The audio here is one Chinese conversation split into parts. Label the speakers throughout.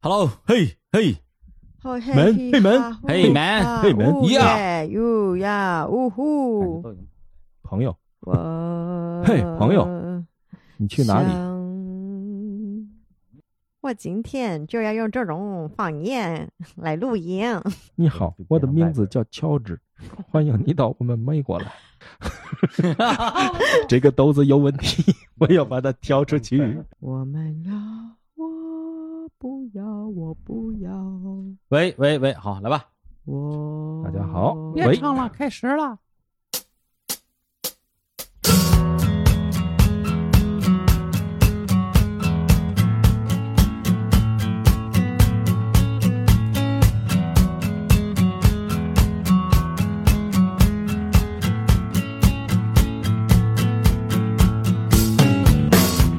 Speaker 1: Hello，嘿嘿，
Speaker 2: 好嘿
Speaker 3: 门
Speaker 2: 嘿
Speaker 3: 嘿门
Speaker 2: 哈呼
Speaker 1: 嘿门
Speaker 2: 啊
Speaker 3: 嘿门
Speaker 2: 呜
Speaker 1: 呀
Speaker 2: 耶哟呀呜
Speaker 3: 嗯
Speaker 2: 呼，
Speaker 3: 朋友，
Speaker 2: 我
Speaker 3: 嘿朋友你去哪
Speaker 2: 啊
Speaker 3: 里？
Speaker 2: 里？我今天就要用这种方言来录音。
Speaker 3: 你好，我的名字叫乔治， 欢迎你到我们美国 来。这个豆子有问 题，我要把它挑出去。
Speaker 2: 我们要，我不要，我不要，
Speaker 1: 喂喂喂，好，来吧，
Speaker 2: 我。
Speaker 3: 大家好
Speaker 4: 别
Speaker 3: 喂
Speaker 4: 唱了，开始了。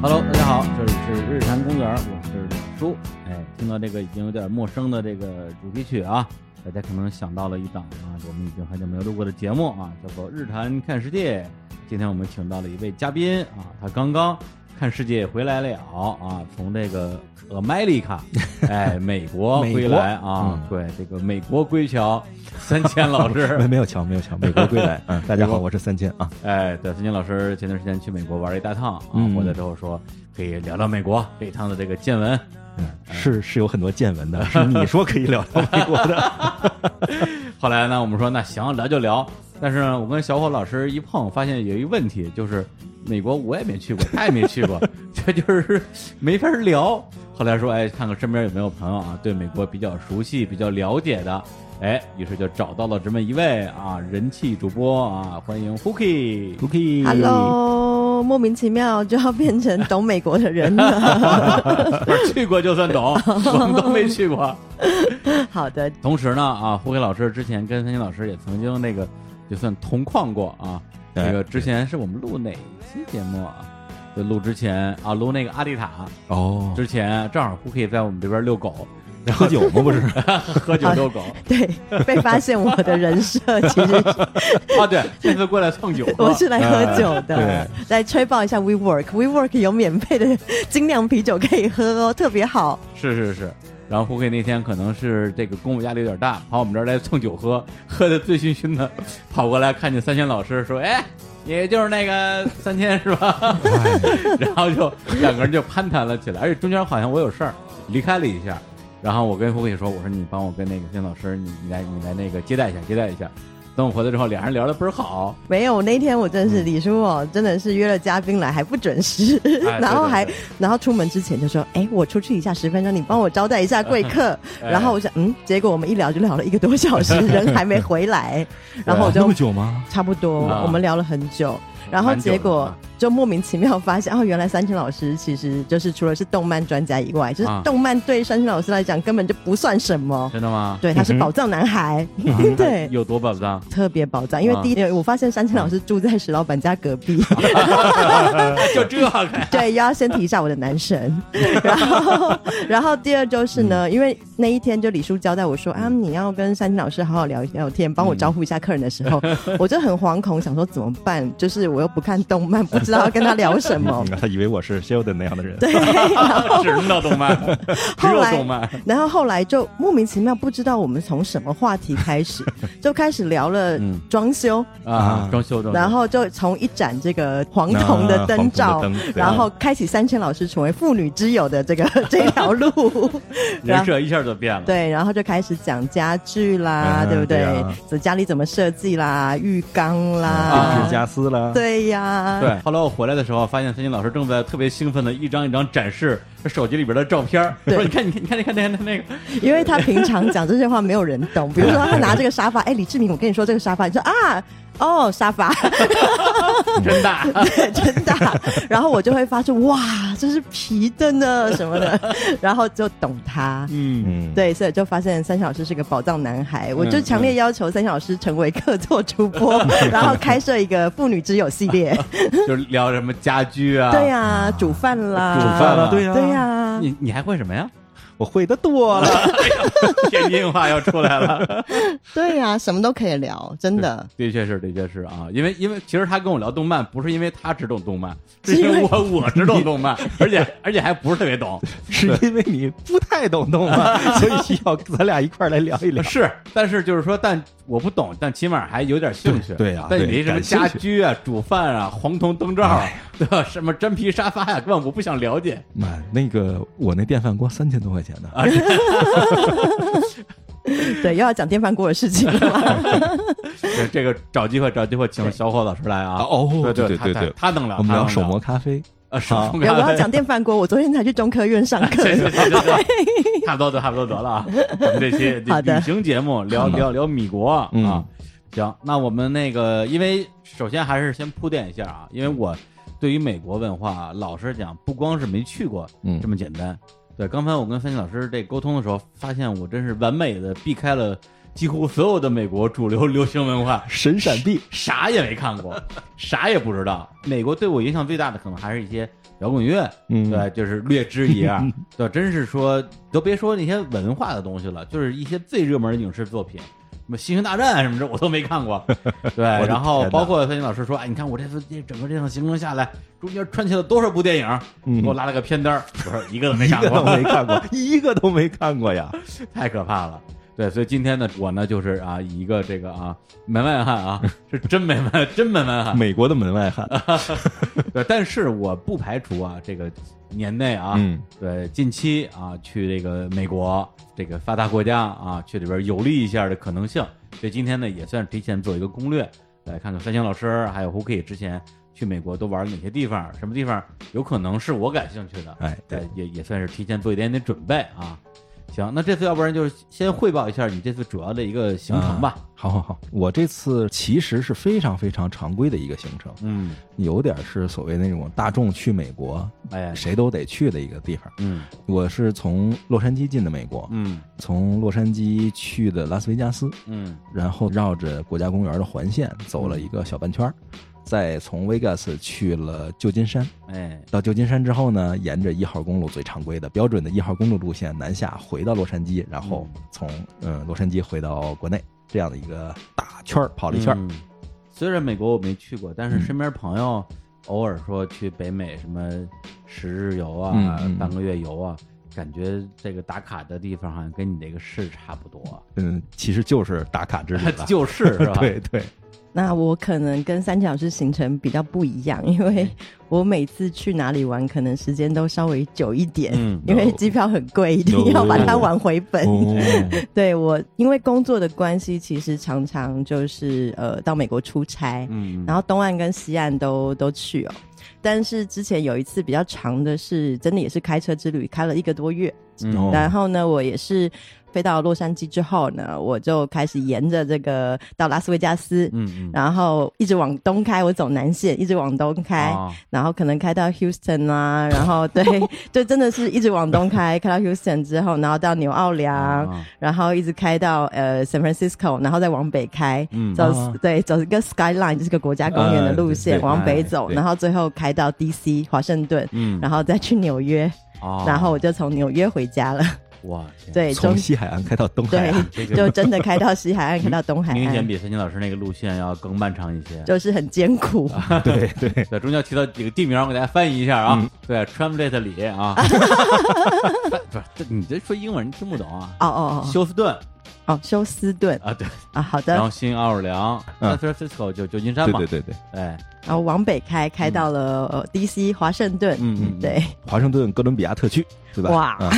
Speaker 1: Hello，大家好，这里是日坛公园，我是李叔。哎，听到这个已经有点陌生的这个主题曲啊，大家可能想到了一档啊，我们已经很久没有录过的节目啊，叫做《日坛看世界》。今天我们请到了一位嘉宾啊，他刚刚看世界回来了啊，从这个 America，哎，美国
Speaker 3: 美国
Speaker 1: 归来啊，
Speaker 3: 嗯
Speaker 1: 对，这个美国归侨三千 老师，
Speaker 3: 没没有乔，没有乔，美国归 来。嗯，大家好，我是三千啊。
Speaker 1: 哎，对，孙金老师前段时间去美国玩了一大趟啊，
Speaker 3: 嗯
Speaker 1: 回来之后说可以聊聊美国这一趟的这个见闻。
Speaker 3: 嗯，是是有很多见 闻的，是你说可以聊聊美国的。
Speaker 1: 后来呢，我们说那行聊就聊，但是呢，我跟小伙老师一碰，发现有一问题，就是美国我也没去过，他也没去过， 这就是没法聊。后来说，哎，看看身边有没有朋友啊，对美国比较熟悉、比较了解的。哎，于是就找到了这么一位啊人气主播啊，欢迎 Hooky。
Speaker 3: Cookie
Speaker 2: Hello，莫名其妙就要变成懂美国的 人了。
Speaker 1: 不是去过就算懂，我们都没去过。
Speaker 2: 好的，
Speaker 1: 同时呢，啊，胡黑老师之前跟三星老师也曾经那个，就算同框过啊。
Speaker 3: 对
Speaker 1: 这个之前是我们录哪期节目啊？就录之前啊，录那个阿丽塔
Speaker 3: 哦，
Speaker 1: 之前，正好胡可以在我们这边遛狗，
Speaker 3: 喝酒吗？不是，
Speaker 1: 喝酒 遛狗
Speaker 2: 对，被发现我的人设其实是
Speaker 1: 啊。对，这次过来蹭 酒
Speaker 2: 我是来喝酒的
Speaker 3: 哎，
Speaker 2: 来吹爆一下 WeWork，WeWork 有免费的精酿啤酒可以喝哦， 特别好。
Speaker 1: 是是是。然后胡可那天可能是这个公务压力有点大，跑我们这儿来蹭酒喝， 喝的醉醺醺的，跑过来看见三千老师说：“哎，也就是那个 三千是吧？” 然后就两个人就攀谈了起来，而且中间好像我有事儿离开了一下。然后我跟胡可说：“我说你帮我跟那个三千老师，你你来你来那个接待一下，接待一下。”等我回来之后，俩人聊的倍儿好，
Speaker 2: 没有，那天我真是李叔哦，真的是约了嘉宾来还不准 时，
Speaker 1: 哎
Speaker 2: 然后还
Speaker 1: 对对
Speaker 2: 然后出门之前就说：“哎，我出去一下十分钟，你帮我招待一下贵客。
Speaker 1: 哎
Speaker 2: 哎然后我想，嗯，结果我们一聊就聊了一个多小 时，人还没回来， 然后我
Speaker 3: 那
Speaker 2: 就
Speaker 3: 么久吗？
Speaker 2: 差不多，
Speaker 1: 啊
Speaker 2: 我们聊了很久。
Speaker 1: 对
Speaker 2: 然后
Speaker 1: 蛮久
Speaker 2: 结
Speaker 1: 的
Speaker 2: 果
Speaker 1: 啊
Speaker 2: 就莫名其妙发现，哦，原来三千老师其实就是除了是动漫专家以外，就是
Speaker 1: 啊
Speaker 2: 动漫对三千老师来讲根本就不算什 么。
Speaker 1: 真的吗？
Speaker 2: 对，他是
Speaker 3: 嗯哼
Speaker 2: 宝藏男孩， 对，
Speaker 1: 啊有多 宝藏？
Speaker 2: 特别宝藏。因为
Speaker 1: 啊
Speaker 2: 第一点，我发现三千老师住在石老板家隔壁，
Speaker 1: 就这个 呀
Speaker 2: 对，要先提一下我的男神。 然后，然后第二就是呢，因为那一天就李叔交代我说啊，你要跟山青老师好好聊聊天，帮我招呼一下客人的时 候，我就很惶恐，想说怎么办？就是我又不看动漫，不知道要跟他聊什 么。
Speaker 3: 他 以为我是 Sheldon 那样的人。
Speaker 2: 哦对，然后
Speaker 1: 只能到 动漫，只有动漫。
Speaker 2: 然后后来就莫名其妙不知道我们从什么话题开 始，就开始聊了
Speaker 1: 嗯
Speaker 2: 装修，
Speaker 1: 啊
Speaker 3: 啊，
Speaker 1: 装修装修。
Speaker 2: 然后就从一盏这个嗯啊黄铜的灯啊罩
Speaker 3: 黄铜的灯对
Speaker 2: 然后开启三千老师成为妇女之友的这个这条 路，然
Speaker 1: 人
Speaker 2: 后
Speaker 1: 设一下就变了。
Speaker 2: 啊对，然后就开始讲家具
Speaker 1: 啊
Speaker 2: 啦，
Speaker 3: 嗯
Speaker 2: 对不对
Speaker 3: 对呀？
Speaker 2: 这家里怎么设计啦，浴缸
Speaker 3: 定
Speaker 2: 啦
Speaker 3: 制，家私了。
Speaker 2: 啊对呀，
Speaker 1: 啊对，后来我回来的时候，发现三金老师正在特别兴奋的一张一张展示他手机里边的照片儿，
Speaker 2: 对
Speaker 1: 说：“你看，你看，你看，你看，你看你看那个。
Speaker 2: 因为他平常讲这些话没有人懂，比如说他拿这个沙发，哎，李志明，我跟你说这个沙发，你说啊。哦，沙发
Speaker 1: 真大，
Speaker 2: 对真大，然后我就会发出哇，这是皮的呢什么的，然后就懂他。
Speaker 1: 嗯，
Speaker 3: 嗯，
Speaker 2: 对，所以就发现三小老师是个宝藏男孩，我就
Speaker 1: 嗯
Speaker 2: 强烈要求三小老师成为客座主 播，然后开设一个妇女之友系列。
Speaker 1: 就是聊什么家居啊，
Speaker 2: 对呀、煮饭啦，
Speaker 1: 煮饭啦
Speaker 3: 对呀，
Speaker 2: 对呀、
Speaker 1: 你你还会什么呀？
Speaker 3: 我会的多 了。
Speaker 1: 天津话要出来了，
Speaker 2: 对呀、什么都可以聊，真的。
Speaker 1: 的确是，的确是啊，因为因为其实他跟我聊动漫，不是因为他只懂动漫，
Speaker 2: 是
Speaker 1: 是因
Speaker 2: 因
Speaker 1: 为
Speaker 2: 为
Speaker 1: 我我只懂动漫， 而且而且还不是特别懂，
Speaker 3: 是因为你不太懂动 漫，所以需要咱俩一块儿来聊一聊。
Speaker 1: 呃是，但是就是说，但我不懂，但起码还有点兴趣。
Speaker 3: 对对啊
Speaker 1: 但你
Speaker 3: 对
Speaker 1: 这什么
Speaker 3: 感兴
Speaker 1: 家
Speaker 3: 趣哎
Speaker 1: 居啊、煮饭啊、黄铜灯罩啊，对吧？ 什么真皮沙发啊呀、根本我不想了解。
Speaker 3: 妈，那个我那电饭锅三千多块钱呢，
Speaker 2: 对，又要讲电饭锅的事情了 吗。
Speaker 1: 这这个找机会找机会请
Speaker 2: 对
Speaker 1: 小伙老师来啊！
Speaker 3: 哦
Speaker 1: 对
Speaker 3: 对
Speaker 1: 他
Speaker 3: 对
Speaker 1: 他
Speaker 3: 对
Speaker 1: 他能聊，
Speaker 3: 我们
Speaker 1: 他
Speaker 3: 聊
Speaker 1: 能
Speaker 3: 手磨咖啡。
Speaker 1: 啊手
Speaker 3: 啊
Speaker 1: 磨
Speaker 2: 对，
Speaker 1: 咖
Speaker 2: 我要
Speaker 1: 啡
Speaker 2: 讲电饭锅，我昨天才去中科院 上课。
Speaker 1: 对对 对对对，差不多得差不多得了啊。我们这期旅
Speaker 2: 好的
Speaker 1: 旅行节目聊聊聊米国、
Speaker 3: 嗯
Speaker 1: 啊，行，那我们那个，因为首先还是先铺垫一下啊，因为我对于美国文化，老实讲，不光是没去过
Speaker 3: 嗯
Speaker 1: 这么简单。对，刚才我跟三金老师这沟通的时候，发现我真是完美的避开了几乎所有的美国主流流行文化，
Speaker 3: 神 闪避，
Speaker 1: 啥也没看过，啥也不知道。美国对我影响最大的可能还是一些摇滚乐，
Speaker 3: 嗯
Speaker 1: 对，就是略知一二，对，真是说都别说那些文化的东西了，就是一些最热门的影视作品，什么《星球大战》啊什么的，我都没 看过。对，
Speaker 3: 的
Speaker 1: 然后
Speaker 3: 天哪
Speaker 1: 包括孙英老师说，哎，你看我这次这整个这趟行程下来，中间串起了多少部电影，
Speaker 3: 嗯
Speaker 1: 给我拉了个片单儿，我说一个都没
Speaker 3: 一
Speaker 1: 看
Speaker 3: 个
Speaker 1: 过
Speaker 3: 都， 没看过，一个都没看过呀。
Speaker 1: 太可怕了。对，所以今天呢，我呢就是啊，以一个这个啊门外汉啊，是真门外，真门外 汉，
Speaker 3: 美国的门外汉，
Speaker 1: 对，但是我不排除啊，这个年内啊，
Speaker 3: 嗯
Speaker 1: 对，近期啊，去这个美国这个发达国家啊，去里边游历一下的可能性。所以今天呢，也算是提前做一个攻略，来看看三星老师还有胡 K 之前去美国都玩了哪些地方，什么地方有可能是我感兴趣的。
Speaker 3: 哎，
Speaker 1: 嗯对，，也也算是提前做一点点准备啊。行，那这次要不然就是先汇报一下你这次主要的一个行程吧。
Speaker 3: 啊好好好，我这次其实是非常非常常规的一个行程，
Speaker 1: 嗯，
Speaker 3: 有点是所谓那种大众去美国
Speaker 1: 哎呀，
Speaker 3: 谁都得去的一个地方。
Speaker 1: 嗯
Speaker 3: 我是从洛杉矶进的美国，
Speaker 1: 嗯
Speaker 3: 从洛杉矶去的拉斯维加斯，
Speaker 1: 嗯
Speaker 3: 然后绕着国家公园的环线走了一个小半圈儿，再从 Vegas 去了旧金山。
Speaker 1: 哎，
Speaker 3: 到旧金山之后呢，沿着一号公路最常规的标准的一号公路路线南下，回到洛杉矶，然后从嗯洛杉矶回到国内，这样的一个大圈儿跑了一圈儿。
Speaker 1: 嗯虽然美国我没去过，但是
Speaker 3: 嗯
Speaker 1: 身边朋友偶尔说去北美什么十日游啊、
Speaker 3: 嗯嗯嗯
Speaker 1: 半个月游啊，感觉这个打卡的地方好像跟你这个市差不 多，
Speaker 3: 嗯，其实 就是啊打卡之旅了。
Speaker 1: 就是是吧？
Speaker 3: 对对，
Speaker 2: 那我可能跟三角是行程比较不一样，因
Speaker 1: 嗯
Speaker 2: 为我每次去哪里玩，可能时间都稍微久一点，
Speaker 1: 嗯
Speaker 2: 因为
Speaker 3: no
Speaker 2: 机票很贵，一定
Speaker 3: No
Speaker 2: 要把它玩回本。
Speaker 3: 哦，
Speaker 2: 对我，因为工作的关系，其实常常就是呃到美国出差，
Speaker 1: 嗯，
Speaker 2: 然
Speaker 1: 后
Speaker 2: 后东岸跟西岸都都去哦。但是之前有一次比较长的是，真的也是开车之旅，开了一个多月。
Speaker 3: 哦
Speaker 1: 嗯
Speaker 2: 然后呢，我也是飞到洛杉矶之后呢，我就开始沿着这个到拉斯维加斯，
Speaker 1: 嗯，
Speaker 2: 然后一直往东开，我走南线，一直往东开，
Speaker 1: 啊
Speaker 2: 然后可能开到 Houston 啊，然后 对，就真的是一直往东开，开到 Houston 之后，然后到纽奥良，
Speaker 1: 啊
Speaker 2: 然后一直开到呃 San Francisco，然后再往北开，
Speaker 1: 嗯
Speaker 2: 走、
Speaker 3: 啊
Speaker 2: 对走一个 Skyline，就是个国家公园的路线，
Speaker 1: 哎
Speaker 3: 呃对
Speaker 2: 往北走，
Speaker 3: 对
Speaker 2: 然后最后开到 DC 华盛顿，
Speaker 1: 嗯，
Speaker 2: 然后再去纽约，
Speaker 1: 哦
Speaker 2: 然后我就从纽约回家了。
Speaker 1: 哇，天，
Speaker 2: 对，中
Speaker 3: 从西海岸开到东海
Speaker 2: 对
Speaker 3: 岸，
Speaker 1: 这，个
Speaker 2: 就真的开到西海岸，开到东海
Speaker 1: 明显
Speaker 2: 岸，
Speaker 1: 比孙金老师那个路线要更漫长一些。
Speaker 2: 就是很艰苦。
Speaker 1: 啊
Speaker 3: 对对，
Speaker 1: 对，中间提到几个地名，我给大家翻译一下啊。对，Tramlet 里啊， 翻不是这你这说英文你听不懂啊。
Speaker 2: 哦哦哦
Speaker 1: 休斯顿
Speaker 2: 哦，休斯顿
Speaker 1: 啊，对，
Speaker 2: 啊，好
Speaker 1: 然后
Speaker 2: 的，
Speaker 1: 新奥尔良、
Speaker 3: 嗯
Speaker 1: San Francisco 就旧金山
Speaker 3: 对
Speaker 1: 嘛，
Speaker 3: 对对对，
Speaker 1: 哎，
Speaker 2: 然后往北开，开到了呃 DC 华盛顿，
Speaker 1: 嗯嗯嗯
Speaker 2: 对，
Speaker 3: 华盛顿哥伦比亚特区，对吧？
Speaker 2: 哇
Speaker 3: 啊，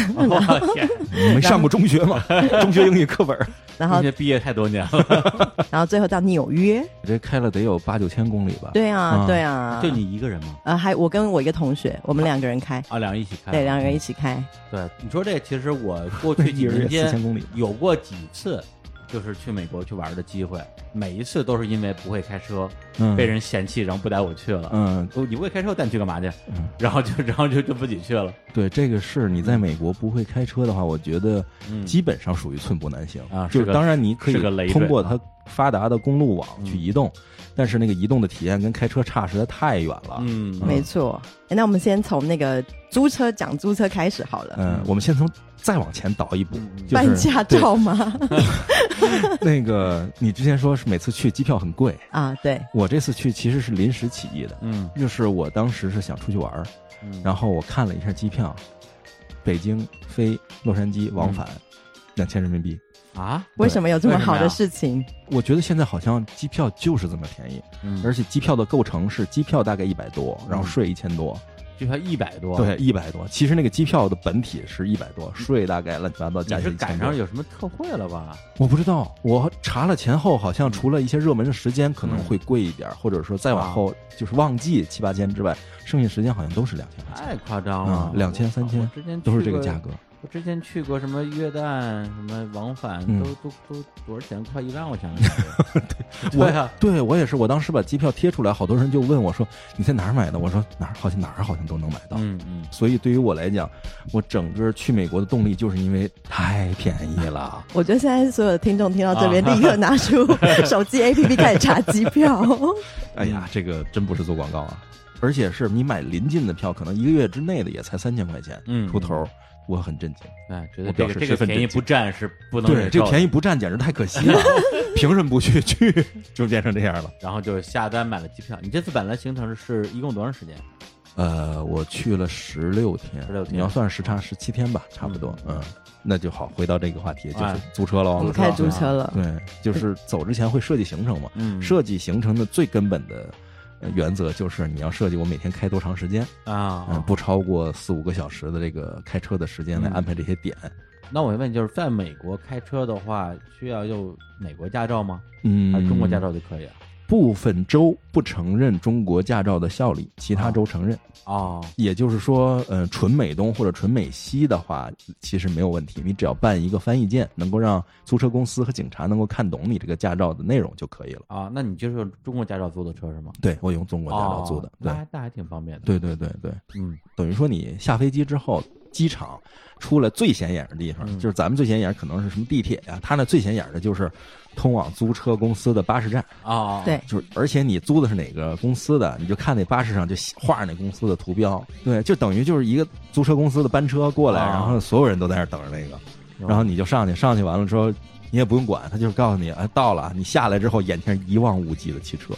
Speaker 1: 我天，
Speaker 3: 没上过中学 嘛，中学英语课本儿，
Speaker 2: 然
Speaker 1: 这
Speaker 2: 后
Speaker 1: 些毕业太多年了，
Speaker 2: 然后最后到纽约，
Speaker 3: 这开了得有八九千公里吧？，
Speaker 2: 对啊
Speaker 3: 啊
Speaker 2: 对啊，
Speaker 1: 就你一个人吗？
Speaker 2: 呃，还我跟我一个同学，我们两个人开，
Speaker 1: 啊，两人一起开，
Speaker 2: 对，两个人一起开，
Speaker 1: 对，你说这其实我过去
Speaker 3: 一
Speaker 1: 几
Speaker 3: 人四
Speaker 1: 年 间
Speaker 3: 千公里。
Speaker 1: 有过几次，就是去美国去玩的机会，每一次都是因为不会开车，
Speaker 3: 嗯
Speaker 1: 被人嫌弃，然后不带我去了。
Speaker 3: 嗯，
Speaker 1: 哦，你不会开车，我带你去干嘛去？
Speaker 3: 嗯
Speaker 1: 然后就，然后就就自己去了。
Speaker 3: 对，这个是你在美国不会开车的话，我觉得
Speaker 1: 嗯，
Speaker 3: 基本上属于寸步难行
Speaker 1: 啊是
Speaker 3: 就
Speaker 1: 个
Speaker 3: 当然你可
Speaker 1: 是个累
Speaker 3: 以通
Speaker 1: 赘
Speaker 3: 过
Speaker 1: 啊
Speaker 3: 它发达的公路网去
Speaker 1: 嗯
Speaker 3: 移动，但是那个移动的体验跟开车差实在太远了。
Speaker 1: 嗯，
Speaker 2: 没错。诶那我们先从那个租车讲租车开始好了。
Speaker 3: 嗯，我们先从再往前倒一步，
Speaker 1: 嗯
Speaker 3: 就
Speaker 2: 办
Speaker 3: 是
Speaker 2: 驾
Speaker 3: 对
Speaker 2: 照吗？
Speaker 3: 那个你之前说是每次去机票很贵，
Speaker 2: 啊，对，
Speaker 3: 我这次去其实是临时起意的，
Speaker 1: 嗯，
Speaker 3: 就是我当时是想出去玩儿，然后我看了一下机票，北京飞洛杉矶
Speaker 1: 嗯
Speaker 3: 往返两千人民币。
Speaker 1: 后啊，
Speaker 2: 为什么有这么
Speaker 1: 为什么
Speaker 2: 好
Speaker 1: 呀
Speaker 2: 的事情？
Speaker 3: 我觉得现在好像机票就是这么便宜，
Speaker 1: 嗯
Speaker 3: 而且机票的构成是机票大概一百多，然后税一千多，
Speaker 1: 这才一百多，，
Speaker 3: 对，一百多。其实那个机票的本体是一百多，税大概乱七八糟加
Speaker 1: 你
Speaker 3: 起
Speaker 1: 是
Speaker 3: 来
Speaker 1: 赶
Speaker 3: 1000
Speaker 1: 上
Speaker 3: 多
Speaker 1: 有什么特惠了吧？
Speaker 3: 我不知道，我查了前后，好
Speaker 1: 嗯
Speaker 3: 像除了一些热门的时间可能会贵一点，或者说再往后就是旺季七八千之外，剩下时间好像都是两千块
Speaker 1: 太
Speaker 3: 钱，
Speaker 1: 夸张了，
Speaker 3: 嗯2000
Speaker 1: 我操
Speaker 3: 3000
Speaker 1: 我之前
Speaker 3: 都是
Speaker 1: 去
Speaker 3: 这个
Speaker 1: 过
Speaker 3: 价。格。
Speaker 1: 我之前去过什么约旦，什么往返
Speaker 3: 嗯
Speaker 1: 都都都多少钱？快一万块 钱了感觉。对啊，
Speaker 3: 对我也是，我当时把机票贴出来，好多人就问我说你在哪儿买的？我说哪儿好像哪儿好像都能买到。
Speaker 1: 嗯嗯，
Speaker 3: 所以对于我来讲，我整个去美国的动力就是因为太便宜了。
Speaker 2: 我觉得现在所有的听众听到这边，
Speaker 1: 啊
Speaker 2: 立刻拿 出手机 APP 开始查机票。
Speaker 3: 哎呀，这个真不是做广告啊，而且是你买临近的票，可能一个月之内的也才三千块钱
Speaker 1: 嗯
Speaker 3: 出头，我很震惊。
Speaker 1: 哎，觉
Speaker 3: 我
Speaker 1: 得这
Speaker 3: 表
Speaker 1: 个
Speaker 3: 示
Speaker 1: 这
Speaker 3: 十
Speaker 1: 个
Speaker 3: 分
Speaker 1: 便宜
Speaker 3: 震惊
Speaker 1: 不占是不能
Speaker 3: 对，
Speaker 1: 忍
Speaker 3: 这
Speaker 1: 受
Speaker 3: 个
Speaker 1: 的。
Speaker 3: 便宜不占简直太可惜 了，凭什么不去？去就变成这样了。
Speaker 1: 然后就下单买了机票。你这次本来行程是一共多长时间？
Speaker 3: 呃，我去了十六天，
Speaker 1: 16天
Speaker 3: 你要算时差十七天吧，差不多。嗯，那就好。回到这个话题，就
Speaker 1: 哎
Speaker 3: 是租车喽。
Speaker 2: 我们开始
Speaker 1: 知道
Speaker 2: 租车了，
Speaker 3: 对，就是走之前会设计行程嘛。
Speaker 1: 嗯
Speaker 3: 设计行程的最根本的呃原则就是你要设计我每天开多长时间，
Speaker 1: 啊、
Speaker 3: 嗯，不超过四五个小时的这个开车的时间来
Speaker 1: 嗯
Speaker 3: 安排这些点。
Speaker 1: 那我问，就是在美国开车的话，需要用美国驾照吗？
Speaker 3: 嗯，
Speaker 1: 还是中国驾照就可以啊？
Speaker 3: 部分州不承认中国驾照的效力，其他州承认。
Speaker 1: 哦，
Speaker 3: 也就是说，呃，纯美东或者纯美西的话，其实没有问题。你只要办一个翻译件，能够让租车公司和警察能够看懂你这个驾照的内容就可以了。
Speaker 1: 啊，那你就是用中国驾照租的车是吗？
Speaker 3: 对我用中国驾照租的，
Speaker 1: 哦那还那还挺方便的。，
Speaker 3: 对对对对对，
Speaker 1: 嗯
Speaker 3: 等于说你下飞机之后，机场出来最显眼的地方，
Speaker 1: 嗯
Speaker 3: 就是咱们最显眼可能是什么地铁呀、它那最显眼的就是通往租车公司的巴士站。
Speaker 1: 啊，
Speaker 2: 对，
Speaker 3: 就是，而且你租的是哪个公司的，你就看那巴士上就写画那公司的图标，对，就等于就是一个租车公司的班车过来，
Speaker 1: 啊
Speaker 3: 然后所有人都在那儿等着那个，
Speaker 1: 哦
Speaker 3: 然后你就上去，上去完了之后，你也不用管，他就是告诉你，哎，到了，你下来之后，眼前一望无际的汽车，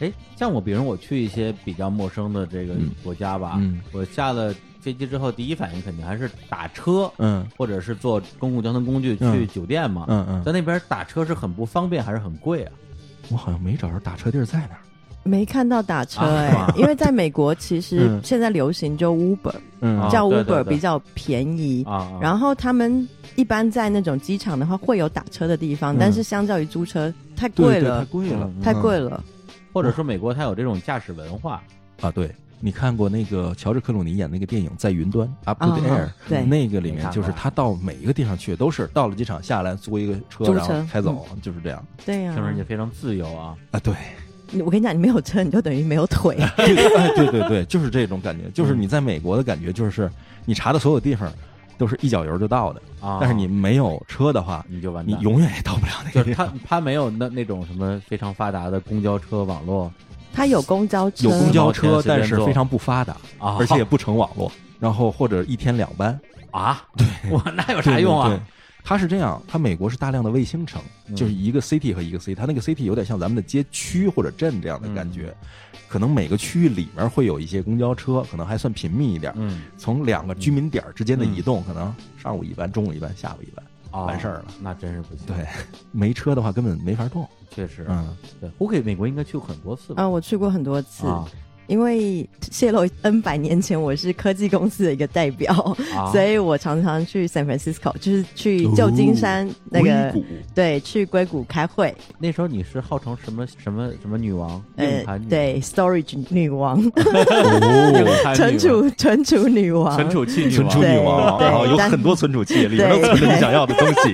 Speaker 1: 哎，像我，比如我去一些比较陌生的这个
Speaker 3: 嗯
Speaker 1: 国家吧，
Speaker 3: 嗯
Speaker 1: 我下了飞机之后，第一反应肯定还是打车，
Speaker 3: 嗯
Speaker 1: 或者是坐公共交通工具去
Speaker 3: 嗯
Speaker 1: 酒店嘛。
Speaker 3: 嗯嗯，
Speaker 1: 在那边打车是很不方便，还是很贵啊？
Speaker 3: 我好像没找着打车地儿在哪儿，
Speaker 2: 没看到打车
Speaker 1: 啊
Speaker 2: 哎、
Speaker 1: 是吗
Speaker 2: 因为在美国其实
Speaker 3: 嗯
Speaker 2: 现在流行就 Uber，、
Speaker 3: 嗯
Speaker 1: 啊
Speaker 2: 叫
Speaker 1: 对对
Speaker 2: Uber
Speaker 1: 对
Speaker 2: 比较便宜。
Speaker 1: 啊啊，
Speaker 2: 然后他们一般在那种机场的话会有打车的地
Speaker 3: 嗯
Speaker 2: 方，但是相较于租车太
Speaker 3: 对
Speaker 2: 贵
Speaker 3: 对，太
Speaker 2: 了，嗯
Speaker 3: 贵了，嗯
Speaker 2: 太贵
Speaker 3: 了
Speaker 2: 了。
Speaker 1: 或者说美国它有这种驾驶文化，
Speaker 3: 啊，对。你看过那个乔治克鲁尼演那个电影《在云端》（Up to the
Speaker 2: 啊
Speaker 3: Air）？、
Speaker 2: 对
Speaker 3: 哦那个里
Speaker 1: 没
Speaker 3: 面
Speaker 1: 看
Speaker 3: 就是
Speaker 1: 过
Speaker 3: 他到每一个地方去，都是到了机场下来租一个车，
Speaker 2: 租
Speaker 3: 然后
Speaker 2: 车
Speaker 3: 开走，嗯就是这样。
Speaker 2: 对呀、
Speaker 1: 听上去非常自由啊。
Speaker 3: 啊，对，
Speaker 2: 你我跟你讲，你没有车你就等于没有腿。
Speaker 3: 这个哎，对对对，就是这种感觉，就是你在美国的感觉，就是你查的所有地方都是一脚油就到的，
Speaker 1: 啊，
Speaker 3: 但是你没有车哦的话，
Speaker 1: 你就完
Speaker 3: 你
Speaker 1: 蛋。
Speaker 3: 永远也到不了那个
Speaker 1: 就是
Speaker 3: 地
Speaker 1: 他
Speaker 3: 方。，
Speaker 1: 他没有那那种什么非常发达的公交车网络
Speaker 2: 它有公交车，
Speaker 3: 有公交
Speaker 1: 往
Speaker 3: 车，
Speaker 1: 前随便
Speaker 3: 但是
Speaker 1: 坐
Speaker 3: 非常不发达，哦
Speaker 1: 啊，
Speaker 3: 而且也不成网络，然后或者一天两班，
Speaker 1: 啊，对，哇，那 有啥
Speaker 3: 对
Speaker 1: 用
Speaker 3: 对嗯
Speaker 1: 啊
Speaker 3: 对？它是这样，它美国是大量的卫星城，就是一个 city 和一个 city，它那个 city 有点像咱们的街区或者镇这样的感觉，可能每个区域里面会有一些公交车，可能还算频密一点。
Speaker 1: 嗯，
Speaker 3: 从两个居民点儿之间的移动，可能上午一班、中午一班、下午一班，
Speaker 1: 啊
Speaker 3: 完事儿了，
Speaker 1: 那真是不行。
Speaker 3: 对没车的话根本没法动。
Speaker 1: 确实，
Speaker 3: 嗯，
Speaker 1: 对，我给美国应该去过很多次吧
Speaker 2: 啊，？我去过很多次，
Speaker 1: 啊
Speaker 2: 因为泄露 N 百年前我是科技公司的一个代表，
Speaker 1: 啊，
Speaker 2: 所以我常常去 San Francisco，就是去旧金山那个、
Speaker 3: 啊硅谷
Speaker 2: 对，去硅谷开会，
Speaker 1: 那时候你是号称什么什么什么女王，
Speaker 2: 呃
Speaker 1: 硬
Speaker 3: 嗯
Speaker 1: 盘女，，
Speaker 2: 对，storage 女王，存
Speaker 1: 硬盘女王
Speaker 2: 储存储女王，
Speaker 1: 存储器女
Speaker 3: 存储
Speaker 1: 王，
Speaker 3: 女王，
Speaker 2: 对
Speaker 3: 然后有
Speaker 2: 但
Speaker 3: 很多存储器，里面
Speaker 2: 对
Speaker 3: 都存着你想要的东 西。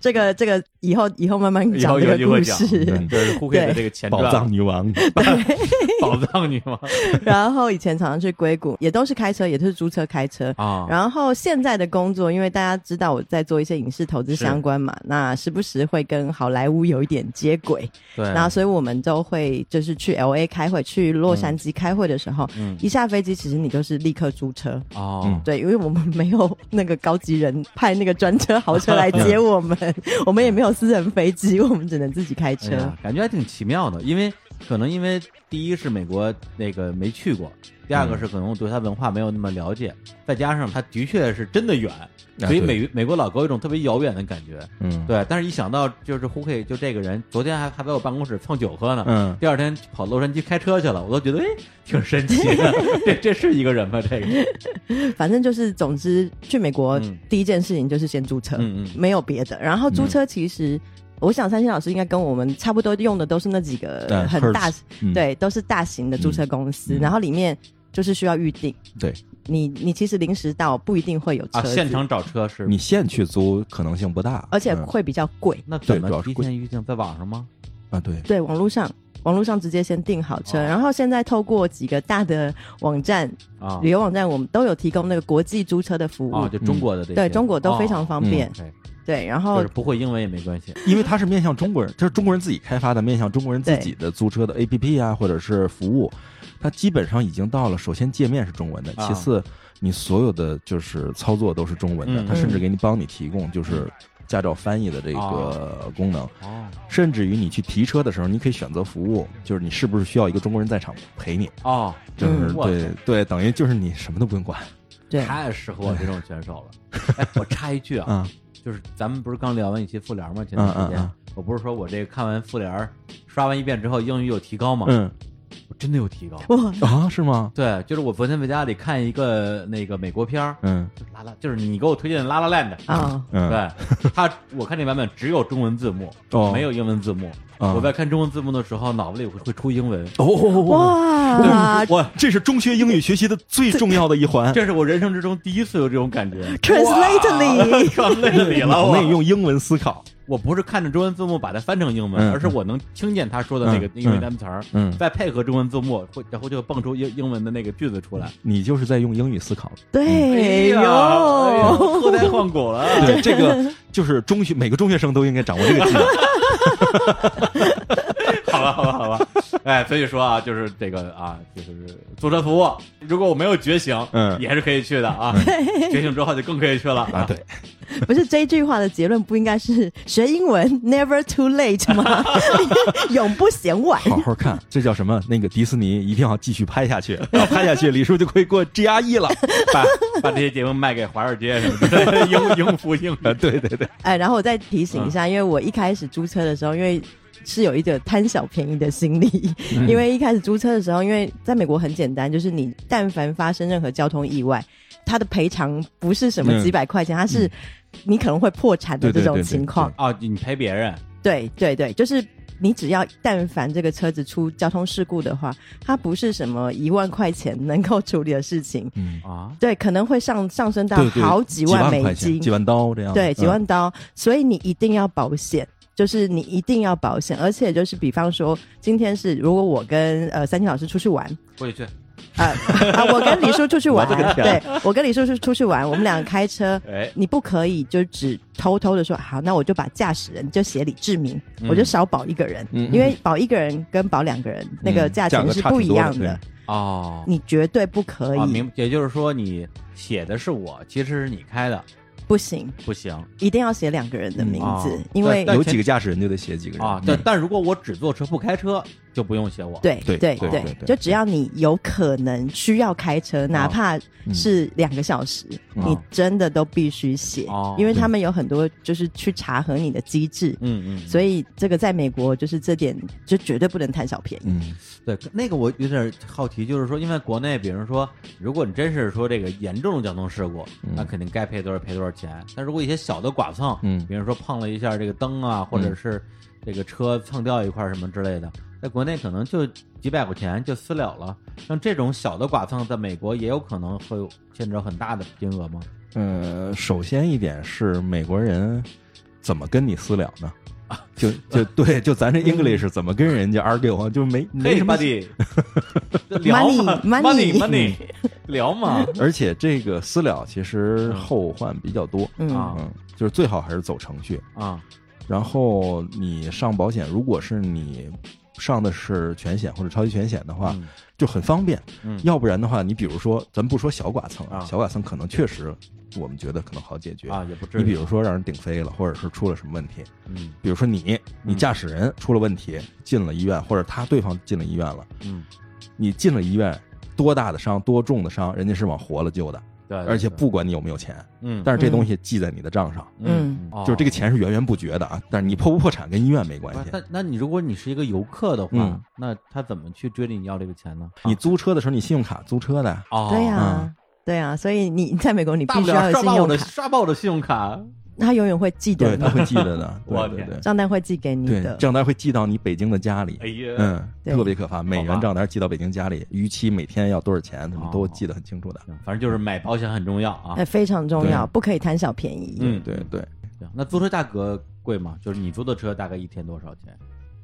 Speaker 2: 这个这个以后以后慢慢
Speaker 1: 以
Speaker 2: 讲
Speaker 1: 后有
Speaker 2: 这
Speaker 1: 机
Speaker 2: 个
Speaker 1: 会
Speaker 2: 故
Speaker 1: 讲
Speaker 2: 事，
Speaker 1: 这是 Hook 的这个前传，
Speaker 3: 宝藏女王，
Speaker 1: 宝藏当你吗？
Speaker 2: 然后以前常常去硅谷，也都是开车，也都是租车开车。
Speaker 1: 啊，
Speaker 2: 然后现在的工作，因为大家知道我在做一些影视投资相关嘛，那时不时会跟好莱坞有一点接轨，
Speaker 1: 对，
Speaker 2: 然后所以我们都会就是去 L A 开会，去洛杉矶开会的时候，
Speaker 1: 嗯
Speaker 2: 一下飞机其实你就是立刻租车，
Speaker 1: 哦
Speaker 3: 嗯，
Speaker 2: 对，因为我们没有那个高级人派那个专车豪车来接我 们，我们也没有私人飞机，我们只能自己开
Speaker 1: 哎
Speaker 2: 车。
Speaker 1: 呀感觉还挺奇妙的，因为可能因为第一是美国那个没去过，第二个是可能我对它文化没有那么了解，再加上它的确是真的远，所以
Speaker 3: 啊对
Speaker 1: 美美国老给我一种特别遥远的感觉。
Speaker 3: 嗯，
Speaker 1: 对，但是一想到就是胡 K 就这个人，昨天还还在我办公室蹭酒喝呢，
Speaker 3: 嗯
Speaker 1: 第二天跑洛杉矶开车去了，我都觉得哎挺神 奇的，这这是一个人吗？这个，
Speaker 2: 反正就是，总之去美国
Speaker 1: 嗯
Speaker 2: 第一件事情就是先租车，
Speaker 1: 嗯嗯
Speaker 2: 没有别的。然后租车其实，我想三星老师应该跟我们差不多用的都是那几
Speaker 3: 对
Speaker 1: 啊
Speaker 2: 个很大
Speaker 3: Hertz，，嗯
Speaker 2: 对，都是大型的租车公司，
Speaker 3: 嗯嗯
Speaker 2: 然后里面就是需要预定。
Speaker 3: 对，
Speaker 2: 你你其实临时到不一定会有车
Speaker 1: 啊，
Speaker 2: 子，
Speaker 1: 现场找车是，
Speaker 3: 你现去租可能性不大，
Speaker 2: 而且
Speaker 3: 嗯
Speaker 2: 会比较贵。
Speaker 1: 那怎么
Speaker 3: 对主要
Speaker 1: 提
Speaker 3: 是贵
Speaker 1: 前预定？在网上吗？
Speaker 3: 啊，对，
Speaker 2: 对，网络上。网络上直接先订好车，
Speaker 1: 哦
Speaker 2: 然后现在透过几个大的网站、
Speaker 1: 啊
Speaker 2: 旅游网站，我们都有提供那个国际租车的服务，
Speaker 1: 啊，就中国的这些，
Speaker 2: 嗯对中国都非常哦方便。
Speaker 1: 哦，OK
Speaker 2: 对，然
Speaker 1: 就
Speaker 2: 后
Speaker 1: 是不会英文也没关系。
Speaker 3: 因为它是面向中国人，这是中国人自己开发的，面向中国人自
Speaker 2: 对
Speaker 3: 己的租车的 APP 啊，或者是服务，它基本上已经到了，首先界面是中文的，
Speaker 1: 啊
Speaker 3: 其次你所有的就是操作都是中文的，
Speaker 1: 嗯
Speaker 3: 它甚至给你帮你提供就是驾照翻译的这个
Speaker 1: 哦
Speaker 3: 功能，
Speaker 1: 哦
Speaker 3: 甚至于你去提车的时候，你可以选择服务，就是你是不是需要一个中国人在场陪你，
Speaker 1: 哦，
Speaker 3: 就是
Speaker 2: 嗯
Speaker 1: 哇
Speaker 3: 对对，等于就是你什么都不用管
Speaker 2: 对
Speaker 1: 太适合我这种选手了。 哎，我插一句啊，
Speaker 3: 啊，
Speaker 1: 就是咱们不是刚聊完一期复联吗？前段时
Speaker 3: 嗯嗯
Speaker 1: 间
Speaker 3: 嗯
Speaker 1: 我不是说我这看完复联刷完一遍之后英语有提高吗？
Speaker 3: 嗯
Speaker 1: 我真的有提高。
Speaker 2: 哇，
Speaker 3: 啊，是吗？
Speaker 1: 对，就是我昨天在家里看一个那个美国片儿，
Speaker 3: 嗯
Speaker 1: 就是拉拉，就是你给我推荐的《拉拉 land》
Speaker 2: 啊、
Speaker 3: 嗯，
Speaker 1: 对他，我看这版本只有中文字幕，
Speaker 3: 哦
Speaker 1: 没有英文字幕。
Speaker 3: 啊
Speaker 1: 我在看中文字幕的时候，脑子里会会出英文。
Speaker 3: 哦，
Speaker 2: 哇，
Speaker 3: 我这是中学英语学习的最重要的一 环。
Speaker 1: 这是我人生之中第一次有这种感 觉，
Speaker 3: 哎
Speaker 2: Translately
Speaker 1: 看累 你了
Speaker 3: 脑
Speaker 1: 我。
Speaker 3: 内用英文思考。
Speaker 1: 我不是看着中文字幕把它翻成英文，
Speaker 3: 嗯
Speaker 1: 而是我能听见他说的那个
Speaker 3: 嗯
Speaker 1: 英文单词儿，
Speaker 3: 嗯
Speaker 1: 再配合中文字幕，会然后就会蹦出英英文的那个句子出来。
Speaker 3: 你就是在用英语思考。
Speaker 2: 对
Speaker 1: 呀，哎呀
Speaker 2: 哟，
Speaker 1: 后代换骨了。
Speaker 3: 对，这 个就是中学每个中学生都应该掌握这个技能。
Speaker 1: 好吧，好吧，好吧。哎，所以说啊，就是这个啊，就是租车服务，如果我没有觉醒，
Speaker 3: 嗯
Speaker 1: 也是可以去的啊。觉醒之后就更可以去了
Speaker 3: 啊，。对，
Speaker 2: 不是这一句话的结论不应该是学英文 never too late 吗？永不嫌晚。
Speaker 3: 好好看，这叫什么？那个迪士尼一定要继续拍下 去，然后拍下去，李叔就可以过 GRE 了。
Speaker 1: 把把这些节目卖给华尔街什么的，应应付应
Speaker 3: 啊，对对对，
Speaker 2: 哎，然后我再提醒一下，
Speaker 3: 嗯
Speaker 2: 因为我一开始租车的时候，因为是有一点贪小便宜的心理，
Speaker 3: 嗯
Speaker 2: 因为一开始租车的时候，因为在美国很简单，就是你但凡发生任何交通意外，它的赔偿不是什么
Speaker 3: 嗯
Speaker 2: 几百块钱，它是你可能会破产的
Speaker 3: 对对
Speaker 2: 这
Speaker 3: 对
Speaker 2: 种
Speaker 3: 对
Speaker 2: 情
Speaker 3: 对
Speaker 2: 况。
Speaker 1: 啊，你陪别人
Speaker 2: 对对对，就是你只要但凡这个车子出交通事故的话，它不是什么一万块钱能够处理的事情，
Speaker 3: 嗯，
Speaker 1: 啊，
Speaker 2: 对，可能会上上升到
Speaker 3: 对对，
Speaker 2: 好几
Speaker 3: 万
Speaker 2: 美
Speaker 3: 块
Speaker 2: 金，
Speaker 3: 钱，几万刀这样。
Speaker 2: 对，
Speaker 3: 嗯。
Speaker 2: 几万刀，所以你一定要保险。就是你一定要保险，而且就是比方说，今天是如果我跟呃三金老师出去玩，
Speaker 1: 过去去
Speaker 2: 啊、啊，我跟李叔出去玩
Speaker 1: 我的，
Speaker 3: 啊
Speaker 2: 对我跟李叔是出去玩，我们俩开车，
Speaker 1: 哎，
Speaker 2: 你不可以就只偷偷的说好，那我就把驾驶人就写李志明，
Speaker 1: 嗯
Speaker 2: 我就少保一个人，
Speaker 3: 嗯嗯嗯
Speaker 2: 因为保一个人跟保两个人、那个价
Speaker 3: 价
Speaker 2: 钱
Speaker 3: 格
Speaker 2: 是
Speaker 3: 差
Speaker 2: 不
Speaker 3: 挺
Speaker 2: 一
Speaker 3: 多的
Speaker 2: 样的，
Speaker 3: 对
Speaker 1: 哦，
Speaker 2: 你绝对不可
Speaker 1: 啊，
Speaker 2: 以，
Speaker 1: 明，也就是说你写的是我，其实是你开的，
Speaker 2: 不行，
Speaker 1: 不行
Speaker 2: 一定要写两个人的名字，
Speaker 3: 啊
Speaker 1: 嗯哦
Speaker 2: 因为
Speaker 1: 但
Speaker 3: 有几个驾驶人就得写几个人嗯
Speaker 1: 啊。
Speaker 3: 对
Speaker 1: 但但如果我只坐车不开车，就不用写我。，
Speaker 2: 对
Speaker 3: 对
Speaker 2: 对
Speaker 3: 对对对啊
Speaker 2: 就只要你有可能需要开车，哪怕是两个小时，
Speaker 3: 嗯啊
Speaker 2: 你真的都必须写，
Speaker 1: 哦
Speaker 2: 因为他们有很多就是去查核你的机制，
Speaker 1: 嗯嗯，
Speaker 2: 所
Speaker 1: 以
Speaker 2: 以这个在美国就是这点就绝对不能贪小便宜。
Speaker 3: 嗯，
Speaker 1: 对那个我有点好奇，就是说，因为国内，比如说，如果你真是说这个严重的交通事故，
Speaker 3: 嗯
Speaker 1: 那肯定该赔多少赔多少钱。但如果一些小的剐蹭，
Speaker 3: 嗯
Speaker 1: 比如说碰了一下这个灯啊，或者是这个车蹭掉一块儿什么之类的，在国内可能就几百块钱就私了了。像这种小的剐蹭，在美国也有可能会牵扯很大的金额吗？
Speaker 3: 呃，首先一点是美国人怎么跟你私了呢？就就对，就
Speaker 1: 嗯
Speaker 3: 咱这 English 怎么跟人家 argue 啊，就没没
Speaker 1: 嘿
Speaker 3: 什么
Speaker 1: buddy，聊嘛
Speaker 2: Money，
Speaker 1: money money，聊嘛
Speaker 3: 而且这个私了其
Speaker 1: 嗯
Speaker 3: 实后患比较多，
Speaker 2: 嗯，
Speaker 1: 啊
Speaker 3: 嗯，就是最好还是走程序。
Speaker 1: 啊
Speaker 3: 然后你上保险，如果是你上的是全险或者超级全险的话，
Speaker 1: 嗯
Speaker 3: 就很方便。
Speaker 1: 嗯
Speaker 3: 要不然的话，你比如说，咱不说小剐蹭
Speaker 1: 啊
Speaker 3: 小剐蹭可能确实我们觉得可能好解决。
Speaker 1: 啊，也不至于。
Speaker 3: 你比如说让人顶飞了，或者是出了什么问题，
Speaker 1: 嗯
Speaker 3: 比如说你你
Speaker 1: 嗯
Speaker 3: 驾驶人出了问题进了医院，或者他对方进了医院了，
Speaker 1: 嗯，
Speaker 3: 你进了医院。多大的伤，多重的伤，人家是往活了救的，
Speaker 1: 对，
Speaker 3: 而且
Speaker 1: 哎对，
Speaker 3: 不管你有没有钱，
Speaker 1: 嗯，
Speaker 3: 但是这
Speaker 2: 嗯
Speaker 3: 东西记在你的账上，
Speaker 2: 嗯
Speaker 1: 哦
Speaker 3: 就是这个钱是源源不绝的啊。但是你破不破产跟医院没关
Speaker 1: 不 是
Speaker 3: 系。
Speaker 1: 那那你如果你是一个游客的话
Speaker 3: 嗯，
Speaker 1: 那他怎么去追你要这个钱呢？啊
Speaker 3: 你租车的时候，你信用卡租车的呀，
Speaker 1: 哦，
Speaker 2: 对呀
Speaker 3: 嗯，
Speaker 2: 对呀，所以你 在美国你
Speaker 1: 大
Speaker 2: 必
Speaker 1: 不
Speaker 2: 须要
Speaker 1: 了
Speaker 2: 有
Speaker 1: 刷
Speaker 2: 信
Speaker 1: 爆我
Speaker 2: 用
Speaker 1: 的
Speaker 2: 卡，
Speaker 1: 刷爆我的信用卡，。
Speaker 2: 他永远会记得
Speaker 3: 对，
Speaker 2: 你
Speaker 3: 他，会记得的
Speaker 1: 我
Speaker 3: 对对
Speaker 1: 天
Speaker 3: 对
Speaker 2: 账单会寄给你
Speaker 3: 对，
Speaker 2: 的。
Speaker 3: 账单会寄到你北京的家里
Speaker 1: 哎。呀，
Speaker 3: 嗯，
Speaker 2: 对
Speaker 3: 特别可怕，美
Speaker 1: 好吧
Speaker 3: 元账单寄到北京家里，逾期每天要多少钱，他们都
Speaker 1: 哦
Speaker 3: 记得很清楚的。
Speaker 1: 行，反正就是买保险很重要啊
Speaker 2: 哎，。非常重要，
Speaker 3: 对
Speaker 2: 不可以贪小便宜。
Speaker 1: 嗯，
Speaker 3: 对对，
Speaker 1: 行。那租车价格贵吗？就是你租的车大概一天多少钱？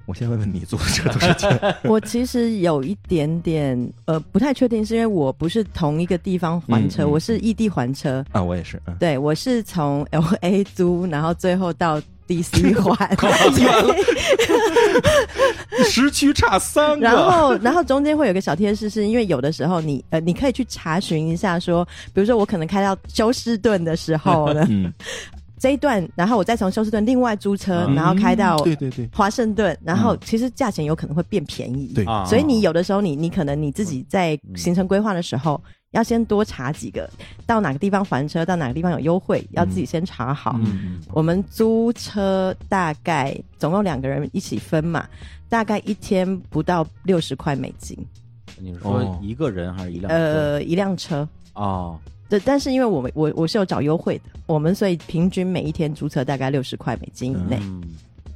Speaker 3: 我先问问你租的车多少 钱？
Speaker 2: 我其实有一点点呃不太确定，是因为我不是同一个地方还
Speaker 3: 嗯
Speaker 2: 车，
Speaker 3: 嗯
Speaker 2: 我是异地还车。
Speaker 3: 啊，我也是，嗯，
Speaker 2: 对，我是从 L A 租，然后最后到 D C 还，
Speaker 3: 时区差三
Speaker 2: 然。后然后中间会有个小贴士，是因为有的时候你呃你可以去查询一下说，比如说我可能开到休斯顿的时候呢
Speaker 3: 嗯，
Speaker 2: 这一段，然后我再从休斯顿另外租车，
Speaker 1: 嗯
Speaker 2: 呃然后开到
Speaker 3: 对对对
Speaker 2: 华盛顿，然后
Speaker 3: 嗯
Speaker 2: 其实价钱有可能会变便宜。
Speaker 3: 对
Speaker 1: 啊，
Speaker 2: 所以你有的时候你你可能你自己在行程规划的时候，
Speaker 1: 嗯
Speaker 2: 要先多查几个，到哪个地方还车，到哪个地方有优惠，要自己先查好。
Speaker 1: 嗯，
Speaker 2: 我们租车大概总共两个人一起分嘛，大概一天不到六十块美金，
Speaker 1: 你是说
Speaker 3: 哦
Speaker 1: 一个人还是一辆车？
Speaker 2: 呃，一辆车。
Speaker 1: 哦，
Speaker 2: 对，但是因为我们我我是有找优惠的，我们所以平均每一天租车大概六十块美金以内。
Speaker 1: 嗯，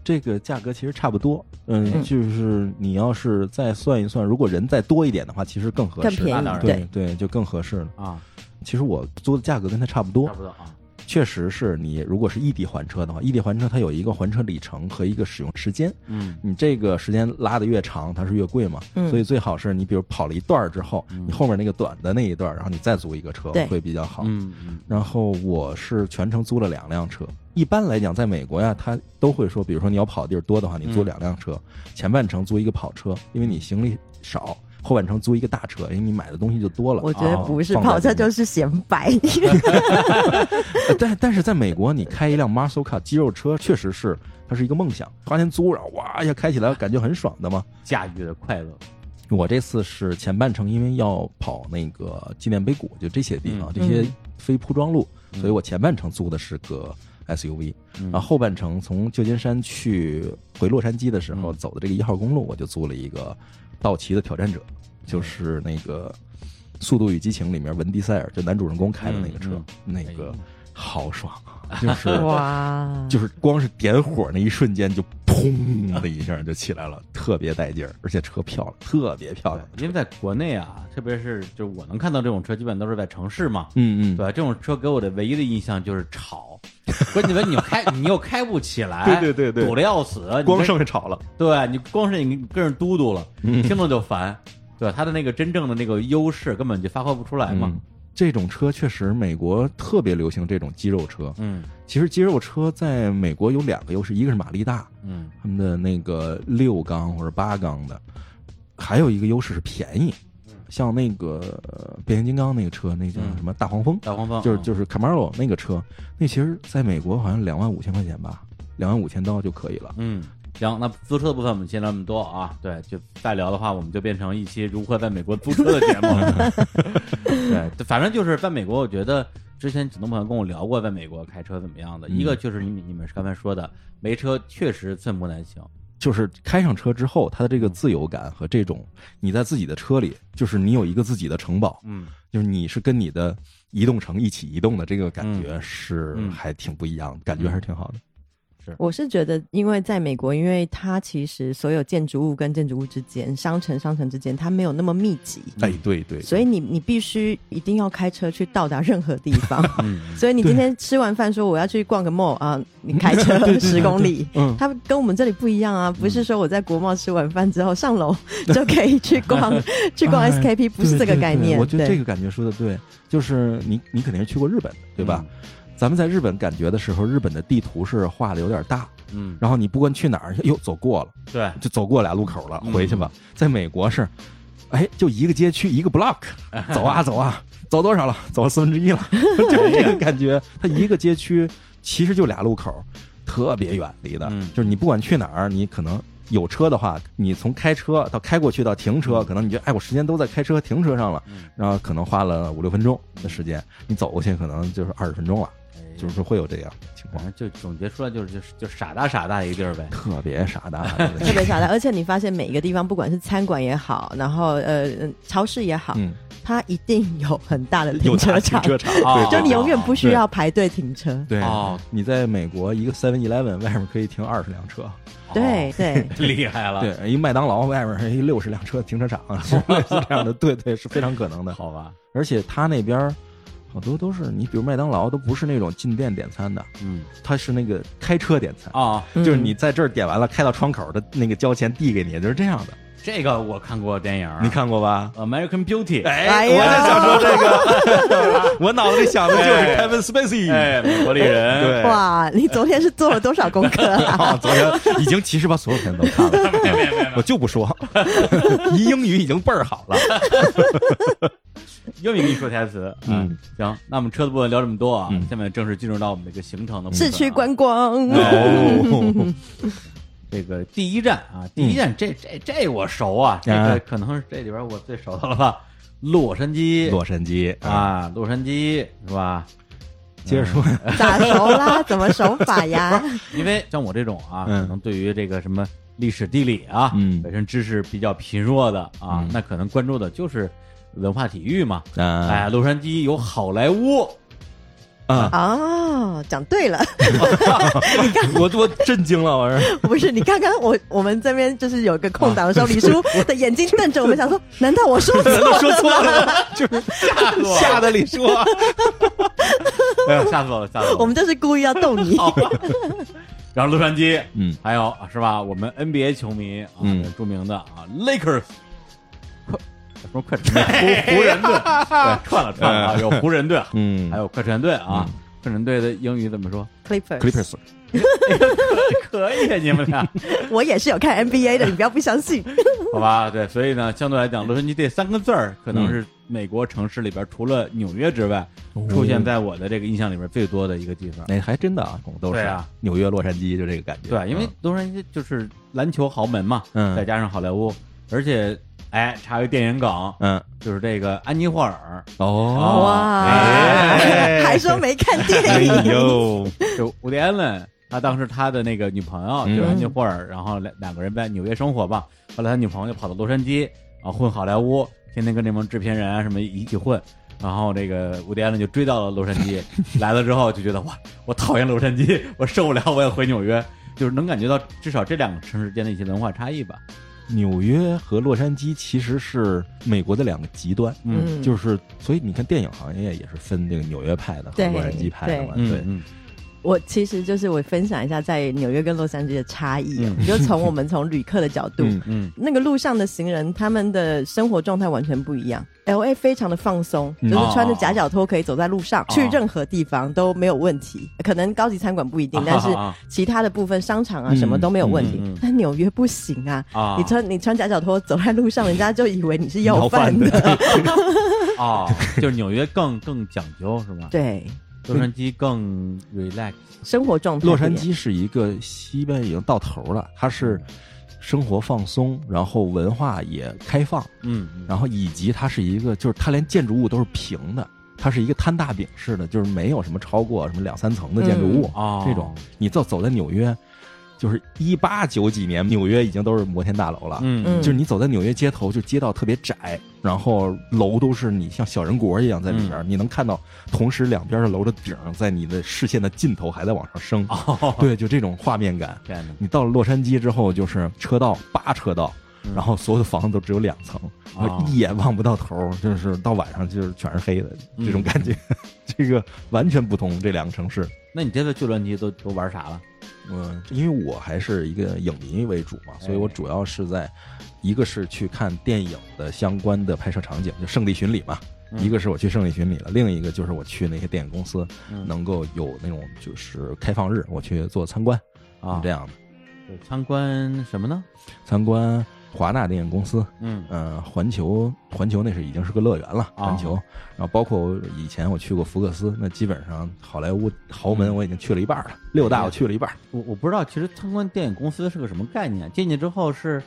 Speaker 3: 这个价格其实差不多，嗯，
Speaker 2: 嗯
Speaker 3: 就是你要是再算一算，如果人再多一点的话，其实更合
Speaker 2: 更
Speaker 3: 适，
Speaker 2: 便
Speaker 1: 那
Speaker 2: 宜
Speaker 1: 当然，
Speaker 3: 对对，就更合适了。
Speaker 1: 啊，
Speaker 3: 其实我租的价格跟它差不多
Speaker 1: 差，不多啊，
Speaker 3: 确实是你如果是异地还车的话，异地还车它有一个还车里程和一个使用时间，
Speaker 1: 嗯
Speaker 3: 你这个时间拉的越长，它是越贵嘛。
Speaker 2: 嗯
Speaker 3: 所以最好是你比如跑了一段儿之后，
Speaker 1: 嗯
Speaker 3: 你后面那个短的那一段儿，然后你再租一个车
Speaker 2: 对
Speaker 3: 会比较好。
Speaker 1: 嗯嗯
Speaker 3: 然后我是全程租了两辆车。一般来讲，在美国呀，它都会说，比如说你要跑的地儿多的话，你租
Speaker 1: 嗯
Speaker 3: 两辆车，前半程租一个跑车，因为你行李少；后半程租一个大车，因为你买的东西就多了。啊
Speaker 2: 我觉得
Speaker 1: 哦
Speaker 2: 不是
Speaker 3: 放在
Speaker 2: 跑车
Speaker 3: 里面
Speaker 2: 就是显 摆，
Speaker 3: 呃但但是在美国，你开一辆 muscle car 肌肉车，确实是它是一个梦想，花钱租，然后哇呀开起来感觉很爽的嘛。
Speaker 1: 驾驭的快乐，
Speaker 3: 我这次是前半程，因为要跑那个纪念碑谷，就这些地方，
Speaker 1: 嗯
Speaker 3: 这些
Speaker 2: 嗯
Speaker 3: 非铺装路，
Speaker 1: 嗯
Speaker 3: 所以我前半程租的是个 SUV，、
Speaker 1: 嗯
Speaker 3: 啊然后后半程从旧金山去回洛杉矶的时候，
Speaker 1: 嗯
Speaker 3: 走的这个一号公路，我就租了一个道奇的挑战者，
Speaker 1: 嗯
Speaker 3: 就是那个。《速度与激情》里面文迪塞尔就男主人公开的那个车，
Speaker 1: 嗯
Speaker 3: 那
Speaker 1: 哎
Speaker 3: 个
Speaker 1: 呦
Speaker 3: 好爽 啊！就是
Speaker 2: 哇，
Speaker 3: 就是光是点火那一瞬间，就砰的一下就起来了，特别带劲儿，而且车漂亮，特别漂亮。
Speaker 1: 因为在国内啊，特别是就我能看到这种车，基本都是在城市嘛。
Speaker 3: 嗯嗯，
Speaker 1: 对吧，这种车给我的唯一的印象就是 吵，关键问你又开，你又开不起来，
Speaker 3: 对对对对
Speaker 1: 堵得要死，哎你
Speaker 3: 光
Speaker 1: 跟
Speaker 3: 剩下吵了。
Speaker 1: 对你光是你跟人嘟嘟了，
Speaker 3: 嗯
Speaker 1: 听着就烦，对吧？它的那个真正的那个优势根本就发挥不出来
Speaker 3: 嗯
Speaker 1: 嘛，
Speaker 3: 这种车确实，美国特别流行这种肌肉车。
Speaker 1: 嗯
Speaker 3: 其实肌肉车在美国有两个优势，一个是马力大，
Speaker 1: 嗯
Speaker 3: 他们的那个六缸或者八缸的，还有一个优势是便宜。像那个呃变形金刚那个车，那叫
Speaker 1: 嗯
Speaker 3: 什么大黄蜂，
Speaker 1: 大黄蜂
Speaker 3: 就是
Speaker 1: 嗯
Speaker 3: 就是 Camaro 那个车，那其实在美国好像两万五千块钱吧，两万五千刀就可以了。
Speaker 1: 嗯，行，那租车的部分我们先聊这么多啊。对，就再聊的话，我们就变成一期如何在美国租车的节目 了。对，反正就是在美国，我觉得之前几众朋友跟我聊过，在美国开车怎么样的。
Speaker 3: 嗯
Speaker 1: 一个就是你们你们刚才说的，没车确实寸步难行。
Speaker 3: 就是开上车之后，它的这个自由感和这种你在自己的车里，就是你有一个自己的城堡，
Speaker 1: 嗯，
Speaker 3: 就是你是跟你的移动城一起移动的这个感觉
Speaker 1: 嗯
Speaker 3: 是
Speaker 1: 嗯
Speaker 3: 还挺不一样的，感觉还是挺好的。
Speaker 1: 是
Speaker 2: 我是觉得，因为在美国，因为它其实所有建筑物跟建筑物之间、商城商城之间，它没有那么密集，
Speaker 3: 哎，对对，
Speaker 2: 嗯所以你你必须一定要开车去到达任何地方。
Speaker 1: 嗯，
Speaker 2: 所以你 今天吃完饭说我要去逛个 mall 啊，你开车十公里，
Speaker 3: 嗯
Speaker 2: 它跟我们这里不一样啊，不是说我在国贸吃完饭之后上楼 就可以去 逛去逛
Speaker 3: 哎
Speaker 2: SKP，不是这个概念。
Speaker 3: 我觉得这
Speaker 2: 对
Speaker 3: 个感觉说的对，就是你你肯定是去过日本，对吧？？
Speaker 2: 嗯
Speaker 3: 咱们在日本感觉的时候，日本的地图是画的有点大，
Speaker 1: 嗯，
Speaker 3: 然后你不管去哪儿，哟，走过了，
Speaker 1: 对，
Speaker 3: 就走过俩路口了，
Speaker 1: 嗯
Speaker 3: 回去吧。在美国是，哎，就一个街区一个 block，走啊走啊，走多少了？走了四分之一了， 就是这个感觉。它一个街区其实就俩路口，特别远离的，
Speaker 1: 嗯
Speaker 3: 就是你不管去哪儿，你可能。有车的话，你从开车到开过去到停车，
Speaker 1: 嗯
Speaker 3: 可能你就哎，我时间都在开车停车上了，
Speaker 1: 嗯
Speaker 3: 然后可能花了五六分钟的时间，你走过去可能就是二十分钟了，就是说会有这样的情
Speaker 1: 哎
Speaker 2: 嗯
Speaker 1: 反
Speaker 3: 况，
Speaker 1: 正就总结出来就是就是就傻大傻大一个地儿呗。
Speaker 3: 特别傻 大的啊
Speaker 2: 特别傻的，而且你发现每一个地方，不管是餐馆也好，然后呃超市也好，
Speaker 3: 嗯，
Speaker 2: 它一定有很大的 停
Speaker 3: 有
Speaker 2: 车
Speaker 3: 大
Speaker 2: 场
Speaker 3: 停，车场，
Speaker 1: 哦
Speaker 3: 对，
Speaker 2: 就你永远不需
Speaker 3: 对
Speaker 2: 要排队停车。
Speaker 3: 对
Speaker 1: 哦，
Speaker 3: 你在美国一个 Seven Eleven 外面可以停二十辆车，
Speaker 2: 对 对，
Speaker 1: 哦，厉害了，，
Speaker 3: 对，一麦当劳外面一六十辆车停车场， 是类似这样的，对对，是非常可能的。
Speaker 1: 好吧，
Speaker 3: 而且他那边儿好多都是你，比如麦当劳都不是那种进店点餐的，
Speaker 1: 嗯，
Speaker 3: 它是那个开车点餐，
Speaker 1: 哦，
Speaker 3: 就是
Speaker 2: 嗯
Speaker 3: 你在这儿点完了，开到窗口的那个交钱递给你，就是这样的。
Speaker 1: 这个我看过电影，
Speaker 3: 你看过吧？
Speaker 1: 《American Beauty》，
Speaker 2: 哎
Speaker 3: 哎，我
Speaker 2: 呀
Speaker 3: 也 想说这个，我脑子里想的就是
Speaker 1: 哎
Speaker 3: Kevin Spacey，
Speaker 1: 哎，美国丽人，
Speaker 3: 对，
Speaker 2: 哇，你昨天是做了多少功课啊？
Speaker 3: 啊，昨天已经其实把所有片子都看 了，我就不说，你英语已经倍儿好了。
Speaker 1: 英语给你说台词。
Speaker 3: 嗯，
Speaker 1: 行，那我们车的部分聊这么多啊，
Speaker 3: 嗯
Speaker 1: 下面正式进入到我们这个行程的部分
Speaker 2: 市
Speaker 1: 啊
Speaker 2: 区观光，
Speaker 3: 哦，
Speaker 1: 这个第一站
Speaker 3: 嗯
Speaker 1: 啊，第一站这这这我熟啊，这个可能是这里边我最熟的了吧？洛杉矶，
Speaker 3: 洛杉矶，
Speaker 1: 啊，洛杉矶是吧？
Speaker 3: 接着说，
Speaker 2: 咋熟啦？怎么手 法呀？
Speaker 1: 因为像我这种啊，
Speaker 3: 嗯
Speaker 1: 可能对于这个什么历史地理啊，
Speaker 3: 嗯
Speaker 1: 本身知识比较贫弱的啊，
Speaker 3: 嗯
Speaker 1: 那可能关注的就是文化体育嘛。
Speaker 3: 啊
Speaker 1: 哎，洛杉矶有好莱坞，
Speaker 3: 啊，
Speaker 2: 哦，讲对了，
Speaker 3: 我我震惊了，我是
Speaker 2: 不是你刚刚我我们这边就是有个空档 的时候，李叔的眼睛瞪着我们，想说，难道我说错
Speaker 3: 难道说错
Speaker 2: 了？
Speaker 3: 了？ 就是
Speaker 1: 吓死我了！
Speaker 3: 吓得李叔，
Speaker 1: 哎呦，吓死我了，吓死我了！
Speaker 2: 我们就是故意要逗你。
Speaker 3: 哦
Speaker 1: 然后洛杉矶，
Speaker 3: 嗯，
Speaker 1: 还有啊是吧？我们 NBA 球迷啊，
Speaker 3: 嗯
Speaker 1: 这著名的啊，Lakers，快什么快 船队湖湖人队，对，串了串了啊，有湖人队，
Speaker 3: 嗯
Speaker 1: 还有快船队啊。快船队的英语怎么说？
Speaker 2: Clipper，
Speaker 3: Clippers，
Speaker 1: 可以啊，你们 俩，
Speaker 2: 我也是有看 NBA 的，你不要不相信。
Speaker 1: 好吧？对，所以呢，相对来讲，洛杉矶这三个字儿，可能是美国城市里边除了纽约之外，出现在我的这个印象里边最多的一个地方。
Speaker 3: 哎，还真的啊，都
Speaker 1: 对
Speaker 3: 是
Speaker 1: 啊
Speaker 3: 纽约、洛杉矶，就这个感觉。
Speaker 1: 对，因为洛杉矶就是篮球豪门嘛，
Speaker 3: 嗯
Speaker 1: 再加上好莱坞，而且哎，查一个电影梗，
Speaker 3: 嗯，
Speaker 1: 就是这个安妮霍尔，
Speaker 3: 哦，
Speaker 2: 哇，
Speaker 3: 哎
Speaker 2: 还说没看电影，
Speaker 3: 呦，
Speaker 1: 就伍迪·艾伦，他当时他的那个女朋友就是安妮霍尔，然后两两个人在纽约生活吧，后来他女朋友就跑到洛杉矶啊混好莱坞，天天跟这帮制片人啊什么一起混。然后这个伍迪·艾伦就追到了洛杉矶，来了之后就觉得哇，我讨厌洛杉矶，我受不了，我要回纽约，就是能感觉到至少这两个城市间的一些文化差异吧。
Speaker 3: 纽约和洛杉矶其实是美国的两个极端，
Speaker 1: 嗯
Speaker 2: 嗯
Speaker 3: 就是所以你看电影行业也是分这个纽约派的和
Speaker 2: 对
Speaker 3: 洛杉矶派的嘛，
Speaker 1: 嗯
Speaker 3: 对，
Speaker 1: 嗯
Speaker 2: 我其实就是我分享一下在纽约跟洛杉矶的差异哦、
Speaker 1: 嗯
Speaker 2: 就从我们从旅客的角度，
Speaker 3: 嗯
Speaker 1: 嗯
Speaker 2: 那个路上的行人他们的生活状态完全不一样。L A 非常的放松，
Speaker 3: 嗯
Speaker 2: 就是穿着夹脚拖可以走在路上，
Speaker 1: 哦
Speaker 2: 去任何地方都没有问题。可能高级餐馆不一定，
Speaker 1: 啊
Speaker 2: 但是
Speaker 1: 啊
Speaker 2: 其他的部分商场啊
Speaker 3: 嗯
Speaker 2: 什么都没有问题。
Speaker 1: 嗯嗯嗯
Speaker 2: 但纽约不行啊。
Speaker 1: 啊，
Speaker 2: 你穿你穿夹脚拖走在路上，人家就以为你是要饭的。
Speaker 1: 哦，就是纽约更更讲究是吧？
Speaker 2: 对，
Speaker 1: 洛杉矶更 relax，
Speaker 2: 生活状态不一
Speaker 3: 洛杉
Speaker 2: 样。
Speaker 3: 矶是一个西边已经到头了，它是生活放松，然后文化也开放，
Speaker 1: 嗯，
Speaker 3: 然后以及它是一个就是它连建筑物都是平的，它是一个摊大饼似的，就是没有什么超过什么两三层的建筑物。
Speaker 1: 哦，
Speaker 3: 这种你走走在纽约，就是一八九几年，纽约已经都是摩天大楼了。
Speaker 5: 嗯
Speaker 2: 嗯
Speaker 3: 就是你走在纽约街头，就街道特别窄，然后楼都是你像小人国一样在里边，你能看到同时两边的楼的顶在你的视线的尽头还在往上升。
Speaker 5: 哦，
Speaker 3: 对，就这种画面感。
Speaker 5: 天哪，
Speaker 3: 你到了洛杉矶之后，就是车道八车道
Speaker 5: 嗯，
Speaker 3: 然后所有的房子都只有两层，
Speaker 5: 哦
Speaker 3: 一眼望不到头，就是到晚上就是全是黑的
Speaker 5: 嗯
Speaker 3: 这种感觉。 这个完全不同，这两个城市。
Speaker 5: 那你这次去洛杉矶都都玩啥了？
Speaker 3: 嗯，因为我还是一个影迷为主嘛，所以
Speaker 5: 哎
Speaker 3: 我主要是在，一个是去看电影的相关的拍摄场景，就圣地巡礼嘛。
Speaker 5: 嗯
Speaker 3: 一个是我去圣地巡礼了，另一个就是我去那些电影公司，
Speaker 5: 嗯
Speaker 3: 能够有那种就是开放日，我去做参观，
Speaker 5: 啊
Speaker 3: 是这样的。
Speaker 5: 对参观什么呢？
Speaker 3: 参观华纳电影公司，
Speaker 5: 嗯
Speaker 3: 呃，环球，环球那是已经是个乐园了，
Speaker 5: 啊
Speaker 3: 环球。然后包括以前我去过福克斯，那基本上好莱坞豪
Speaker 5: 嗯
Speaker 3: 门我已经去了一半了，六大我去了一半。
Speaker 5: 我我不知道，其实参观电影公司是个什么概念？进去之后是，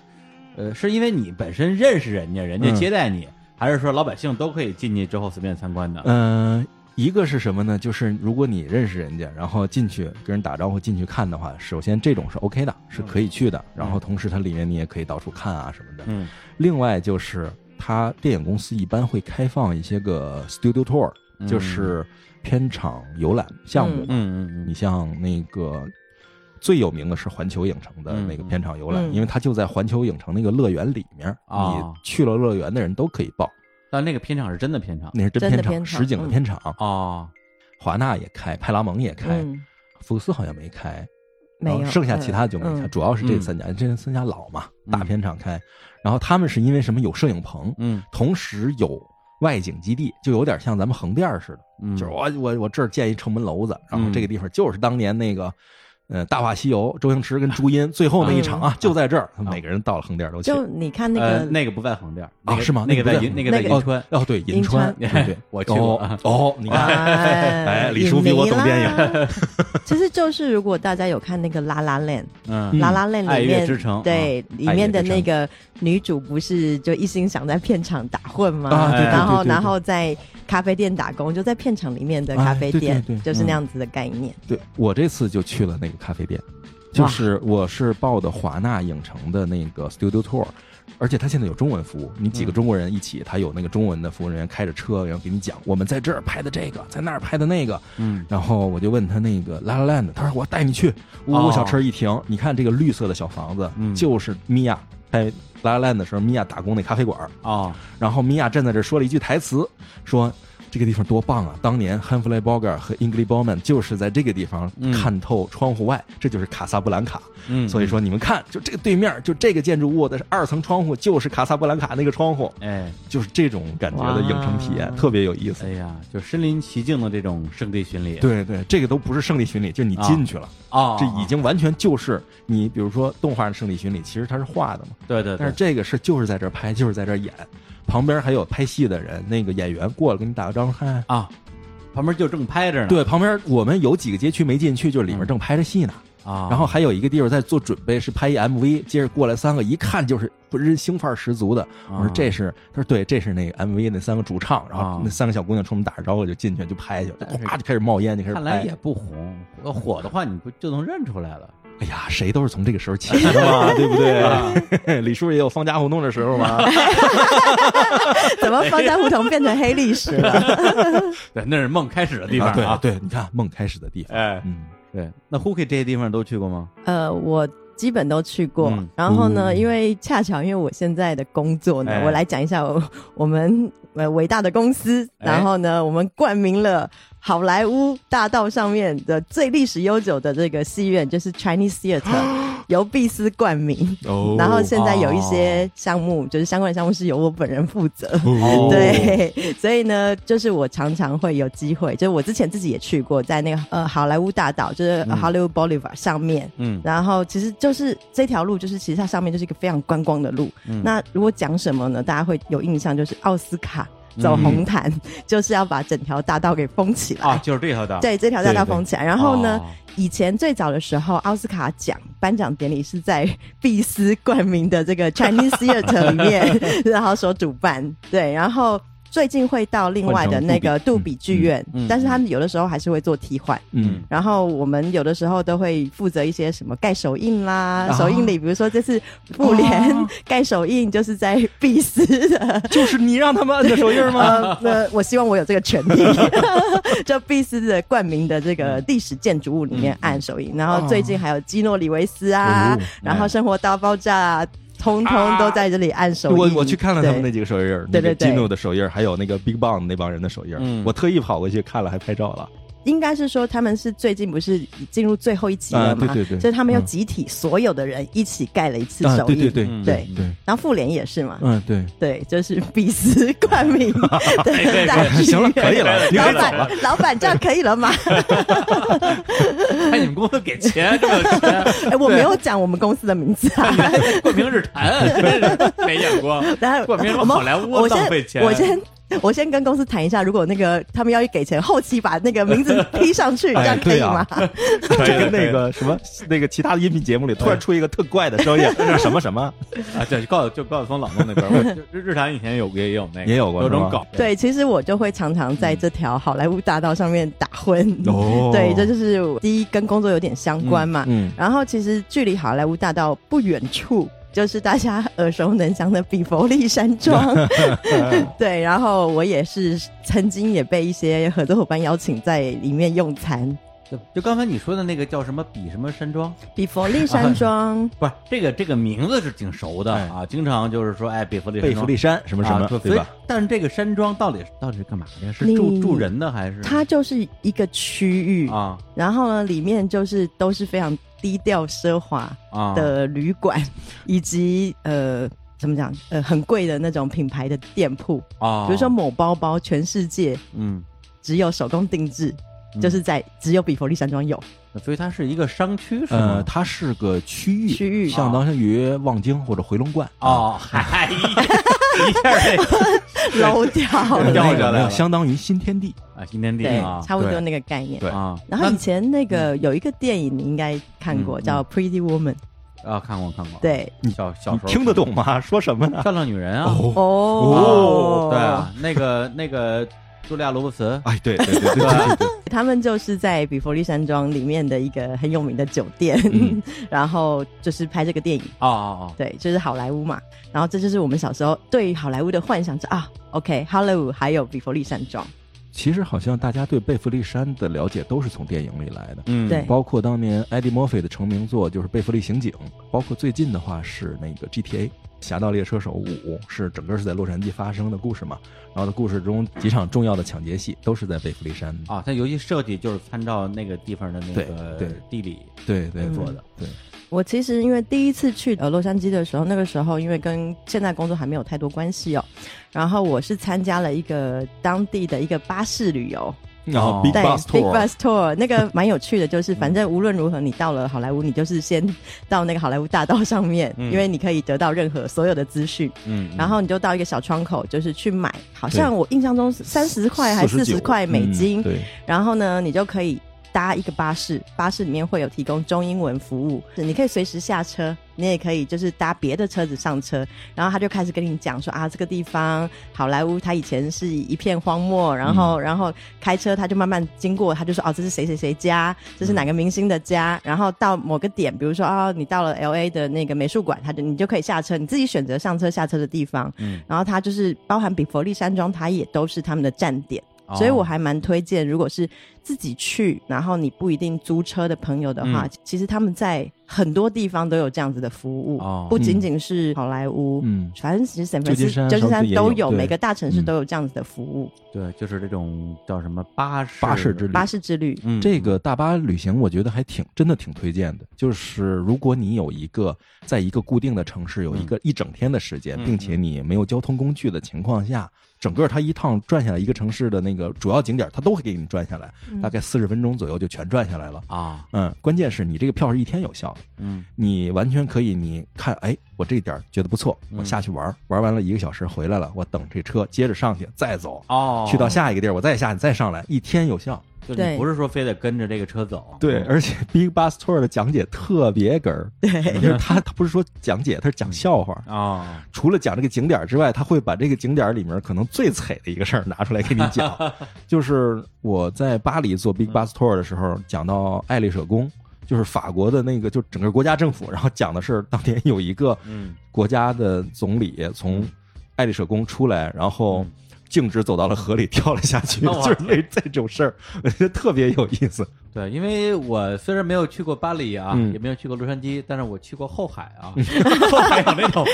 Speaker 5: 呃，是因为你本身认识人家，人家
Speaker 3: 嗯
Speaker 5: 接待你，还是说老百姓都可以进去之后随便参观的？
Speaker 3: 嗯，一个是什么呢？就是如果你认识人家，然后进去跟人打招呼进去看的话，首先这种是 OK 的，
Speaker 5: 嗯
Speaker 3: 是可以去的。然后同时它里面你也可以到处看啊什么的。
Speaker 5: 嗯
Speaker 3: 另外就是它电影公司一般会开放一些个 studio tour，、
Speaker 5: 嗯
Speaker 3: 就是片场游览项目。
Speaker 5: 嗯嗯
Speaker 3: 你像那个。最有名的是环球影城的那个片场游览，
Speaker 2: 嗯嗯
Speaker 3: 因为它就在环球影城那个乐园里面，
Speaker 5: 啊
Speaker 3: 你去了乐园的人都可以报，
Speaker 5: 但那个片场是真的片场
Speaker 3: 那是真
Speaker 2: 真的
Speaker 3: 片场，
Speaker 2: 片场
Speaker 3: 实景的
Speaker 2: 嗯
Speaker 3: 片场。
Speaker 5: 哦，
Speaker 3: 华纳也开，派拉蒙也开，
Speaker 2: 嗯，
Speaker 3: 福克斯好像没开，
Speaker 2: 没
Speaker 3: 然
Speaker 2: 有，
Speaker 3: 后剩下其他就没
Speaker 2: 嗯
Speaker 3: 开，。主要是这
Speaker 5: 嗯
Speaker 3: 三家，这三家老嘛，
Speaker 5: 嗯
Speaker 3: 大片场开。然后他们是因为什么有摄影棚，
Speaker 5: 嗯
Speaker 3: 同时有外景基地，就有点像咱们横店似的，
Speaker 5: 嗯，
Speaker 3: 就是我我我这儿建一城门楼子，然后
Speaker 5: 嗯
Speaker 3: 这个地方就是当年那个。呃，《大话西游》周星驰跟朱茵最后那一场啊，就在这儿，每个人到了横店都去。
Speaker 2: 就你看那
Speaker 5: 呃
Speaker 2: 个
Speaker 5: 那个不在横店儿
Speaker 3: 啊
Speaker 5: 那个
Speaker 3: 是吗
Speaker 5: 哦那个在
Speaker 3: 那个不在
Speaker 5: 银那个在
Speaker 2: 那
Speaker 5: 银
Speaker 2: 个
Speaker 5: 川，
Speaker 3: 哦，对，银
Speaker 2: 银
Speaker 3: 川
Speaker 2: 川，
Speaker 3: 对对，
Speaker 5: 我去过
Speaker 3: 哦哦，你看，
Speaker 2: 哎
Speaker 3: 哎李叔比我懂电
Speaker 2: 影。 其实就是，如果大家有看那个《拉拉 land》，
Speaker 5: 嗯
Speaker 2: 《拉拉 land》
Speaker 5: 爱
Speaker 2: 里
Speaker 5: 乐
Speaker 2: 面
Speaker 5: 之城，啊
Speaker 2: 对，里
Speaker 3: 嗯爱乐
Speaker 2: 面的
Speaker 3: 之城
Speaker 2: 那个女主不是就一心想在片场打混吗？
Speaker 3: 啊对
Speaker 5: 对
Speaker 2: 然后
Speaker 3: 对对对
Speaker 2: 然后在咖啡店打工，就在片场里面的咖啡店，
Speaker 3: 哎对对对
Speaker 2: 就是那样子的概念。
Speaker 3: 对我这次就去了那个咖啡店，就是我是报的华纳影城的那个 Studio Tour，而且它现在有中文服务，你几个中国人一起，他有那个中文的服务人员开着车，然后给你讲我们在这儿拍的这个，在那儿拍的那个。
Speaker 5: 嗯，
Speaker 3: 然后我就问他那个拉拉烂的，他说我带你去。呜
Speaker 5: 哦
Speaker 3: 呜，小车一停，你看这个绿色的小房子，
Speaker 5: 嗯
Speaker 3: 就是米娅拍拉拉烂的时候，米娅打工那咖啡馆儿。
Speaker 5: 哦，
Speaker 3: 然后米娅站在这儿说了一句台词，说这个地方多棒啊！当年汉弗莱·鲍格尔和 Ingrid Bauman 就是在这个地方
Speaker 5: 嗯
Speaker 3: 看透窗户外，这就是卡萨布兰卡。
Speaker 5: 嗯，
Speaker 3: 所以说，你们看，就这个对面，就这个建筑物的二层窗户就是卡萨布兰卡那个窗户，
Speaker 5: 哎，
Speaker 3: 就是这种感觉的影城体验，
Speaker 2: 哇
Speaker 3: 特别有意思
Speaker 5: 哎。呀，就身临其境的这种圣地巡礼，
Speaker 3: 对对，这个都不是圣地巡礼，就是你进去了，
Speaker 5: 啊，
Speaker 3: 这已经完全就是你，比如说动画的圣地巡礼，其实它是画的嘛，
Speaker 5: 对对，
Speaker 3: 但是这个是就是在这儿拍，就是在这儿演，旁边还有拍戏的人，那个演员过来跟你打个招呼，嗨，
Speaker 5: 啊，旁边就正拍着呢，
Speaker 3: 对，旁边我们有几个街区没进去，就是里面正拍着戏呢。
Speaker 5: 嗯啊，
Speaker 3: 然后还有一个地方在做准备，是拍一 MV。接着过来三个，一看就是浑身兴范儿十足的。我说
Speaker 5: 啊
Speaker 3: 这是，他说对，这是那个 MV 那三个主唱。然
Speaker 5: 啊哎
Speaker 3: 后那三个小姑娘冲我们打着招呼就进去就拍去了，咵就开始冒烟，就开始
Speaker 5: 看来
Speaker 3: 拍
Speaker 5: 也。不红，要火的话你不就能认出来了？啊
Speaker 3: 哎呀，谁都是从这个时 候起的嘛，对不对？ 李叔也有放家胡同的时候嘛。
Speaker 2: 怎么放在胡同变成黑历史了？
Speaker 5: 对，那是梦开始的地方
Speaker 3: 啊对
Speaker 5: 啊，
Speaker 3: 对，你看梦开始的地方。
Speaker 5: 哎，
Speaker 3: 嗯，
Speaker 5: 对，那 h o o k i 这些地方都去过吗？
Speaker 2: 呃，我。基本都去过，
Speaker 5: 嗯
Speaker 2: 然后呢，
Speaker 3: 嗯
Speaker 2: 因为恰巧因为我现在的工作呢，
Speaker 5: 哎
Speaker 2: 我来讲一下我我们呃伟大的公司，
Speaker 5: 哎
Speaker 2: 然后呢，我们冠名了好莱坞大道上面的最历史悠久的这个戏院，就是 Chinese Theater，由
Speaker 5: 啊
Speaker 2: 碧斯冠名。
Speaker 3: 哦
Speaker 2: 然后现在有一些项目，就是相关的项目是由我本人负责。
Speaker 3: 哦
Speaker 5: 哦
Speaker 2: 对，所以呢，就是我常常会有机会，就是我之前自己也去过，在那个呃好莱坞大道，就是
Speaker 5: 嗯
Speaker 2: Hollywood Boulevard 上面。
Speaker 5: 嗯
Speaker 2: 然后其实就是这条路，就是其实它上面就是一个非常观光的路。
Speaker 5: 嗯
Speaker 2: 那如果讲什么呢？大家会有印象，就是奥斯卡走红毯，就是要把整条大道给封起来。
Speaker 5: 嗯啊，就是这条道，
Speaker 2: 对，这条大道
Speaker 3: 对对
Speaker 2: 封起来。然后呢，
Speaker 5: 哦？
Speaker 2: 以前最早的时候，奥斯卡奖颁奖典礼是在 碧斯冠名的这个 Chinese Theater 里面，然后所主办。对，然后最近会到另外的那个杜比剧院，
Speaker 5: 嗯嗯嗯
Speaker 2: 但是他们有的时候还是会做替换。
Speaker 5: 嗯
Speaker 2: 然后我们有的时候都会负责一些什么盖手印啦，
Speaker 3: 啊哦
Speaker 2: 手印礼，比如说这次妇联、 盖手印就是在必斯 的，
Speaker 3: 就是你让他们按的手印吗？
Speaker 2: 呃，那我希望我有这个权利， 就必斯的冠名的这
Speaker 3: 嗯
Speaker 2: 个历史建筑物里面按手印。然后最近还有基诺里维斯啊，
Speaker 3: 哦啊
Speaker 2: 然后生活大爆炸、啊，通通都在这里按 手印。
Speaker 3: 我我去看了他们
Speaker 2: 对
Speaker 3: 那几个手印儿，
Speaker 2: 对对对
Speaker 3: 那个 Gino 的手印儿，还有那个 Big Bang 那帮人的手印儿，
Speaker 5: 嗯
Speaker 3: 我特意跑过去看了，还拍照了。
Speaker 2: 应该是说他们是最近不是进入最后一集了嘛、
Speaker 3: 啊对对对
Speaker 2: 所以他们又集体、所有的人一起盖了一次
Speaker 3: 啊，
Speaker 2: 手
Speaker 3: 对
Speaker 2: 印，
Speaker 3: 对对
Speaker 5: 嗯
Speaker 2: 对
Speaker 3: 对，
Speaker 2: 然后复联也是嘛，
Speaker 3: 嗯对。
Speaker 2: 对，就是比斯冠 名的大剧院。
Speaker 3: 行了，可以了，你可
Speaker 2: 老
Speaker 3: 以走了。
Speaker 2: 板，老板这样可以了吗？
Speaker 5: 看你们公司给钱，这么有钱，
Speaker 2: 哎，我没有讲我们公司的名字啊。
Speaker 5: 冠名日坛，真是没眼光。
Speaker 2: 然后
Speaker 5: 冠名什么
Speaker 2: 我们
Speaker 5: 好莱坞
Speaker 2: 我
Speaker 5: 浪费
Speaker 2: 先
Speaker 5: 钱
Speaker 2: 我先我先跟公司谈一下，如果那个他们要给钱，后期把那个名字批上去，
Speaker 3: 哎
Speaker 2: 这样可以吗？
Speaker 3: 啊
Speaker 5: 可以
Speaker 3: 就跟
Speaker 5: 可以
Speaker 3: 那个什么那个其他的音频节目里突然出一个特怪的声音，那什么什么，
Speaker 5: 啊，对，就高就高晓松老弄那歌，我就日日坛以前有也有那个，
Speaker 3: 也有过
Speaker 5: 有
Speaker 3: 是
Speaker 5: 种
Speaker 3: 吗
Speaker 5: 搞，
Speaker 2: 对，其实我就会常常在这条好莱坞大道上面打混。
Speaker 3: 哦
Speaker 2: 对，这就是我第一跟工作有点相关嘛。
Speaker 3: 嗯，
Speaker 2: 然后其实距离好莱坞大道不远处。就是大家耳熟能详的比佛利山 庄， 对，然后我也是曾经也被一些合作伙伴邀请在里面用餐。
Speaker 5: 就就刚才你说的那个叫什么比什么山庄，
Speaker 2: 比佛利 山庄，
Speaker 5: 不是这个这个名字是挺熟的
Speaker 3: 哎
Speaker 5: 啊，经常就是说哎，比弗利山
Speaker 3: 贝
Speaker 5: 庄
Speaker 3: 弗利山什么什么
Speaker 5: 啊，对
Speaker 3: 对
Speaker 5: 所以
Speaker 3: 吧？？
Speaker 5: 但是这个山庄到底是到底是干嘛的呀？是
Speaker 2: 你
Speaker 5: 住住人的还是
Speaker 2: 它就是一个区域，
Speaker 5: 啊
Speaker 2: 然后呢，里面就是都是非常低调奢华
Speaker 5: 啊
Speaker 2: 的旅馆，以及呃。怎么讲？呃，很贵的那种品牌的店铺，
Speaker 5: 啊？
Speaker 2: 比如说某包包，全世界
Speaker 5: 嗯，
Speaker 2: 只有手工定制，
Speaker 5: 嗯
Speaker 2: 就是在只有比佛利山庄有。
Speaker 5: 所以它是一个商区是
Speaker 3: 呃，
Speaker 5: 吗？
Speaker 3: 它是个区域，
Speaker 2: 区域
Speaker 3: 相当于望京或者回龙观。
Speaker 5: 哦，
Speaker 3: 啊
Speaker 5: 嗨，一下这
Speaker 2: 漏掉
Speaker 5: 对
Speaker 2: 了，
Speaker 5: 掉下来了
Speaker 3: 没有相当于新天地。
Speaker 5: 啊新天地
Speaker 2: 对
Speaker 5: 啊，
Speaker 2: 差不多
Speaker 3: 对
Speaker 2: 那个概念
Speaker 3: 对。
Speaker 5: 啊，
Speaker 2: 然后以
Speaker 5: 那
Speaker 2: 前那个有一个电影你应该看过，
Speaker 5: 嗯
Speaker 2: 叫《Pretty Woman》，
Speaker 5: 啊看过看过，，
Speaker 2: 对，
Speaker 5: 小小
Speaker 3: 你
Speaker 5: 时候
Speaker 3: 听得懂吗？说什么呢？
Speaker 5: 漂亮女人啊，
Speaker 3: 哦，
Speaker 2: 哦，
Speaker 5: 对啊，那个那个茱莉亚·罗伯茨，
Speaker 3: 哎，对对对对对对，
Speaker 2: 他们就是在比佛利山庄里面的一个很有名的酒店，
Speaker 3: 嗯
Speaker 2: 然后就是拍这个电影，
Speaker 5: 哦哦
Speaker 2: 对，就是好莱坞嘛。然后这就是我们小时候对好莱坞的幻想，就啊，OK，好莱坞还有比佛利山庄，
Speaker 3: 其实好像大家对贝弗利山的了解都是从电影里来的。
Speaker 5: 嗯，
Speaker 2: 对
Speaker 3: 包括当年艾迪·墨菲的成名作就是《贝弗利刑警》，包括最近的话是那个 GTA《侠盗猎车手五》，是整个是在洛杉矶发生的故事嘛。然后的故事中几场重要的抢劫戏都是在贝弗利
Speaker 2: 嗯
Speaker 3: 山。
Speaker 1: 哦
Speaker 5: 啊，它游戏设计就是参照那个地方的那个
Speaker 3: 对对
Speaker 5: 地理
Speaker 3: 对对
Speaker 2: 嗯
Speaker 3: 对
Speaker 5: 做的，
Speaker 3: 对，
Speaker 2: 我其实因为第一次去呃洛杉矶的时候，那个时候因为跟现在工作还没有太多关系哦，然后我是参加了一个当地的一个巴士旅游，
Speaker 3: 然后
Speaker 5: 哦
Speaker 3: Big
Speaker 2: 对
Speaker 3: Bus
Speaker 2: Big
Speaker 3: Tour，
Speaker 2: Bus Tour 那个蛮有趣的，就是反正无论如何你到了好莱坞，你就是先到那个好莱坞大道上面，
Speaker 5: 嗯
Speaker 2: 因为你可以得到任何所有的资讯，
Speaker 5: 嗯，
Speaker 2: 然
Speaker 5: 后
Speaker 2: 后你就到一个小窗口，就是去买，好像我印象中三十块还四
Speaker 3: 49
Speaker 2: 十块美金，
Speaker 3: 嗯对，
Speaker 2: 然后呢，你就可以搭一个巴士，巴士里面会有提供中英文服务，你可以随时下车，你也可以就是搭别的车子上车，然后他就开始跟你讲说啊，这个地方好莱坞它以前是一片荒漠，然后、然后开车他就慢慢经过，他就说哦，这是谁谁谁家，这是哪个明星的家，然后到某个点，比如说哦，你到了 L A 的那个美术馆，他就你就可以下车，你自己选择上车下车的地方，
Speaker 5: 嗯
Speaker 2: 然后它就是包含比佛利山庄，它也都是他们的站点。
Speaker 5: 哦
Speaker 2: 所以我还蛮推荐，如果是自己去，然后你不一定租车的朋友的
Speaker 3: 嗯
Speaker 2: 话，其实他们在很多地方都有这样子的服务，
Speaker 5: 哦
Speaker 2: 不仅仅是好莱坞，
Speaker 3: 嗯，
Speaker 2: 反正其实 San
Speaker 3: 旧金
Speaker 2: Francisco、
Speaker 3: 山
Speaker 2: 旧金
Speaker 3: 上
Speaker 2: 山
Speaker 3: 次也
Speaker 2: 都
Speaker 3: 有对
Speaker 2: 每个大城市
Speaker 3: 嗯
Speaker 2: 都有这样子的服务。
Speaker 5: 对，就是这种叫什么巴士
Speaker 3: 巴士之旅
Speaker 2: 巴士之旅，
Speaker 5: 嗯，
Speaker 3: 这个大巴旅行，我觉得还挺真的挺推荐的。就是如果你有一个在一个固定的城市有一个一整天的时间，
Speaker 5: 嗯
Speaker 3: 并且你没有交通工具的情况下，整个它一趟转下来一个城市的那个主要景点，它都会给你转下来，
Speaker 5: 嗯
Speaker 3: 大概四十分钟左右就全转下来了。
Speaker 5: 啊，
Speaker 3: 嗯，关键是你这个票是一天有效的，
Speaker 5: 嗯
Speaker 3: 你完全可以，你看，哎，我这点儿觉得不错，
Speaker 5: 嗯
Speaker 3: 我下去玩儿，玩完了一个小时回来了，我等这车接着上去再走，
Speaker 5: 哦，
Speaker 3: 去到下一个地儿，我再下去再上来，一天有效。
Speaker 1: 就是你
Speaker 2: 对
Speaker 1: 不是说非得跟着这个车走，
Speaker 3: 对，而且 Big Bus Tour 的讲解特别哏儿，
Speaker 2: 对
Speaker 3: 因为他他不是说讲解，他是
Speaker 1: 嗯
Speaker 3: 讲笑话。
Speaker 1: 啊，
Speaker 3: 除了讲这个景点之外，他会把这个景点里面可能最惨的一个事儿拿出来给你讲。 就是我在巴黎做 Big Bus Tour 的时候，讲到爱丽舍宫，就是法国的那个，就整个国家政府，然后讲的是当年有一个
Speaker 1: 嗯，
Speaker 3: 国家的总理从爱丽舍宫出来，然后
Speaker 1: 嗯
Speaker 3: 径直走到了河里跳了下去，
Speaker 1: 哇
Speaker 3: 就是类这种事儿，我觉得特别有意 思。
Speaker 1: 对，因为我虽然没有去过巴黎啊，
Speaker 3: 嗯
Speaker 1: 也没有去过洛杉矶，但是我去过后海啊，后海有那种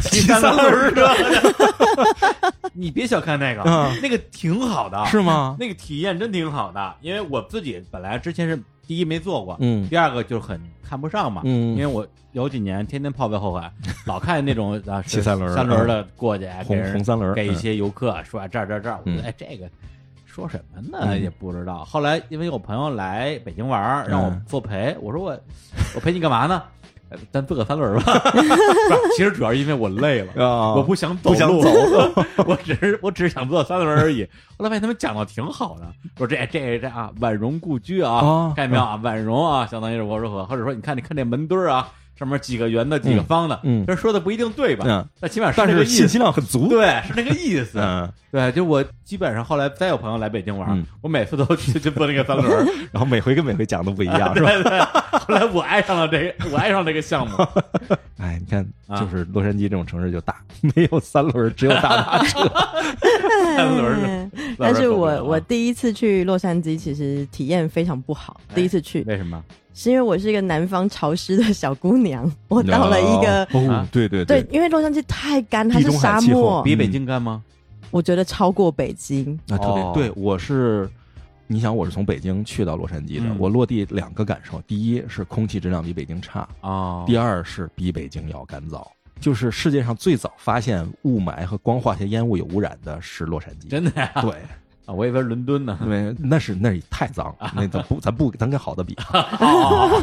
Speaker 1: 骑三轮车的， 你别小看那个，
Speaker 3: 嗯
Speaker 1: 那个挺好的，
Speaker 3: 是吗？
Speaker 1: 那个体验真挺好的，因为我自己本来之前是第一没做过，
Speaker 3: 嗯
Speaker 1: 第二个就是很看不上嘛，
Speaker 3: 嗯
Speaker 1: 因为我有几年天天泡在后海，老看那种啊
Speaker 3: 骑三轮儿嗯
Speaker 1: 三轮儿的过去，啊给
Speaker 3: 红
Speaker 1: 人
Speaker 3: 红三轮儿
Speaker 1: 给一
Speaker 3: 嗯
Speaker 1: 些游客啊说这儿这儿这儿，我觉得
Speaker 3: 嗯
Speaker 1: 哎这个说什么呢
Speaker 3: 嗯
Speaker 1: 也不知道。后来因为有朋友来北京玩儿，让我
Speaker 3: 嗯
Speaker 1: 作陪，我说我我陪你干嘛呢？呃咱坐个三轮 儿吧。不是其实主要是因为我累了。
Speaker 3: 啊，
Speaker 1: 我不想走路，
Speaker 3: 不想
Speaker 1: 我只是我只是想坐三轮而已。后来发现他们讲的挺好的，说这这这啊，婉容故居啊
Speaker 3: 啊，
Speaker 1: 看见没有啊，婉容啊，相当于是罗河，或者说你看你看这门墩儿啊，上面几个圆的，几个
Speaker 3: 嗯
Speaker 1: 方的，
Speaker 3: 嗯
Speaker 1: 这说的不一定对吧？
Speaker 3: 嗯，
Speaker 1: 但起码
Speaker 3: 但
Speaker 1: 那个
Speaker 3: 是
Speaker 1: 意思
Speaker 3: 信息，量很足。
Speaker 1: 对，是那个意思。
Speaker 3: 嗯，
Speaker 1: 对，就我基本上后来再有朋友来北京玩，
Speaker 3: 嗯
Speaker 1: 我每次都去去坐那个三轮儿，
Speaker 3: 然后每回跟每回讲的不一 样，是吧？
Speaker 1: 对对。后来我爱上了这个，我爱上了这个项目。
Speaker 3: 哎，你看，
Speaker 1: 啊
Speaker 3: 就是洛杉矶这种城市就大， 没有三轮儿，只有大巴车。
Speaker 2: 哎
Speaker 1: 三轮儿三轮儿
Speaker 2: 但是
Speaker 1: 走不啊
Speaker 2: 我
Speaker 1: 了
Speaker 2: 我第一次去洛杉矶，其实体验非常不好。
Speaker 3: 哎
Speaker 2: 第一次去
Speaker 1: 为什么？
Speaker 2: 是因为我是一个南方潮湿的小姑娘， 我到了一个
Speaker 1: 啊
Speaker 3: 哦，对对
Speaker 2: 对，，因为洛杉矶太干，它
Speaker 3: 地
Speaker 2: 是
Speaker 3: 中海
Speaker 2: 沙
Speaker 3: 气候
Speaker 2: 漠，
Speaker 1: 比北京干吗？
Speaker 2: 我觉得超过北京。
Speaker 3: 啊，特
Speaker 1: 哦
Speaker 3: 别对。我是，你想，我是从北京去到洛杉矶的
Speaker 1: 嗯，
Speaker 3: 我落地两个感受：第一是空气质量比北京差，
Speaker 1: 哦，
Speaker 3: 第二是比北京要干燥。就是世界上最早发现雾霾和光化学烟雾有污染的是洛杉矶，
Speaker 1: 真的呀？
Speaker 3: 对，
Speaker 1: 啊，我以为是伦敦 呢。
Speaker 3: 因为那是那是太脏，了，那咱不咱不咱跟好的比，
Speaker 1: 哦，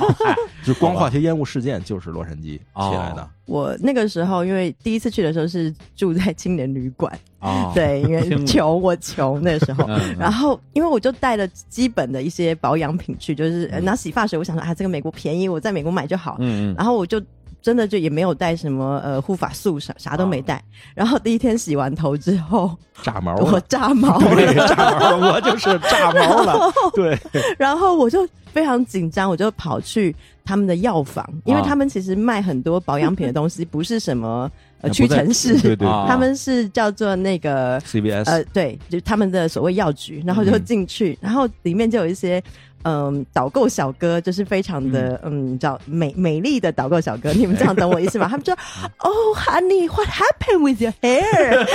Speaker 3: 就光化学烟雾事件就是洛杉矶起来的，
Speaker 2: 我那个时候因为第一次去的时候是住在青年旅馆，
Speaker 1: 哦，
Speaker 2: 对，因 为
Speaker 1: 青旅
Speaker 2: 穷，我穷那时候。
Speaker 1: 嗯，
Speaker 2: 然后，因为我就带了基本的一些保养品去，就是呃拿洗发水，我想说啊，这个美国便宜，我在美国买就好。
Speaker 1: 嗯嗯嗯
Speaker 2: 然后我就真的就也没有带什么呃护发素啥啥都
Speaker 1: 哦
Speaker 2: 没带。然后第一天洗完头之后，
Speaker 3: 炸毛
Speaker 2: 我
Speaker 3: 了，
Speaker 2: 炸毛
Speaker 3: 对，
Speaker 2: 了，
Speaker 3: 炸毛了，我就是炸毛 了，对，
Speaker 2: 然后我就非常紧张，我就跑去他们的药房，因为
Speaker 1: 啊
Speaker 2: 他们其实卖很多保养品的东西，不是什么呃
Speaker 3: 不
Speaker 2: 屈
Speaker 3: 在
Speaker 2: 臣
Speaker 3: 对
Speaker 2: 氏，呃
Speaker 3: 对
Speaker 1: 啊
Speaker 2: 他们是叫做那个
Speaker 3: ，CBS，
Speaker 2: 呃，对，就是他们的所谓药
Speaker 1: 嗯
Speaker 2: 局，然后就进去，然后里面就有一些。嗯，导购小哥就是非常的嗯，叫美美丽的导购小哥，你们这样懂我意 思吗？他们就哦、h o n e y w h a t happened with your hair？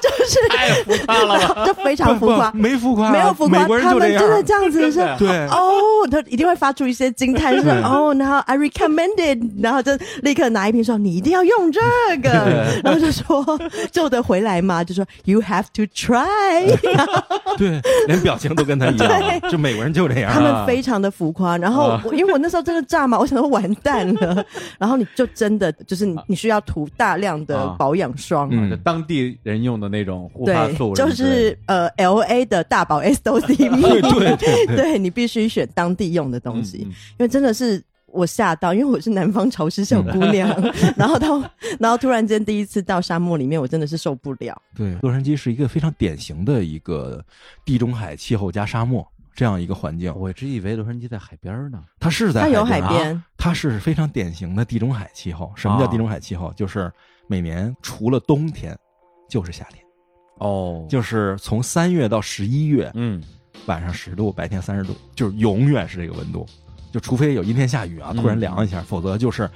Speaker 2: 就是
Speaker 1: 太浮夸了吧？
Speaker 2: 就非常浮夸
Speaker 3: 不，没浮夸啊，
Speaker 2: 没有浮夸，
Speaker 3: 美国人
Speaker 2: 他
Speaker 3: 就
Speaker 2: 们
Speaker 3: 这
Speaker 2: 真的
Speaker 3: 样，
Speaker 2: 这 样子
Speaker 1: 真的
Speaker 2: 是
Speaker 1: 呀
Speaker 3: 对，
Speaker 2: 哦，他一定会发出一些惊叹声
Speaker 3: 对
Speaker 2: 哦，然后 I recommended，然后就立刻拿一瓶说你一定要用这 个，然后就说 救得回来吗？就说 You have to try，
Speaker 3: 啊对，连表情都跟他一样，啊就美国人就这
Speaker 2: 他
Speaker 3: 样。啊
Speaker 2: 们非常的浮夸。然后我因为我那时候真的炸嘛，我想说完蛋 了，然后你就真的就是你你需要涂大量的
Speaker 1: 啊
Speaker 2: 保养霜。
Speaker 3: 嗯
Speaker 1: 就当地人用的那种护发
Speaker 2: 对，
Speaker 1: 素什
Speaker 2: 就
Speaker 1: 么之类的，
Speaker 2: 是呃，L A 的大宝 S O C
Speaker 3: 对嗯
Speaker 2: V，
Speaker 3: 对对对，
Speaker 2: 对你必须选当地用的东西。
Speaker 1: 嗯
Speaker 2: 因为真的是我吓到，因为我是南方潮湿小姑娘， 然后到然后突然间第一次到沙漠里面，我真的是受不了。
Speaker 3: 对，洛杉矶是一个非常典型的一个地中海气候加沙漠这样一个环境
Speaker 1: 嗯。，我一直以为洛杉矶在海边呢。
Speaker 3: 它是在
Speaker 2: 它有海
Speaker 3: 边啊，
Speaker 2: 边，
Speaker 3: 它是非常典型的地中海气候。什么
Speaker 1: 啊
Speaker 3: 叫地中海气候？就是每年除了冬天，就是夏天，
Speaker 1: 哦
Speaker 3: 就是从三月到十一月，
Speaker 1: 嗯，
Speaker 3: 晚上十度，白天三十度，就是永远是这个温度。就除非有阴天下雨啊，
Speaker 1: 嗯
Speaker 3: 突然凉一下，否则就是，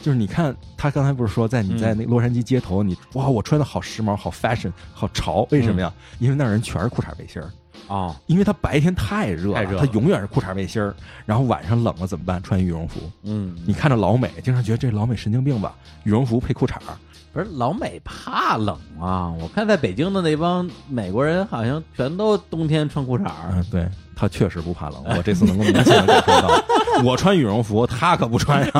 Speaker 3: 就是你看他刚才不是说，在
Speaker 1: 嗯
Speaker 3: 你在那洛杉矶街头，你哇，我穿的好时髦，好 fashion，好潮，为什么呀？
Speaker 1: 嗯
Speaker 3: 因为那儿人全是裤衩背心儿，
Speaker 1: 哦，
Speaker 3: 因为他白天太热
Speaker 1: 太
Speaker 3: 了，
Speaker 1: 热了
Speaker 3: 他永远是裤衩背心儿，然后晚上冷了怎么办？穿羽绒服。
Speaker 1: 嗯，
Speaker 3: 你看着老美，经常觉得这老美神经病吧？羽绒服配裤衩儿，
Speaker 1: 不是老美怕冷啊？我看在北京的那帮美国人好像全都冬天穿裤衩儿
Speaker 3: 嗯，对他确实不怕冷，我这次能够明显的感受到，我穿羽绒服，他可不穿呀、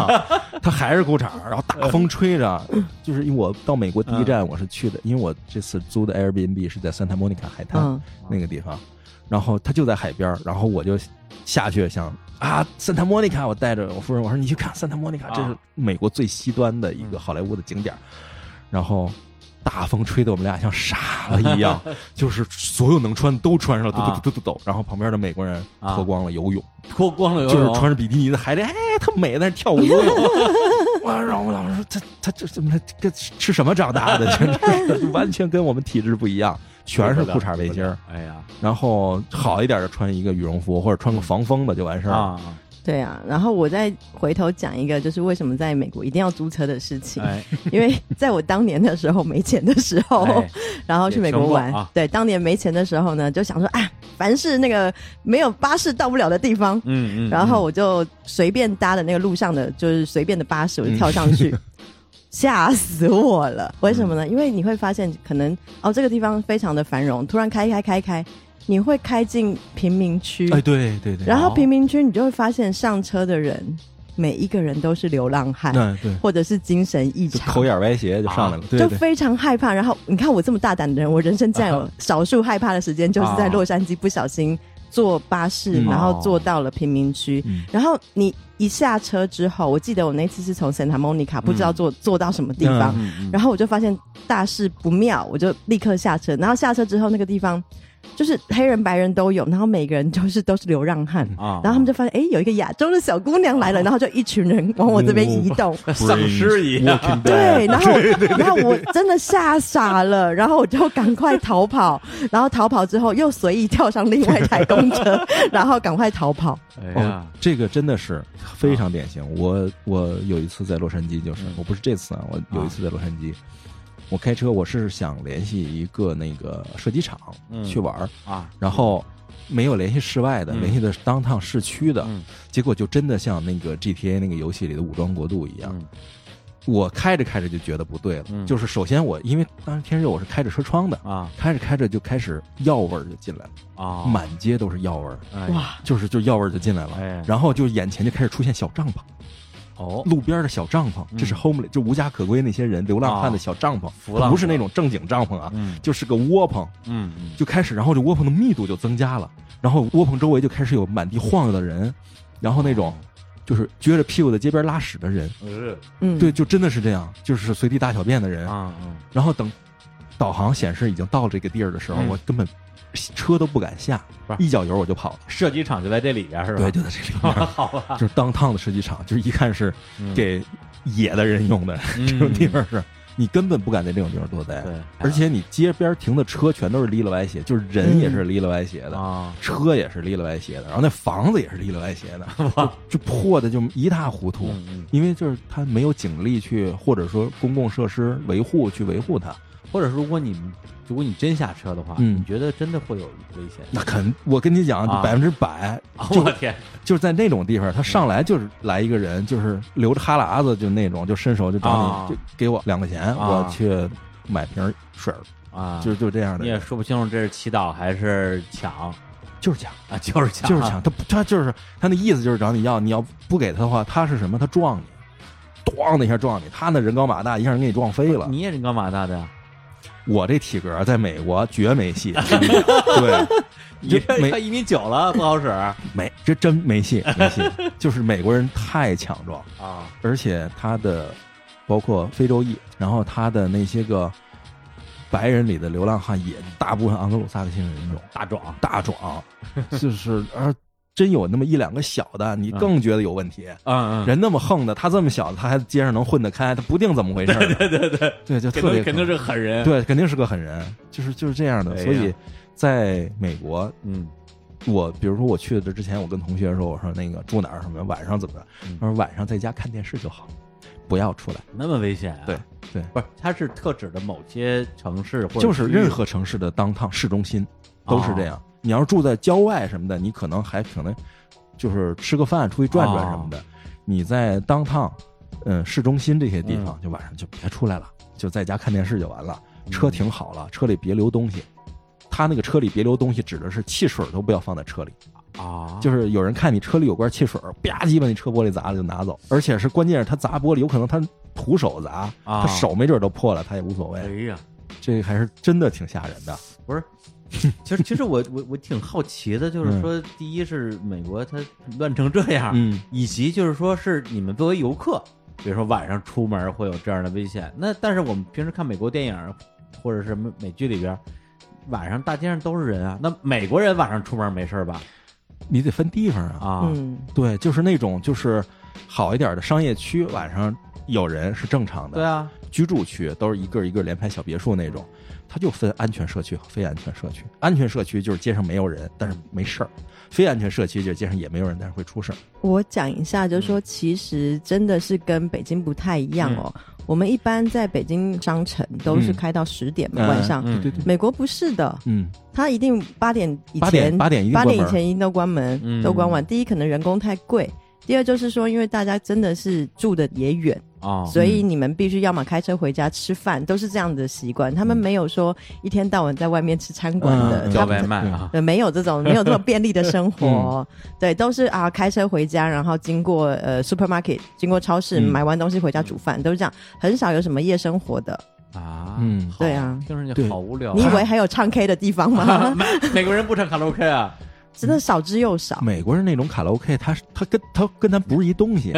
Speaker 3: 他还是裤衩儿，然后大风吹着，就是因为我到美国
Speaker 5: 啊
Speaker 3: 第一站我是去的，因为我这次租的 Airbnb 是在 Santa Monica 海滩
Speaker 2: 嗯，
Speaker 3: 那个地方，然后它就在海边儿，然后我就下去想啊，圣塔莫妮卡，我带着我夫人，我说你去看圣塔莫妮卡，这
Speaker 5: 啊
Speaker 3: 是
Speaker 5: 嗯
Speaker 3: 美国最西端的一个好莱坞的景点儿。然后大风吹得我们俩像傻了 一样，就是所有能穿都穿上了，
Speaker 5: 啊
Speaker 3: 抖抖抖抖抖。然后旁边的美国人脱光了游泳，
Speaker 5: 脱光了游
Speaker 3: 就是
Speaker 5: 泳，
Speaker 3: 穿着比基尼在海里，哎，特美，在那跳舞 游泳。我然后我老师说，他他这怎么了这个吃什么长大的？ 就是完全跟我们体质不一样，全是裤衩背心儿。
Speaker 5: 哎呀
Speaker 3: 然后好一点的穿一个羽绒服或者穿个防风的就完事儿了。
Speaker 5: 啊，
Speaker 2: 对啊，然后我再回头讲一个，就是为什么在美国一定要租车的事情，
Speaker 5: 哎，
Speaker 2: 因为在我当年的时候没钱的时候，
Speaker 5: 哎
Speaker 2: 然后去美国
Speaker 5: 也
Speaker 2: 玩、
Speaker 5: 穷过啊
Speaker 2: 对，当年没钱的时候呢，就想说啊，凡是那个没有巴士到不了的地方，
Speaker 5: 嗯嗯，
Speaker 2: 然后我就随便搭的那个路上的，就是随便的巴士，我就跳上去，
Speaker 3: 嗯
Speaker 2: 吓死我了！为什么呢？因为你会发现，可能哦，这个地方非常的繁荣，突然开开开开，你会开进贫民区，
Speaker 3: 哎，对对对，
Speaker 2: 然后
Speaker 5: 好
Speaker 2: 贫民区你就会发现上车的人每一个人都是流浪汉，
Speaker 3: 那对，
Speaker 2: 或者是精神异
Speaker 3: 就
Speaker 2: 常，
Speaker 3: 口眼歪斜就上来了。对
Speaker 2: 就
Speaker 3: 对，啊
Speaker 2: 非常害怕。然后你看我这么大胆的人，我人生占有少数害怕的时间，就是在洛杉矶不小心坐巴士，
Speaker 3: 嗯
Speaker 2: 然后坐到了贫民区。
Speaker 3: 嗯
Speaker 2: 然后你一下车之后，我记得我那次是从 Santa Monica 不知
Speaker 3: 嗯
Speaker 2: 道坐、坐到什么地方，
Speaker 5: 嗯
Speaker 2: 然后我就发现大事不妙，我就立刻下车。然后下车之后，那个地方就是黑人、白人都有，然后每个人就是都是流浪汉。
Speaker 3: 嗯
Speaker 5: 啊，
Speaker 2: 然后他们就发现，哎，有一个亚洲的小姑娘
Speaker 3: 啊
Speaker 2: 来了，然后就一群人往我这边移动，
Speaker 3: 嗯
Speaker 5: 丧尸一样，
Speaker 2: 对，然后然后我真的吓傻了，然后我就赶快逃跑， 然后逃跑之后又随意跳上另外一台公 车，然后赶快逃跑。
Speaker 5: 哎
Speaker 3: 哦
Speaker 5: 呀，，啊
Speaker 3: 这个真的是非常典型。我我有一次在洛杉矶，就是
Speaker 5: 嗯
Speaker 3: 我不是这次啊，我有一次在洛杉矶，我开车我是想联系一个那个射击场
Speaker 5: 嗯
Speaker 3: 去玩儿，
Speaker 5: 啊，
Speaker 3: 哦然后没有联系室外的，
Speaker 5: 嗯
Speaker 3: 联系的是当趟市区的
Speaker 5: 嗯，
Speaker 3: 结果就真的像那个 GTA 那个游戏里的武装国度一样，
Speaker 5: 嗯
Speaker 3: 我开着开着就觉得不对了，
Speaker 5: 嗯
Speaker 3: 就是首先我因为当时天热，我是开着车窗的，
Speaker 5: 啊
Speaker 3: 开着开着就开始药味儿就进来了，
Speaker 5: 啊，
Speaker 3: 满街都是药味儿，
Speaker 5: 哎
Speaker 2: 哇，
Speaker 3: 就是就药味儿就进来了，
Speaker 5: 哎
Speaker 3: 然后就眼前就开始出现小帐篷，
Speaker 5: 哦，
Speaker 3: 路边的小帐篷，
Speaker 5: 嗯
Speaker 3: 这是 homeless 就无家可归那些人流浪汉的
Speaker 5: 哦
Speaker 3: 小帐篷，
Speaker 5: 浮浪
Speaker 3: 不是那种正经帐篷啊，
Speaker 5: 嗯
Speaker 3: 就是个窝棚，
Speaker 5: 嗯嗯
Speaker 3: 就开始，然后这窝棚的密度就增加了，然后窝棚周围就开始有满地晃悠的人，然后那
Speaker 5: 哦
Speaker 3: 种就是撅着屁股在街边拉屎的人，
Speaker 5: 是
Speaker 2: 嗯，
Speaker 3: 对，，就真的是这样，就是随地大小便的人。
Speaker 5: 啊嗯
Speaker 3: 然后等导航显示已经到这个地儿的时候，
Speaker 5: 嗯
Speaker 3: 我根本车都不敢下
Speaker 5: 不，是
Speaker 3: 一脚油我就跑了。
Speaker 5: 射击场就在这里啊边是吧？
Speaker 3: 对，就在这里面，
Speaker 5: 好吧，
Speaker 3: 就是当趟的射击场，就是一看是
Speaker 5: 嗯
Speaker 3: 给野的人用的这
Speaker 5: 这
Speaker 3: 种地方是，你根本不敢在这种地方多待。
Speaker 5: 嗯对，
Speaker 3: 而且你街边停的车全都是哩了歪斜，就是人也是哩了歪斜的，
Speaker 5: 啊
Speaker 3: 车也是哩了歪斜的，然后那房子也是哩了 歪斜的，就就破的就一塌糊涂。
Speaker 5: 嗯嗯
Speaker 3: 因为就是他没有警力去，或者说公共设施维护去维护它，
Speaker 5: 或者是如果你如果你真下车的话，
Speaker 3: 嗯
Speaker 5: 你觉得真的会有危险？
Speaker 3: 那肯，我跟你讲
Speaker 5: 啊，
Speaker 3: 百分之百，就
Speaker 5: 我天，
Speaker 3: 就是在那种地方，他上来就是来一个人，就是流着哈喇子，就那种，就伸手就
Speaker 5: 啊
Speaker 3: 找你，就给我两块钱，
Speaker 5: 啊
Speaker 3: 我去买瓶水儿，
Speaker 5: 啊，
Speaker 3: 就是就这样的
Speaker 5: 你也
Speaker 3: 人，
Speaker 5: 说不清楚这是祈祷还是抢
Speaker 3: 就是抢，
Speaker 5: 啊， 就是抢，
Speaker 3: 就是抢，他不他就是他那意思就是找你要，你要不给他的话，他是什么？他撞你，咣的一下撞你，他那人高马大，一下人给你撞飞了。
Speaker 5: 你也是干嘛大的呀？
Speaker 3: 我这体格在美国绝 没戏，真的对，
Speaker 5: 你
Speaker 3: 这没
Speaker 5: 他一米九了，不 好使啊
Speaker 3: 没这真没戏，没戏，就是美国人太强壮。
Speaker 5: 啊
Speaker 3: 而且他的包括非洲裔，然后他的那些个白人里的流浪汉也大部分盎格鲁撒克逊人种，
Speaker 5: 大壮
Speaker 3: 大壮，就是啊，真有那么一两个小的，你更觉得有问题。
Speaker 5: 嗯嗯，
Speaker 3: 人那么横的，他这么小的，他还街上能混得开，他不定怎么回事儿呢。对对对就
Speaker 5: 肯
Speaker 3: 特别
Speaker 5: 定肯定
Speaker 3: 可
Speaker 5: 是个狠人，，
Speaker 3: 对，肯定是个狠人，就是就是这样的。
Speaker 5: 哎呀
Speaker 3: 所以在美国，
Speaker 5: 嗯
Speaker 3: 我比如说我去的之前，我跟同学说，我说那个住哪儿什么，晚上怎么着？
Speaker 5: 嗯
Speaker 3: 他说晚上在家看电视就好，不要出来。
Speaker 5: 那么危险啊？
Speaker 3: 对对
Speaker 5: 不是，它是特指的某些城市或者
Speaker 3: 就是
Speaker 5: 区域啊
Speaker 3: 任何城市的当趟市中心都是这样。你要是住在郊外什么的，你可能还可能就是吃个饭、出去转转什么
Speaker 5: 啊
Speaker 3: 的。你在当趟，嗯，市中心这些地
Speaker 5: 嗯
Speaker 3: 方，就晚上就别出来了，就在家看电视就完了。
Speaker 5: 嗯
Speaker 3: 车停好了，车里别留东西。他那个车里别留东西，指的是汽水都不要放在车里。
Speaker 5: 啊，
Speaker 3: 就是有人看你车里有罐汽水，吧唧把你车玻璃砸了就拿走，而且是关键是他砸玻璃，有可能他徒手砸，
Speaker 5: 啊
Speaker 3: 他手没准都破了，他也无所
Speaker 5: 哎
Speaker 3: 谓。
Speaker 5: 呀，
Speaker 3: 这还是真的挺吓人的。
Speaker 5: 不是，
Speaker 1: 其实其实我我我挺好奇的，就是说，第一是美国它乱成这样，
Speaker 3: 嗯，
Speaker 1: 以及就是说是你们作为游客，比如说晚上出门会有这样的危险。那但是我们平时看美国电影或者是美美剧里边，晚上大街上都是人啊。那美国人晚上出门没事儿吧？
Speaker 3: 你得分地方啊。
Speaker 1: 啊，
Speaker 2: 嗯，
Speaker 3: 对，就是那种就是好一点的商业区，晚上有人是正常的。
Speaker 1: 对啊，
Speaker 3: 居住区都是一个一个连排小别墅那种，它就分安全社区和非安全社区。安全社区就是街上没有人，但是没事儿；非安全社区就是街上也没有人，但是会出事儿。
Speaker 2: 我讲一下，就是说，其实真的是跟北京不太一样哦。我们一般在北京商城都是
Speaker 3: 嗯
Speaker 2: 开到十点嘛，
Speaker 3: 嗯
Speaker 2: 晚上。
Speaker 1: 嗯
Speaker 3: 对对对，
Speaker 2: 美国不是的，
Speaker 3: 嗯，
Speaker 2: 它一定八点以
Speaker 3: 八
Speaker 2: 前
Speaker 3: 点八点一定
Speaker 2: 八
Speaker 3: 关
Speaker 2: 点以
Speaker 3: 门。
Speaker 2: 前一定都关门，
Speaker 1: 嗯
Speaker 2: 都关完。第一，可能人工太贵；第二，就是说，因为大家真的是住的也远，
Speaker 1: 啊，
Speaker 2: 所以你们必须要么开车回家吃饭，都是这样的习惯。他们没有说一天到晚在外面吃餐馆
Speaker 3: 嗯
Speaker 2: 的，他
Speaker 1: 叫
Speaker 2: 们
Speaker 1: 外卖啊，
Speaker 2: 呃，没有这种没有这么便利的生活，对，都是啊开车回家，然后经过呃 supermarket，经过超市、
Speaker 3: 嗯
Speaker 2: 买完东西回家煮饭，都是这样，很少有什么夜生活的。
Speaker 1: 啊，
Speaker 3: 嗯
Speaker 1: 好
Speaker 2: 对啊
Speaker 1: 听上去
Speaker 3: 对
Speaker 1: 好无聊啊。
Speaker 2: 你 以为还有唱 K 的地方吗？
Speaker 5: 美国人不唱卡拉 OK 啊，
Speaker 2: 真的少之 又少。
Speaker 3: 美国人那种卡拉 OK，它是它跟它跟咱不是一东 西，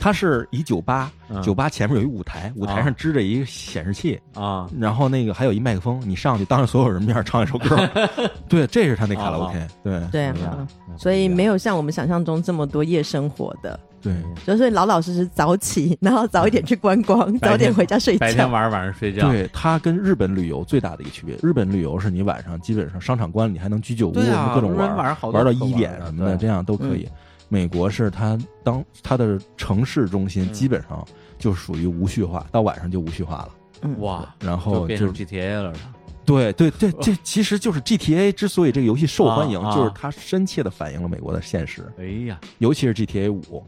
Speaker 3: 它是一酒吧
Speaker 1: 嗯，
Speaker 3: 酒吧前面有一舞台，舞台上支着一个显示器，
Speaker 1: 啊，
Speaker 3: 然后那个还有一麦克风，你上去当着所有人面唱一首歌，对，这是他那卡拉 OK，对
Speaker 2: 对
Speaker 1: 不一样
Speaker 2: 啊，所以没
Speaker 1: 有
Speaker 2: 有像我们想象中这么多夜生活的，
Speaker 3: 对，
Speaker 2: 就是老老实实早起，然后早一点去观光，早点回家睡
Speaker 5: 白天
Speaker 2: 觉。
Speaker 5: 玩，晚上睡觉，
Speaker 3: 对，它跟日本旅游最大的一个区别，日本旅游是你晚上基本上商场关了，你还能居酒屋，
Speaker 1: 对啊，
Speaker 3: 各种
Speaker 1: 日本
Speaker 3: 玩，
Speaker 1: 晚
Speaker 3: 玩
Speaker 1: 上好多
Speaker 3: 到
Speaker 1: 可玩
Speaker 3: 一点
Speaker 1: 的
Speaker 3: 什么的，
Speaker 1: 对
Speaker 3: 这样都可以。美国是它当它的城市中心
Speaker 1: 嗯
Speaker 3: 基本上就属于无序化，到晚上就无序化了。
Speaker 2: 嗯，
Speaker 5: 哇，
Speaker 3: 然
Speaker 5: 就
Speaker 3: 后
Speaker 5: 变
Speaker 3: 哦就
Speaker 5: 成 GTA 了，
Speaker 3: 对对对，这其实就是 GTA 之所以这个游戏受欢迎
Speaker 5: 啊，啊
Speaker 3: 就是它深切的反映了美国的现实，
Speaker 5: 哎呀，
Speaker 3: 尤其是 GTA 五。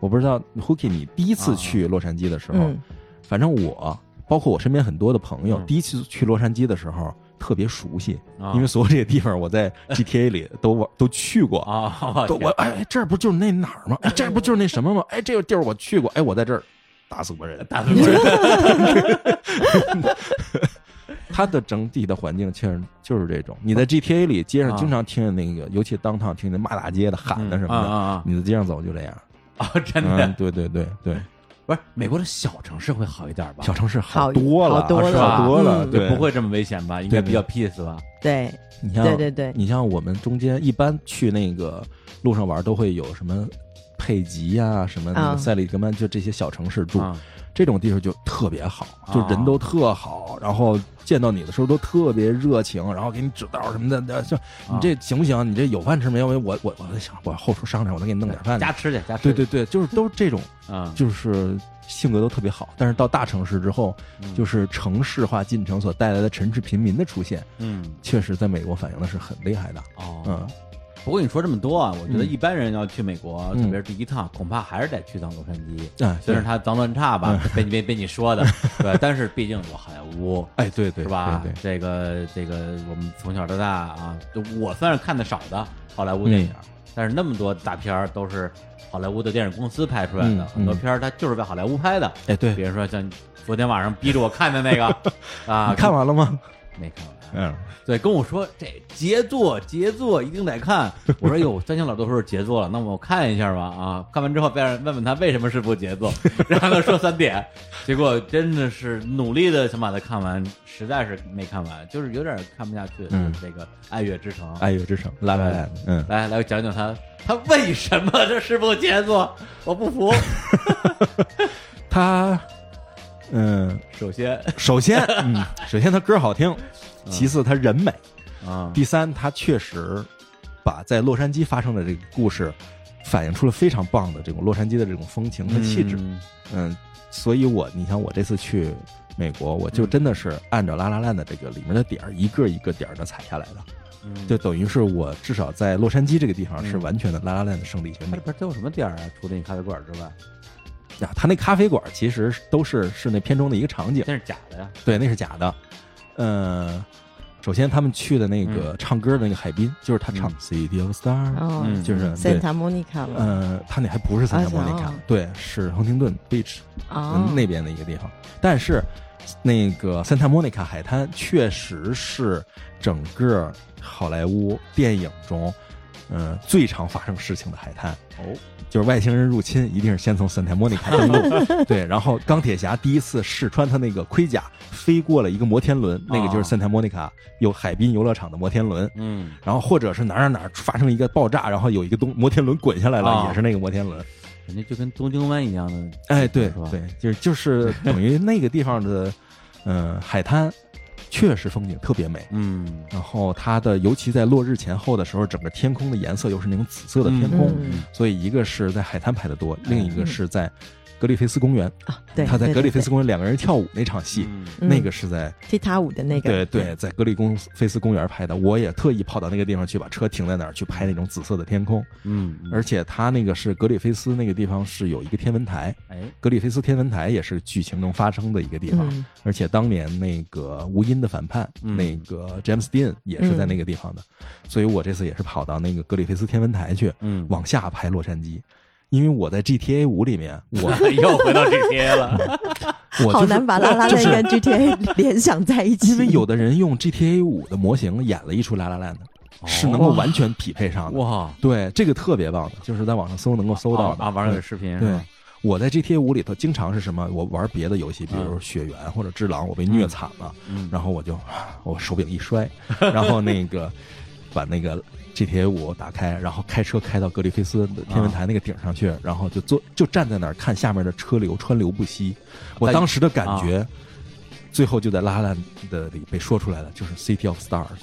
Speaker 3: 我不知道 Hooky 你第一次去洛杉矶的时候，
Speaker 2: 嗯，
Speaker 3: 反正我包括我身边很多的朋友，
Speaker 5: 嗯
Speaker 3: 第一次去洛杉矶的时候特别熟悉，
Speaker 5: 啊
Speaker 3: 因为所有这些地方 我在 GTA 里都玩都去过。
Speaker 5: 啊，我
Speaker 3: 都
Speaker 5: 天
Speaker 3: 我哎，这儿不就是那哪儿吗？哎，这儿不就是那什么吗？哎，这个地儿我去过，哎，我在这儿打死过人。
Speaker 5: 大中 国人
Speaker 3: 它的整体的环境其实就是这种。你在 GTA 里街上经常听见那个，尤其当趟听见骂大街的、喊的什
Speaker 5: 啊
Speaker 3: 么的，
Speaker 5: 啊啊
Speaker 3: 你在街上走就这样。
Speaker 5: 啊，真
Speaker 3: 嗯
Speaker 5: 的，
Speaker 3: 对对对对，
Speaker 5: 不是美国的小城市会好一点吧？
Speaker 3: 小城市
Speaker 2: 好
Speaker 3: 多了，
Speaker 2: 好多
Speaker 3: 啊
Speaker 5: 了
Speaker 3: 好多了，
Speaker 2: 嗯
Speaker 3: 对，
Speaker 5: 不。会这么危险吧？应该
Speaker 3: 对
Speaker 5: 比较 peace 吧？
Speaker 2: 对
Speaker 3: 你像
Speaker 2: 对对对，
Speaker 3: 你像我们中间一般去那个路上玩，都会有什么佩吉呀、什么那
Speaker 2: 啊
Speaker 3: 个塞里格曼，就这些小城市住，
Speaker 5: 啊
Speaker 3: 这种地方就特别好，
Speaker 5: 啊
Speaker 3: 就人都特好，然后见到你的时候都特别热情，然后给你指导什么的，就你这行不行？你这有饭吃没有？我我我在想，我后厨商量，我再给你弄点饭去
Speaker 5: 家。吃去，家吃
Speaker 3: 对
Speaker 5: 去
Speaker 3: 对对，就是都是这种，
Speaker 5: 啊，
Speaker 3: 就是性格都特别好。但是到大城市之后，
Speaker 5: 嗯
Speaker 3: 就是城市化进程所带来的城市贫民的出现，
Speaker 5: 嗯
Speaker 3: 确实在美国反映的是很厉害的。
Speaker 5: 哦
Speaker 3: 嗯，
Speaker 5: 不过你说这么多啊，我觉得
Speaker 3: 嗯
Speaker 5: 一般人要去美国，
Speaker 3: 嗯
Speaker 5: 特别是第一趟，恐怕还是得去趟洛杉矶。
Speaker 3: 啊，
Speaker 5: 嗯虽然它脏乱差吧，
Speaker 3: 嗯
Speaker 5: 被你被被你 说的，对，但是毕竟有好莱坞，
Speaker 3: 哎，对对
Speaker 5: 是吧
Speaker 3: 对？
Speaker 5: 这个这个，我们从小到大啊，就我算是看的少的好莱坞电影，
Speaker 3: 嗯
Speaker 5: 但是那么多大片儿都是好莱坞的电影公司拍出来的，
Speaker 3: 嗯
Speaker 5: 很多片儿它就是在好莱坞拍的。
Speaker 3: 对，哎对
Speaker 5: 比，如说像昨天晚上逼着我看的那 个啊，
Speaker 3: 你看完了吗？
Speaker 5: 没看完？
Speaker 3: 嗯，
Speaker 5: 对，跟我说这杰作，杰作一定得 看。我说哟，三星老都说是杰作了，那我看一下吧啊。看完之后再让问问他为什么是部杰作， 然后他说三点，结果真的是努力的想把它看完，实在是没看完，就是有点看不下去。
Speaker 3: 嗯哎
Speaker 5: 这个《爱乐之城》
Speaker 3: 爱乐之城，La La Land，嗯，
Speaker 5: 来来讲讲他，他为什么这是部杰作？我不服。
Speaker 3: 他，嗯，
Speaker 5: 首先
Speaker 3: 首先，嗯，首先他歌好听，
Speaker 5: 嗯
Speaker 3: 其次他人美，
Speaker 5: 啊，
Speaker 3: 第三他确实把在洛杉矶发生的这个故事反映出了非常棒的这种洛杉矶的这种风情和气质。
Speaker 5: 嗯
Speaker 3: 嗯，所以我你像我这次去美国，我
Speaker 5: 嗯
Speaker 3: 就真的是按照拉拉烂的这个里面的点儿一个一个点儿的踩下来的，
Speaker 5: 嗯
Speaker 3: 就等于是我至少在洛杉矶这个地方是
Speaker 5: 嗯
Speaker 3: 完全的拉拉烂的圣地巡
Speaker 5: 它
Speaker 3: 礼
Speaker 5: 里。边都有什么点儿啊？除了你咖啡馆之外，
Speaker 3: 啊，他那咖啡馆其实都是是那片中的一个场景，
Speaker 5: 真是假的呀！
Speaker 3: 对，那是假的。呃，首先他们去的那个唱歌的那个海滨，就是他唱
Speaker 5: 嗯
Speaker 3: 《City of Stars》，
Speaker 2: 哦
Speaker 5: 嗯
Speaker 3: 就是对，
Speaker 2: ，Santa Monica 嘛，
Speaker 3: 呃，他那还不是三峡莫尼
Speaker 2: 啊
Speaker 3: 卡
Speaker 2: 是啊，
Speaker 3: 嗯对，是亨廷顿 beach
Speaker 2: 哦，
Speaker 3: 那边的一个地方。但是那个圣塔莫妮卡海滩确实是整个好莱坞电影中，嗯、最常发生事情的海滩。哦，就是外星人入侵，一定是先从圣塔莫妮卡登陆。对，然后钢铁侠第一次试穿他那个盔甲，飞过了一个摩天轮，那个就是圣塔莫妮卡有海滨游乐场的摩天轮。
Speaker 1: 嗯，
Speaker 3: 然后或者是哪儿哪儿哪儿发生一个爆炸，然后有一个东摩天轮滚下来了，
Speaker 1: 啊
Speaker 3: 也是那个摩天轮。
Speaker 1: 人家就跟东京湾一样的，
Speaker 3: 哎，对
Speaker 1: 是吧
Speaker 3: 对，就是 就是等于那个地方的，嗯、海滩确实风景特别美。
Speaker 1: 嗯，
Speaker 3: 然后它的，尤其在落日前后的时候，整个天空的颜色又是那种紫色的天空，
Speaker 2: 嗯
Speaker 3: 所以一个是在海滩拍的多，另一个是在格里菲斯公园，
Speaker 2: 啊，对，
Speaker 3: 他在
Speaker 2: 对
Speaker 3: 格里
Speaker 2: 对
Speaker 3: 菲斯
Speaker 2: 对
Speaker 3: 公园两个人跳舞那场戏，
Speaker 2: 嗯
Speaker 3: 那个是在
Speaker 2: 踢踏舞的那个，
Speaker 3: 对对，在格里公菲斯公园拍的，我也特意跑到那个地方去，把车停在那儿去拍那种紫色的天空。
Speaker 1: 嗯，嗯
Speaker 3: 而且它那个是格里菲斯那个地方是有一个天文台，
Speaker 1: 哎，
Speaker 3: 格里菲斯天文台也是剧情中发生的一个地方。
Speaker 2: 嗯
Speaker 3: 而且当年那个无因的反叛，
Speaker 1: 嗯
Speaker 3: 那个 James Dean 也是在那个地方的，
Speaker 2: 嗯
Speaker 3: 所以我这次也是跑到那个格里菲斯天文台去，
Speaker 1: 嗯，
Speaker 3: 往下拍洛杉矶。因为我在 GTA 五里面， 我
Speaker 5: 又回到 GTA 了，
Speaker 3: 我
Speaker 2: 好
Speaker 3: 就是
Speaker 2: 难把拉拉
Speaker 3: 就
Speaker 2: 链
Speaker 3: 是
Speaker 2: 跟 GTA 联想在一起，
Speaker 3: 因为有的人用 GTA 五的模型演了一出《拉拉烂》的，是能够完全匹配上的。
Speaker 1: 哇，
Speaker 3: 对，这个特别棒的，就是在网上搜能够搜到的
Speaker 1: 啊，玩了个视频是
Speaker 3: 对
Speaker 1: 吧？，
Speaker 3: 我在 GTA 五里头经常是什么？我玩别的游戏，比如《
Speaker 1: 嗯
Speaker 3: 血缘》或者《只狼》，我被虐惨了，
Speaker 1: 嗯
Speaker 3: 然后我就啊我手柄一摔，然后那个把那个 GTA 五打开，然后开车开到格里菲斯的天文
Speaker 1: 啊
Speaker 3: 台那个顶上去，然后就坐就站在那儿看下面的车流川流不息。我当时的感觉，最后就在拉拉的里被说出来了，就是《City of Stars》，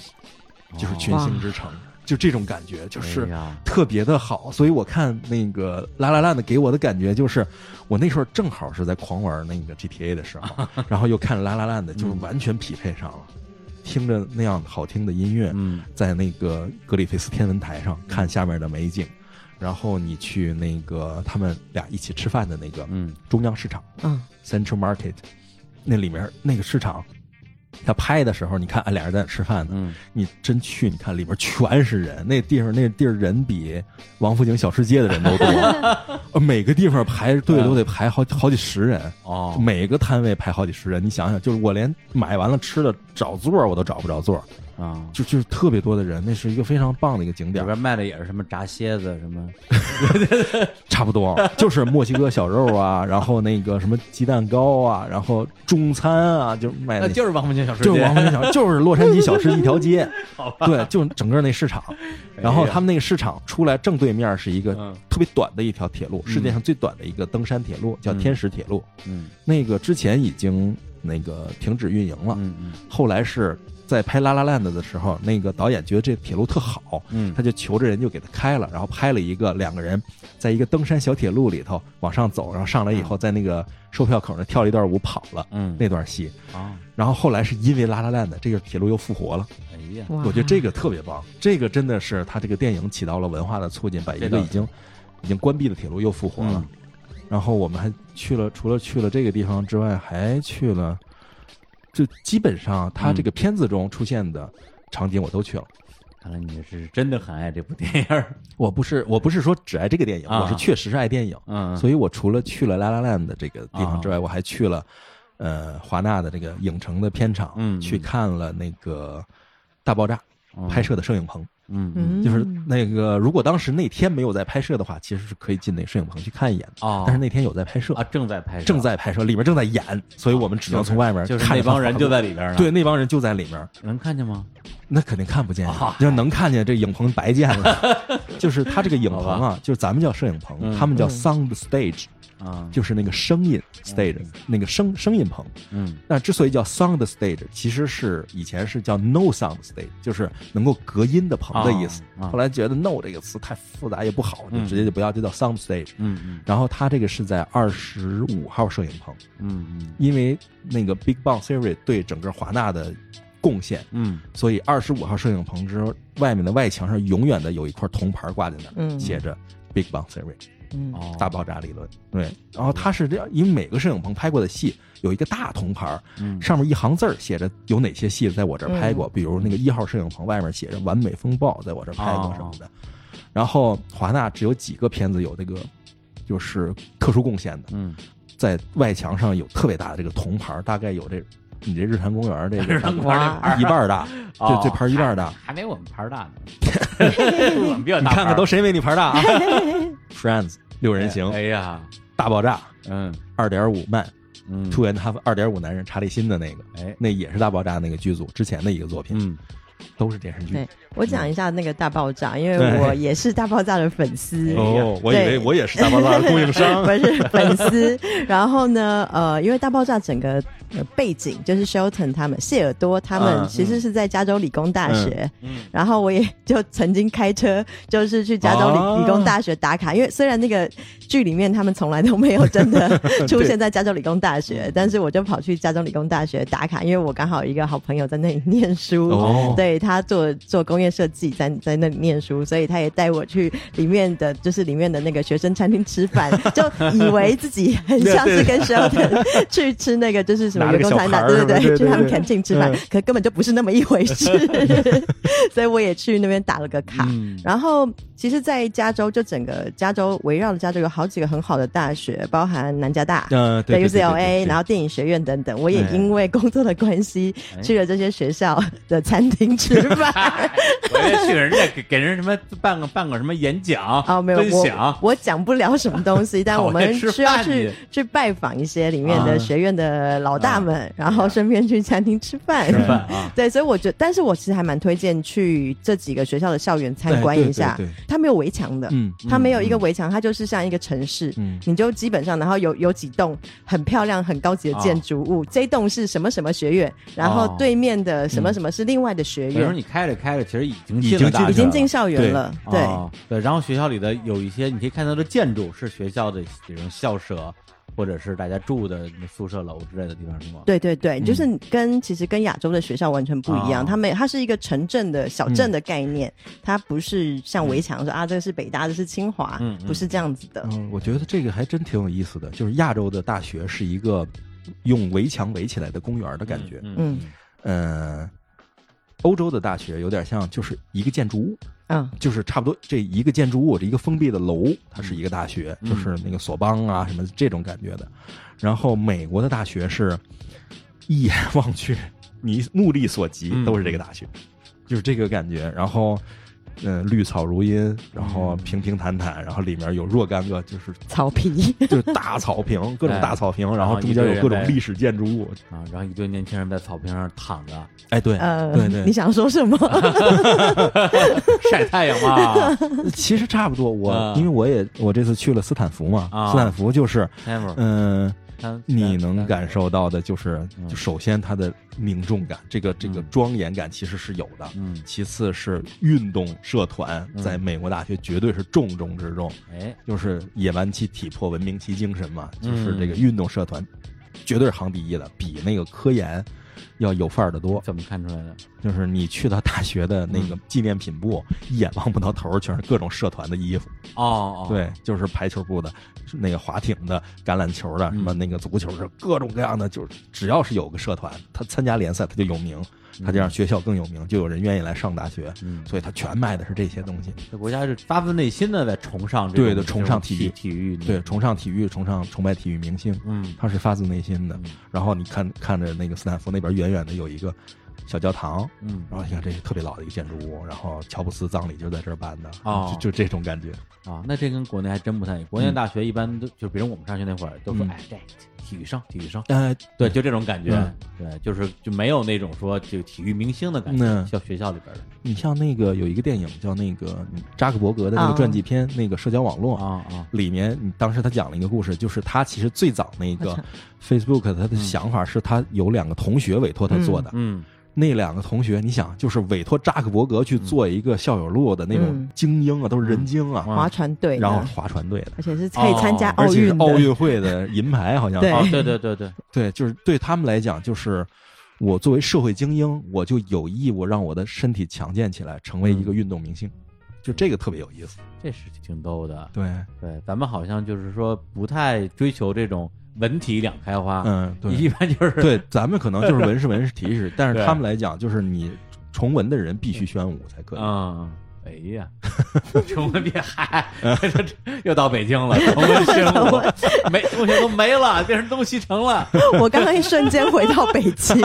Speaker 3: 就是群星之城，就这种感觉，就是。
Speaker 1: 哦哎呀
Speaker 3: 特别的好，所以我看那个《拉拉烂》的给我的感觉就是，我那时候正好是在狂玩那个 GTA 的时 候，然后又看《拉拉烂》的，就是完全匹配上了。听着那样好听的音乐，
Speaker 1: 嗯，
Speaker 3: 在那个格里菲斯天文台上看下面的美景，然后你去那个他们俩一起吃饭的那个
Speaker 1: 嗯
Speaker 3: 中央市场
Speaker 2: 嗯
Speaker 3: （Central Market），那里面那个市场，他拍的时候，你看啊俩人在那吃饭呢，
Speaker 1: 嗯，
Speaker 3: 你真去，你看里边全是人，那地方那地儿人比王府井小吃街的人都多，呃每个地方排队都得排好好几十人，
Speaker 1: 哦，
Speaker 3: 每个摊位排好几十人。你想想，就是我连买完了吃的找座儿我都找不着座儿，
Speaker 1: 啊，
Speaker 3: 就就是特别多的人，那是一个非常棒的一个景
Speaker 1: 里
Speaker 3: 点儿，
Speaker 1: 边卖的也是什么炸蝎子什么，
Speaker 3: 差不多就是墨西哥小肉啊，然后那个什么鸡蛋糕啊，然后中餐啊，就是卖
Speaker 5: 那
Speaker 3: 那
Speaker 5: 就是王府井小吃
Speaker 3: 就是
Speaker 5: 街
Speaker 3: 王。府井小， 就是洛杉矶小吃一条 街，对，就整个那市场。
Speaker 1: 哎
Speaker 3: 然后他们那个市场出来正对面是一个
Speaker 5: 嗯
Speaker 3: 特别短的一条铁路，世界上最短的一个登山铁路，叫天使铁路。
Speaker 1: 嗯
Speaker 3: 那个之前已经那个停止运营了，
Speaker 1: 嗯嗯
Speaker 3: 后来是在拍《拉拉烂》的的时候，那个导演觉得这铁路特好，
Speaker 1: 嗯，
Speaker 3: 他就求着人就给他开了，然后拍了一个两个人在一个登山小铁路里头往上走，然后上来以后在那个售票口那跳了一段舞跑了
Speaker 1: 嗯
Speaker 3: 那段戏。
Speaker 1: 啊，
Speaker 3: 然后后来是因为《拉拉烂》的这个铁路又复活了。
Speaker 1: 哎呀，
Speaker 2: 哇，
Speaker 3: 我觉得这个特别棒，这个真的是他这个电影起到了文化的促进，把一
Speaker 1: 这
Speaker 3: 个
Speaker 1: 倒
Speaker 3: 已经已经关闭的铁路又复活了。然后我们还去了，除了去了这个地方之外，还去了，就基本上他这个片子中出现的场景我都去了。
Speaker 1: 看来你是真的很爱这部电影儿，
Speaker 3: 我不是我不是说只爱这个电影，
Speaker 1: 啊
Speaker 3: 我是确实是爱电影，
Speaker 1: 嗯，
Speaker 3: 所以我除了去了拉拉烂的这个地方之外，
Speaker 1: 啊
Speaker 3: 我还去了呃华纳的这个影城的片场，
Speaker 1: 嗯
Speaker 3: 去
Speaker 1: 嗯
Speaker 3: 看了那个大爆炸
Speaker 1: 以
Speaker 3: 拍，摄的摄影棚。
Speaker 1: 嗯嗯，
Speaker 2: 嗯
Speaker 3: 就是那个，如果当时那天没有在拍摄的话，其实是可以进那摄影棚去看一眼的。
Speaker 1: 哦，
Speaker 3: 但是那天有在拍摄
Speaker 1: 啊，，正在拍摄，
Speaker 3: 正在拍摄，里面正在演，所以我们只能从外面
Speaker 1: 就是
Speaker 3: 看着
Speaker 1: 那
Speaker 3: 他
Speaker 1: 帮人就在里边呢，
Speaker 3: 对，那帮人就在里面，
Speaker 1: 能看见吗？
Speaker 3: 那肯定看不见
Speaker 1: 啊，
Speaker 3: 要能看见这影棚白见了。 就是他这个影棚啊，就是咱们叫摄影棚，
Speaker 1: 嗯
Speaker 3: 他们叫
Speaker 2: 嗯
Speaker 3: sound stage，
Speaker 1: 啊，
Speaker 3: 就是那个声音 stage，那个声声音棚。
Speaker 1: 嗯
Speaker 3: 那之所以叫 sound stage，其实是以前是叫 no sound stage，就是能够隔音的棚的意思。
Speaker 1: 啊啊
Speaker 3: 后来觉得 no 这个词太复杂也不好，就
Speaker 1: 嗯
Speaker 3: 直接就不要，就叫 sound stage。
Speaker 1: 嗯嗯
Speaker 3: 然后它这个是在二十五号摄影棚，
Speaker 1: 嗯
Speaker 3: 因为那个 Big Bang Theory 对整个华纳的贡献，
Speaker 1: 嗯
Speaker 3: 所以二十五号摄影棚之后外面的外墙上永远的有一块铜牌挂在那儿，
Speaker 2: 嗯
Speaker 3: 写着 Big Bang Theory。
Speaker 2: 嗯
Speaker 1: 嗯，哦，
Speaker 3: 大爆炸理论。对，然后它是这样，因为每个摄影棚拍过的戏有一个大铜牌儿，
Speaker 1: 嗯
Speaker 3: 上面一行字儿写着有哪些戏在我这儿
Speaker 5: 嗯
Speaker 3: 拍过，比如那个一号摄影棚外面写着《完美风暴》在我这儿拍过
Speaker 1: 哦
Speaker 3: 什么的。然后华纳只有几个片子有这个就是特殊贡献的，
Speaker 1: 嗯
Speaker 3: 在外墙上有特别大的这个铜牌儿，大概有这你这日坛公园这个
Speaker 5: 日坛公园这牌儿
Speaker 3: 一半儿大，
Speaker 5: 哦
Speaker 3: 这这牌儿一半儿大。
Speaker 5: 还没我们牌儿大呢，我们比较
Speaker 3: 你
Speaker 5: 大牌儿，
Speaker 3: 看看都谁没你牌儿 大啊？Friends 六人行
Speaker 5: 哎呀，
Speaker 3: 大爆炸，
Speaker 5: 嗯
Speaker 3: 二点五慢
Speaker 5: 嗯，
Speaker 3: ，Two and a half 二点五男人查理辛的那个，
Speaker 5: 哎，
Speaker 3: 那也是大爆炸那个剧组之前的一个作品，
Speaker 5: 嗯，
Speaker 3: 都是电视剧
Speaker 2: 对。我讲一下那个大爆炸，因为
Speaker 3: 对
Speaker 2: 我也是大爆炸的粉丝。
Speaker 3: 哦，我以
Speaker 2: 对
Speaker 3: 为我也是大爆炸的供 应商
Speaker 2: 不。是粉丝。然后呢，呃，因为大爆炸整个呃背景就是 Shelton 他们、谢尔多他
Speaker 3: 嗯
Speaker 2: 们
Speaker 3: 嗯
Speaker 2: 其实是在加州理工大学，
Speaker 5: 嗯
Speaker 2: 然后我也就曾经开车就是去加州理、
Speaker 3: 哦
Speaker 2: 理工大学打卡，因为虽然那个剧里面他们从来都没有 真的出现在加州理工大学，但是我就跑去加州理工大学打卡，因为我刚好有一个好朋友在那里念书，
Speaker 3: 哦，
Speaker 2: 对他做做工业设计，在在那里念书，所以他也带我去里面的，就是里面的那个学生餐厅吃饭，就以为自己很像是跟 Sheldon 去吃那个就是什么
Speaker 3: 拿了个
Speaker 2: 员工餐
Speaker 3: 小
Speaker 2: 馆，
Speaker 3: 盘儿
Speaker 2: 对
Speaker 3: 什么
Speaker 2: 对
Speaker 3: 对
Speaker 2: 去
Speaker 3: 对
Speaker 2: 他们
Speaker 3: 对
Speaker 2: canteen 吃饭
Speaker 3: 嗯，
Speaker 2: 可根本就不是那么一回事，所以我也去那边打了个卡。然后，其实，在加州，就整个加州围绕着加州有好几个很好的大学，包含南加大，
Speaker 3: 嗯，对对对对对
Speaker 2: UCLA，然后电影学院等等，我也
Speaker 5: 对
Speaker 2: 因为工作的关系
Speaker 5: 哎
Speaker 2: 去了这些学校的餐厅吃饭。
Speaker 5: 我也去人家给给人什么办个办个什么演讲
Speaker 2: 哦，没有，
Speaker 5: 分
Speaker 2: 我
Speaker 5: 享，
Speaker 2: 我讲不了什么东西，但我们需要
Speaker 5: 讨厌吃
Speaker 2: 去
Speaker 5: 饭啊
Speaker 2: 去拜访一些里面的学院的老大们，然后顺便去餐厅吃饭。
Speaker 3: 吃
Speaker 5: 饭啊，
Speaker 2: 对，所以我觉得，但是我其实还蛮推荐去这几个学校的校园参观一下
Speaker 3: 对对对，
Speaker 2: 它没有围墙的，
Speaker 3: 嗯
Speaker 2: 它没有一个围墙，它就是像一个城市，
Speaker 3: 嗯
Speaker 2: 你就基本上，然后有有几栋很漂亮、很高级的建筑物，这栋是什么什么学院，然后
Speaker 5: 哦
Speaker 2: 对面的什么什么是另外的学
Speaker 1: 比如
Speaker 2: 院，
Speaker 1: 说你开着开着，其实已
Speaker 3: 已
Speaker 1: 经进
Speaker 3: 经
Speaker 1: 了大
Speaker 3: 进
Speaker 1: 学
Speaker 2: 已经进
Speaker 1: 了
Speaker 2: 校园了，对。
Speaker 1: 哦对，然后学校里的有一些你可以看到的建筑是学校的这种校舍，或者是大家住的那宿舍楼之类的地方，是吗？
Speaker 2: 对对对，就是跟其实跟亚洲的学校完全不一样，
Speaker 1: 哦
Speaker 2: 它没它是一个城镇的小镇的概念，它不是像围墙说啊这个是北大，这是清华
Speaker 1: 嗯，嗯
Speaker 2: 不是这样子的。
Speaker 3: 嗯，我觉得这个还真挺有意思的，就是亚洲的大学是一个用围墙围起来的公园的感觉，
Speaker 2: 嗯
Speaker 3: 嗯。欧洲的大学有点像，就是一个建筑物，
Speaker 2: 嗯
Speaker 3: 就是差不多这一个建筑物，这一个封闭的楼，它是一个大学，
Speaker 1: 嗯
Speaker 3: 就是那个索邦啊什么这种感觉的。然后美国的大学是一眼 望去，你目力所及
Speaker 1: 嗯
Speaker 3: 都是这个大学，就是这个感觉。然后，嗯、绿草如茵，然后平平坦坦，然后里面有若干个就是
Speaker 2: 草皮，
Speaker 3: 就是大草坪，各种大草坪，然后中
Speaker 1: 一
Speaker 3: 间
Speaker 1: 堆
Speaker 3: 有
Speaker 1: 人
Speaker 3: 各种
Speaker 1: 在
Speaker 3: 历史建筑物。
Speaker 1: 啊，然后一堆年轻人在草坪上躺着
Speaker 3: 哎，对，
Speaker 2: 呃，
Speaker 3: 对对
Speaker 2: 你想说什么？
Speaker 1: 晒太阳嘛
Speaker 3: 其实差不多。我
Speaker 1: 啊
Speaker 3: 因为我也我这次去了斯坦福嘛，
Speaker 1: 啊
Speaker 3: 斯坦福就是
Speaker 1: ，never，
Speaker 3: 嗯。
Speaker 1: 看
Speaker 3: 你能感受到的就是，
Speaker 1: 嗯
Speaker 3: 就首先它的凝重感，这个这个
Speaker 1: 嗯
Speaker 3: 庄严感其实是有的。
Speaker 1: 嗯，
Speaker 3: 其次是运动社团
Speaker 1: 嗯
Speaker 3: 在美国大学绝对是重中之重，
Speaker 1: 哎，
Speaker 3: 就是野蛮其体魄，文明其精神嘛，
Speaker 1: 嗯
Speaker 3: 就是这个运动社团绝对是行第一的，比那个科研要有范儿的多。
Speaker 1: 怎么看出来的？
Speaker 3: 就是你去到大学的那
Speaker 1: 嗯
Speaker 3: 个纪念品部，一眼望不到头儿，全是各种社团的衣服。
Speaker 1: 哦哦，
Speaker 3: 对，就是排球部的，是那个划艇的、橄榄球的，什
Speaker 1: 嗯
Speaker 3: 么那个足球的，各种各样的，就是只要是有个社团，他参加联赛他就有名，他就让学校更有名，就有人愿意来上大学，
Speaker 1: 嗯，
Speaker 3: 所以他全卖的是这些东西。
Speaker 1: 这国家是发自内心的在崇尚这
Speaker 3: 对
Speaker 1: 种
Speaker 3: 的崇尚
Speaker 1: 这
Speaker 3: 体
Speaker 1: 种体
Speaker 3: 育
Speaker 1: 体育运动，
Speaker 3: 对，崇尚体育，崇尚崇拜体育明星，
Speaker 1: 嗯，
Speaker 3: 他是发自内心的
Speaker 1: 嗯。
Speaker 3: 然后你看看着那个斯坦福那边远远的有一个小教堂，
Speaker 1: 嗯
Speaker 3: 然后你看这是特别老的一个建筑物，然后乔布斯葬礼就在这儿办的，
Speaker 1: 哦
Speaker 3: 就就这种感觉。
Speaker 1: 啊，那这跟国内还真不太一样。国内大学一般都就比如我们上学那会儿都说，
Speaker 3: 嗯
Speaker 1: 哎，这体育生，体育生，
Speaker 3: 呃，
Speaker 1: 对，就这种感觉
Speaker 3: 嗯，
Speaker 1: 对，就是就没有那种说这个体育明星的感觉，
Speaker 3: 嗯
Speaker 1: 像学校里边的
Speaker 3: 你像那个有一个电影叫那个扎克伯格的那
Speaker 2: 啊
Speaker 3: 个传记片，那个社交网络，
Speaker 1: 啊啊，
Speaker 3: 里面你当时他讲了一个故事，就是他其实最早那个 Facebook 他的想法是他有两个同学委托他做的，
Speaker 1: 嗯
Speaker 3: 那两个同学你想就是委托扎克伯格去做一个校友录的那种
Speaker 2: 嗯
Speaker 3: 精英啊，都是人精啊，
Speaker 2: 划船队的，
Speaker 3: 然后划船队的。
Speaker 2: 而且是可以参加
Speaker 1: 哦
Speaker 2: 奥
Speaker 3: 而且
Speaker 2: 运
Speaker 3: 是
Speaker 2: 的，
Speaker 3: 奥运会的银牌，好像
Speaker 2: 对
Speaker 1: 哦，对对对对，
Speaker 3: 对，就是对他们来讲，就是我作为社会精英，我就有义务让我的身体强健起来，成为
Speaker 1: 嗯
Speaker 3: 一个运动明星，就这个特别有意思。啊
Speaker 1: 这是挺逗的。
Speaker 3: 对，
Speaker 1: 对，咱们好像就是说不太追求这种文体两开花，
Speaker 3: 嗯，对，
Speaker 1: 一般就是
Speaker 3: 对，咱们可能就是文是文是体是体，但是
Speaker 1: 对
Speaker 3: 他们来讲，就是你崇文的人必须宣武才可以。
Speaker 1: 嗯，哎 呀，重温别嗨，又到北京了，重温宣武，没东西都没了，变成东西城了，
Speaker 2: 我刚刚一瞬间回到北京，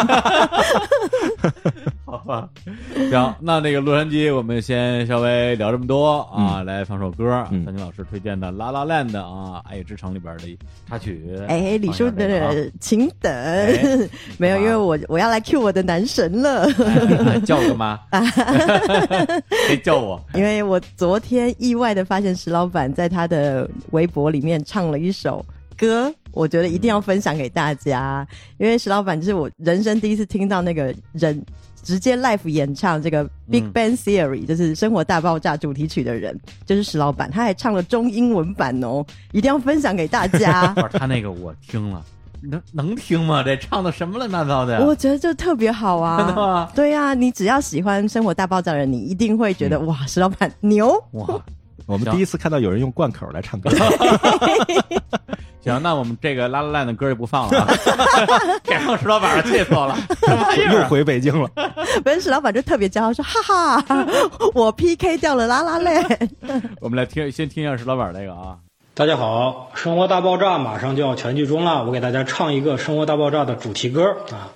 Speaker 1: 好吧。行，那那个洛杉矶，我们先稍微聊这么多啊，来放首歌，
Speaker 3: 嗯
Speaker 1: 三金老师推荐的《La La Land》啊，《爱乐之城》里边的插曲。
Speaker 2: 哎，李叔
Speaker 1: 放一下这个啊
Speaker 2: 的，请等，
Speaker 1: 哎
Speaker 2: 没有，因为我我要来 cue 我的男神了，
Speaker 1: 哎叫我干嘛？谁叫我？
Speaker 2: 因为我昨天意外的发现石老板在他的微博里面唱了一首歌，我觉得一定要分享给大家，因为石老板就是我人生第一次听到那个人。直接 live 演唱这
Speaker 1: 嗯
Speaker 2: 个 Big Bang Theory，、就是《生活大爆炸》主题曲的人，就是石老板，他还唱了中英文版哦，一定要分享给大 家。
Speaker 1: 不是他那个我听了，能能听吗？这唱的什么乱七八糟的呀？
Speaker 2: 我觉得就特别好
Speaker 1: 真的
Speaker 2: 啊！
Speaker 1: 吗？
Speaker 2: 对啊，你只要喜欢《生活大爆炸》的人，你一定会觉得、
Speaker 1: 嗯
Speaker 2: 哇，石老板牛！
Speaker 1: 哇，
Speaker 3: 我们
Speaker 1: 行
Speaker 3: 第一次看到有人用贯口来唱 歌，
Speaker 1: 行，那我们这个拉拉烂的歌就不放了，啊， 改放石老板了，气死我了， 什么玩意
Speaker 3: 又
Speaker 1: 儿？
Speaker 3: 回北京了。
Speaker 2: 本来石老板就特别骄傲说：“哈哈， 我 PK 掉了拉拉 嘞
Speaker 1: 我们来听，先听一下石老板这个啊，
Speaker 4: 大家好，《生活大爆炸》马上就要全剧终了，我给大家唱一个《生活大爆炸》的主题歌啊。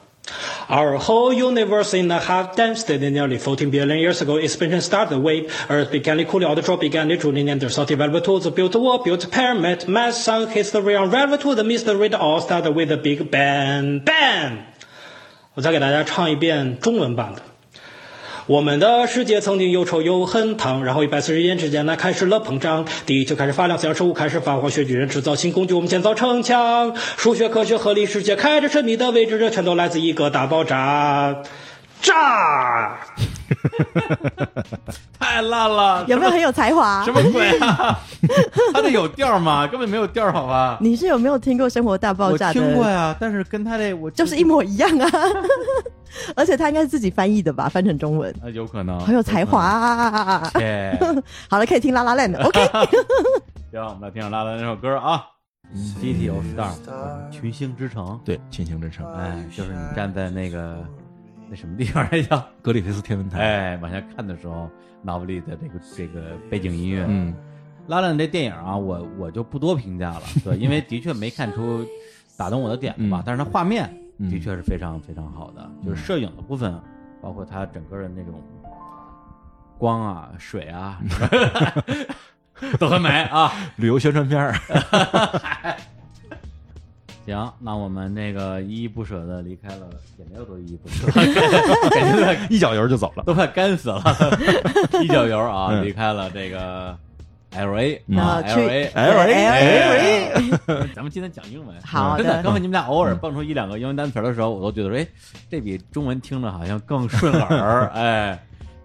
Speaker 4: Our whole universe in a half dense state nearly 14 billion years ago, expansion started way. Earth began cool, all the drop began naturally, Neanderthal developed tools, built wall, built pyramid, math, science, history, unraveled to the mystery, that all started with the big bang. Bang! 我再给大家唱一遍中文版的。我们的世界曾经又臭又很烫，然后一百四十年之间呢开始了膨胀，地球开始发亮，小生物开始发光，学巨人制造新工具，我们建造城墙，数学、科学合理世界开着神秘的未知，这全都来自一个大爆炸，炸！
Speaker 1: 太烂了！”，
Speaker 2: 有没有很有才华
Speaker 1: 什？么鬼啊？ 他这有调吗？根本没有调，好吧？
Speaker 2: 你是有没有听过《生活大爆
Speaker 1: 我
Speaker 2: 炸》
Speaker 1: 听过
Speaker 2: 的？
Speaker 1: 呀，但是跟他这我
Speaker 2: 就是一模一样啊！ 而且他应该是自己翻译的吧，翻成中文，
Speaker 1: 啊，有可能
Speaker 2: 好有才华。 啊！
Speaker 1: 对，
Speaker 2: 好了，可以听拉拉烂的。OK，
Speaker 1: 行，我们来听下拉拉那首歌啊，《City of Stars》群星之城，
Speaker 3: 对，群星之城，
Speaker 1: 哎，就是你站在那个那什么地方来讲，
Speaker 3: 格里菲斯天文台。
Speaker 1: 哎，往下看的时候，脑子里的这个这个背景音乐，
Speaker 3: 嗯，
Speaker 1: 拉烂这电影啊，我我就不多评价了，对，因为的确没看出打动我的点子吧，
Speaker 3: 嗯
Speaker 1: 但是它画面
Speaker 3: 嗯
Speaker 1: 的确是非常非常好的，就是摄影的部分，啊包括它整个的那种光啊、水啊， 都很美啊。
Speaker 3: 旅游宣传片儿。
Speaker 1: 行，那我们那个依依不舍的离开了，也没有多依依不舍， 感觉
Speaker 3: 一脚油就走了。
Speaker 1: 都快干死了，一脚油啊，
Speaker 3: 嗯
Speaker 1: 离开了这个 L A
Speaker 3: 嗯
Speaker 1: 啊
Speaker 2: 那去
Speaker 1: L A。
Speaker 2: 哎哎
Speaker 1: 咱们今天讲英文，
Speaker 2: 好
Speaker 1: 真的。
Speaker 2: 的
Speaker 1: 刚才你们俩偶尔蹦出一两个英文单词的时候，我都觉得说，哎，这比中文听着好像更顺耳。哎，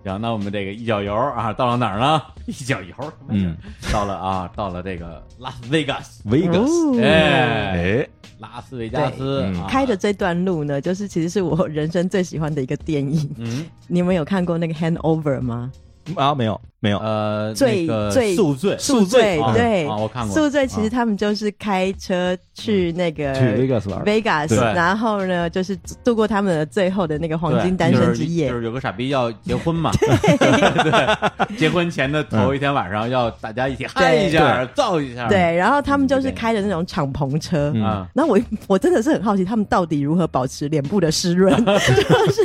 Speaker 1: 行，那我们这个一脚油啊，到了哪儿呢？一脚油，
Speaker 3: 嗯，
Speaker 1: 到了啊，到了这个拉斯维加斯，
Speaker 3: Vegas，
Speaker 1: 哎，
Speaker 3: 哎，
Speaker 1: 拉斯维加斯
Speaker 3: 对嗯
Speaker 1: 啊
Speaker 2: 嗯开的这段路呢，就是其实是我人生最喜欢的一个电影。
Speaker 1: 嗯
Speaker 2: 你们有看过那个《Handover》吗？
Speaker 3: 啊，没有，没有，
Speaker 1: 呃
Speaker 2: 最
Speaker 1: 那个
Speaker 2: 最
Speaker 1: 宿醉
Speaker 2: 宿醉
Speaker 1: 啊
Speaker 2: 对
Speaker 1: 啊，我看过
Speaker 2: 宿醉其实他们就是开车去那个
Speaker 1: 嗯
Speaker 3: 去 Vegas 玩儿。
Speaker 2: Vegas，
Speaker 1: 对
Speaker 2: 然后呢，就是度过他们的最后的那个黄
Speaker 1: 对
Speaker 2: 金单身之
Speaker 1: 就
Speaker 2: 夜
Speaker 1: 是。。就是有个傻逼要结 婚嘛，对，结婚前的头一天晚上要大家一起嗨一下，造一下，
Speaker 2: 对，然后他们就是开的那种敞篷车。
Speaker 3: 嗯
Speaker 1: 啊，
Speaker 2: 然后我我真的是很好奇，他们到底如何保持脸部的湿 润，就是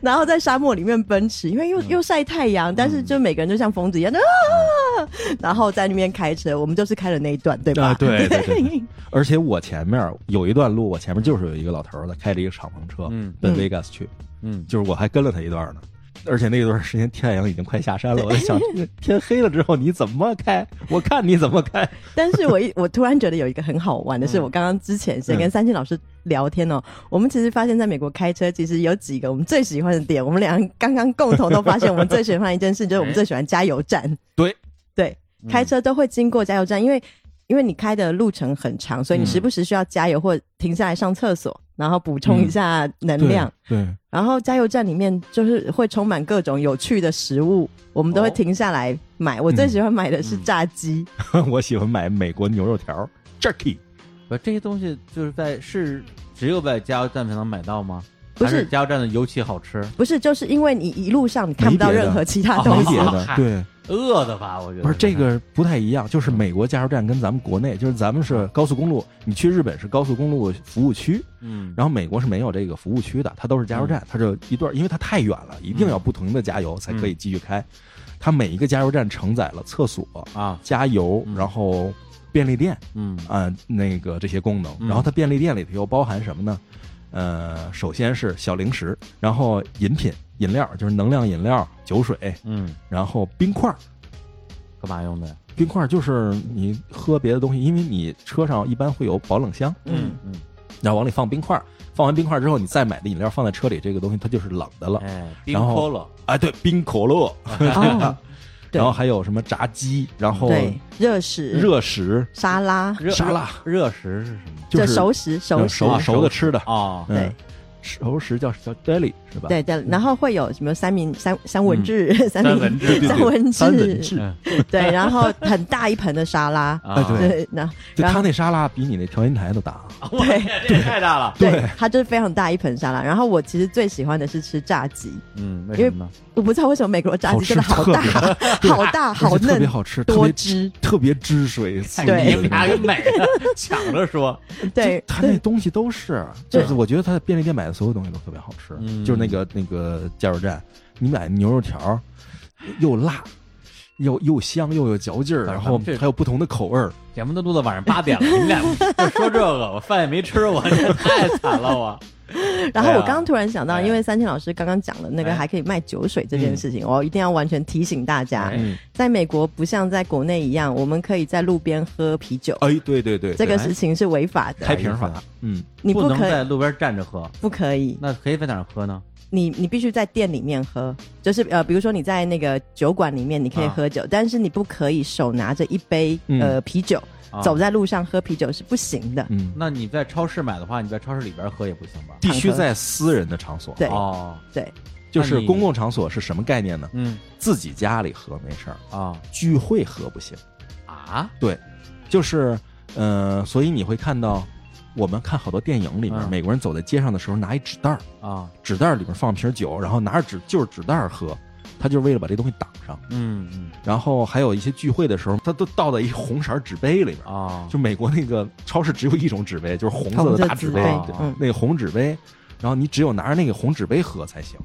Speaker 2: 然后在沙漠里面奔驰，因为
Speaker 1: 嗯
Speaker 2: 又又晒太阳，但是就每个人就像疯子一样的啊，然后在那边开车，我们就是开了那一段，对吧？
Speaker 3: 啊对对对 对而且我前面有一段路，我前面就是有一个老头儿的开着一个敞篷车
Speaker 1: 嗯
Speaker 3: 奔
Speaker 2: 嗯
Speaker 3: Vegas 去，
Speaker 1: 嗯，
Speaker 3: 就是我还跟了他一段呢。而且那段时间太阳已经快下山了，我在想， 这天黑了之后你怎么开？我看你怎么开。
Speaker 2: 但是我一 我突然觉得有一个很好玩的是，我刚刚之前先跟三千老师聊天哦，我们其实发现在美国开车，其实有几个我们最喜欢的点，我们俩刚刚共同都发现，我们最喜欢一件事就是我们最喜欢加油站。
Speaker 3: 对
Speaker 2: 对，
Speaker 1: 嗯
Speaker 2: 开车都会经过加油站，因为因为你开的路程很长，所以你时不时需要加油或停下来上厕所，然后补充一下能量。
Speaker 3: 对，
Speaker 2: 然后加油站里面就是会充满各种有趣的食物，我们都会
Speaker 1: 哦
Speaker 2: 停下来买。我最喜欢买的是
Speaker 1: 嗯
Speaker 2: 炸鸡。
Speaker 3: 对我喜欢买美国牛肉条儿 jerky，
Speaker 1: 不，这些东西就是在是只有在加油站才能买到吗？
Speaker 2: 不
Speaker 1: 还
Speaker 2: 是
Speaker 1: 加油站的油漆好吃，
Speaker 2: 不是，就是因为你一路上你看不到
Speaker 3: 没别的
Speaker 2: 任何其他
Speaker 1: 哦
Speaker 2: 东
Speaker 3: 没
Speaker 2: 西
Speaker 3: 别，的
Speaker 1: 啊，
Speaker 3: 对，
Speaker 1: 饿的吧？我觉得
Speaker 3: 不是这个不太一样，就是美国加油站跟咱们国内，就是咱们是高速公路，你去日本是高速公路服务区，
Speaker 1: 嗯，
Speaker 3: 然后美国是没有这个服务区的，它都是加油站，它就一段，因为它太远了，一定
Speaker 1: 嗯
Speaker 3: 要不同的加油才可以继续开。它每一个加油站承载了厕所、
Speaker 1: 啊，
Speaker 3: 加油
Speaker 1: 嗯，
Speaker 3: 然后便利店
Speaker 1: 嗯
Speaker 3: 啊、那个这些功能。
Speaker 1: 嗯
Speaker 3: 然后它便利店里头又包含什么呢？呃，首先是小零食，然后饮品、饮料，就是能量饮料、酒水，
Speaker 1: 嗯，
Speaker 3: 然后冰块儿。
Speaker 1: 干嘛用的呀？
Speaker 3: 冰块儿就是你喝别的东西，因为你车上一般会有保冷箱，
Speaker 2: 嗯，
Speaker 1: 嗯，
Speaker 3: 然后往里放冰块儿，放完冰块儿之后，你再买的饮料放在车里，这个东西它就是冷的了。
Speaker 1: 哎，
Speaker 5: 冰
Speaker 3: 然后
Speaker 5: 可乐，
Speaker 3: 哎，对，冰可乐，
Speaker 2: 哦，对
Speaker 3: 然后还有什么炸鸡，然后
Speaker 2: 对，热食、
Speaker 3: 哦热食，
Speaker 2: 沙拉，
Speaker 1: 热
Speaker 3: 沙拉
Speaker 1: 热食是什么？
Speaker 3: 就
Speaker 2: 这
Speaker 3: 是
Speaker 2: 熟食、熟
Speaker 3: 嗯
Speaker 2: 食，啊
Speaker 3: 熟熟的吃的，
Speaker 1: 哦，
Speaker 2: 对
Speaker 3: 嗯，熟食叫叫 deli 是吧？
Speaker 2: 对对，然后会有什么三明三三文治、
Speaker 3: 嗯
Speaker 5: 三
Speaker 2: 三明
Speaker 5: 文治，
Speaker 2: 三文
Speaker 3: 三文
Speaker 2: 治，
Speaker 3: 治，
Speaker 1: 嗯
Speaker 2: 对，然后很大一盆的 沙拉，
Speaker 1: 啊
Speaker 3: 哎对
Speaker 2: 对，那
Speaker 3: 就
Speaker 2: 然
Speaker 3: 他
Speaker 2: 后
Speaker 3: 那沙拉比你那调音台都大，啊
Speaker 1: 我天，啊这也太大了。
Speaker 2: 对
Speaker 3: 对，
Speaker 2: 它就是非常大一盆沙拉。然后我其实最喜欢的是吃炸鸡，
Speaker 1: 嗯，为
Speaker 2: 因为
Speaker 1: 什么呢？
Speaker 2: 我不知道为什么美国炸鸡真的好大
Speaker 3: 好吃，
Speaker 2: 好大，好
Speaker 3: 而且特别
Speaker 2: 嫩，
Speaker 3: 好吃，特
Speaker 2: 多
Speaker 3: 别
Speaker 2: 汁，
Speaker 3: 特别汁水，
Speaker 2: 对
Speaker 1: 哎你们俩跟美的抢着说，
Speaker 2: 哎对，
Speaker 3: 他那东西都是，
Speaker 2: 对
Speaker 3: 就是我觉得他在便利店买的所有东西都特别好吃，
Speaker 1: 嗯
Speaker 3: 就是那个那个加油站，你买牛肉条儿，又辣，又又香又有嚼劲儿，
Speaker 1: 反
Speaker 3: 然
Speaker 1: 正
Speaker 3: 后
Speaker 1: 这
Speaker 3: 还有不同的口味儿。
Speaker 1: 节目都录到晚上八点了，你们俩就说这个，我饭也没吃，我这太惨了，我。
Speaker 2: 然后
Speaker 1: 哎
Speaker 2: 我
Speaker 1: 呀
Speaker 2: 刚刚突然想到，
Speaker 1: 哎
Speaker 2: 因为三千老师刚刚讲的那个
Speaker 1: 哎
Speaker 2: 还可以卖酒水这件事情，我一定要完全提醒大家
Speaker 1: 哎，
Speaker 3: 嗯，
Speaker 2: 在美国不像在国内一样，我们可以在路边喝啤酒，
Speaker 3: 哎，对对对，
Speaker 2: 这个
Speaker 3: 对
Speaker 2: 事情是违法的，
Speaker 3: 开瓶法，嗯，
Speaker 2: 你
Speaker 1: 不能
Speaker 2: 可
Speaker 1: 在
Speaker 2: 以，
Speaker 1: 路边站着喝，
Speaker 2: 不可以，
Speaker 1: 那可以在哪儿喝呢？
Speaker 2: 你你必须在店里面喝，就是呃，比如说你在那个酒馆里面你可以
Speaker 1: 啊
Speaker 2: 喝酒，但是你不可以手拿着一杯
Speaker 3: 嗯
Speaker 2: 呃啤酒
Speaker 1: 啊
Speaker 2: 走在路上喝啤酒是不行的，
Speaker 3: 嗯，
Speaker 1: 那你在超市买的话，你在超市里边喝也不行吧？
Speaker 3: 必须在私人的场所，啊
Speaker 2: 对
Speaker 1: 哦，
Speaker 2: 对，
Speaker 3: 就是
Speaker 1: 那你
Speaker 3: 公共场所是什么概念呢？
Speaker 1: 嗯
Speaker 3: 自己家里喝没事儿，
Speaker 1: 啊
Speaker 3: 聚会喝不行。
Speaker 1: 啊，
Speaker 3: 就是，呃，所以你会看到，我们看好多电影里面，
Speaker 1: 嗯
Speaker 3: 美国人走在街上的时候拿一纸袋儿。
Speaker 1: 啊，
Speaker 3: 纸袋儿里面放瓶酒，然后拿着纸就是纸袋儿喝，他就是为了把这东西挡上。
Speaker 1: 嗯嗯
Speaker 3: 然后还有一些聚会的时候，他都倒在一红色儿纸杯里面。
Speaker 1: 啊，
Speaker 3: 就美国那个超市只有一种纸杯，就是红色
Speaker 2: 红
Speaker 3: 的
Speaker 2: 色
Speaker 3: 大
Speaker 2: 纸
Speaker 3: 纸
Speaker 2: 杯
Speaker 3: 杯，
Speaker 1: 对
Speaker 2: 嗯，
Speaker 3: 那个红纸杯，然后你只有拿着那个红纸杯喝才行。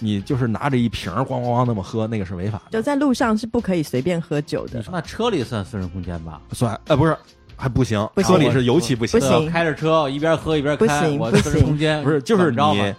Speaker 3: 你就是拿着一瓶儿咣咣咣那么喝，那个是违法
Speaker 2: 就
Speaker 3: 的。
Speaker 2: 在路上是不可以随便喝酒的
Speaker 1: 你，说那车里算私人空间吧？啊
Speaker 3: 算呃不是还不行，
Speaker 2: 不行
Speaker 3: 车里是尤其不行
Speaker 2: 不，
Speaker 1: 我
Speaker 2: 行
Speaker 1: 开着车一边喝一边
Speaker 2: 不
Speaker 1: 开，
Speaker 2: 行
Speaker 1: 我
Speaker 2: 不
Speaker 1: 私人
Speaker 2: 行
Speaker 1: 空间
Speaker 3: 不是就是
Speaker 1: 怎么着吧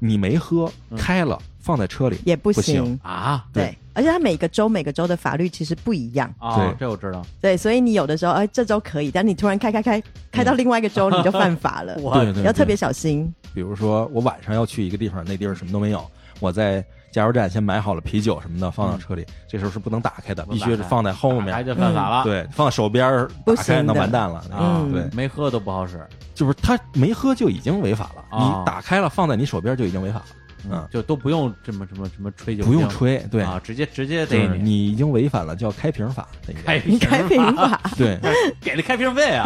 Speaker 3: 你你没喝开了放在车里，
Speaker 2: 也不
Speaker 3: 不行
Speaker 2: 行
Speaker 1: 啊
Speaker 2: 对，而且它每个州每个州的法律其实不一样，
Speaker 1: 啊
Speaker 3: 对，
Speaker 1: 这我知道，
Speaker 2: 对，所以你有的时候，哎，这周可以，但你突然开开开开到另外一个州，你就犯法 了，
Speaker 1: 我
Speaker 3: 嗯对对
Speaker 2: 要特
Speaker 3: 对
Speaker 2: 别小心。
Speaker 3: 比如说我晚上要去一个地方，那地儿什么都没有，我在加油站先买好了啤酒什么的，放到车里，这时候是不能打开的，
Speaker 1: 嗯不能
Speaker 3: 必
Speaker 1: 打啊
Speaker 3: 须是放在后
Speaker 1: 还
Speaker 3: 面。
Speaker 1: 就犯法了，
Speaker 3: 嗯对，放在手边儿
Speaker 2: 不
Speaker 3: 打
Speaker 2: 行的
Speaker 3: 开那完蛋了。
Speaker 1: 啊
Speaker 2: 嗯，
Speaker 3: 对，
Speaker 1: 没喝都不好使，
Speaker 3: 就是他没喝就已经违法了，
Speaker 1: 啊
Speaker 3: 你打开了放在你手边就已经违法了，嗯
Speaker 1: 就都不用这么什么什么吹酒精，
Speaker 3: 不用吹。对，
Speaker 1: 啊，直接直接
Speaker 3: 就
Speaker 1: 逮
Speaker 3: 是你已经违反了叫开瓶法那个。
Speaker 1: 开
Speaker 2: 你开瓶
Speaker 1: 法， 嗯
Speaker 2: 法，
Speaker 3: 对，
Speaker 1: 给了开瓶费啊，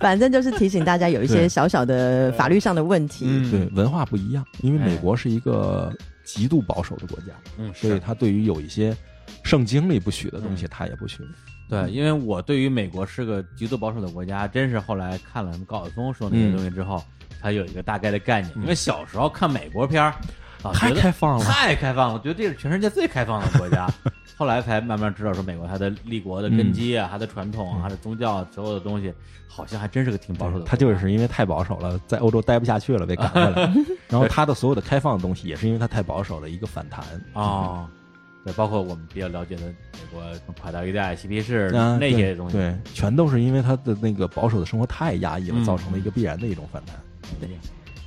Speaker 2: 反正就是提醒大家有一些
Speaker 3: 对
Speaker 2: 小小的法律上的问题。
Speaker 1: 嗯
Speaker 3: 对，文化不一样，因为
Speaker 1: 哎
Speaker 3: 美国是一个极度保守的国家，
Speaker 1: 嗯
Speaker 3: 所以
Speaker 1: 是。
Speaker 3: 他对于有一些圣经里不许的东西，
Speaker 1: 嗯
Speaker 3: 他也不许。
Speaker 1: 对，因为我对于美国是个极度保守的国家，真是后来看了什么高晓松说那些
Speaker 3: 嗯
Speaker 1: 东西之后，才有一个大概的概念。因为小时候看美国片儿，啊，
Speaker 3: 太
Speaker 1: 觉得
Speaker 3: 开放了
Speaker 1: 太开放了，觉得这是全世界最开放的国家。后来才慢慢知道，说美国它的立国的
Speaker 3: 嗯
Speaker 1: 根基啊，它的传统啊，它的宗教啊，所有的东西，好像还真是个挺保守的国家。
Speaker 3: 他就是因为太保守了，在欧洲待不下去了，被赶回 来。然后他的所有的开放的东西，也是因为他太保守了，一个反弹。嗯
Speaker 1: 哦， 对，包括我们比较了解的美国什么垮掉一代、嬉皮士、
Speaker 3: 啊
Speaker 1: 那些东西，
Speaker 3: 对，全都是因为他的那个保守的生活太压抑
Speaker 1: 嗯
Speaker 3: 了，造成了一个必然的一种反弹。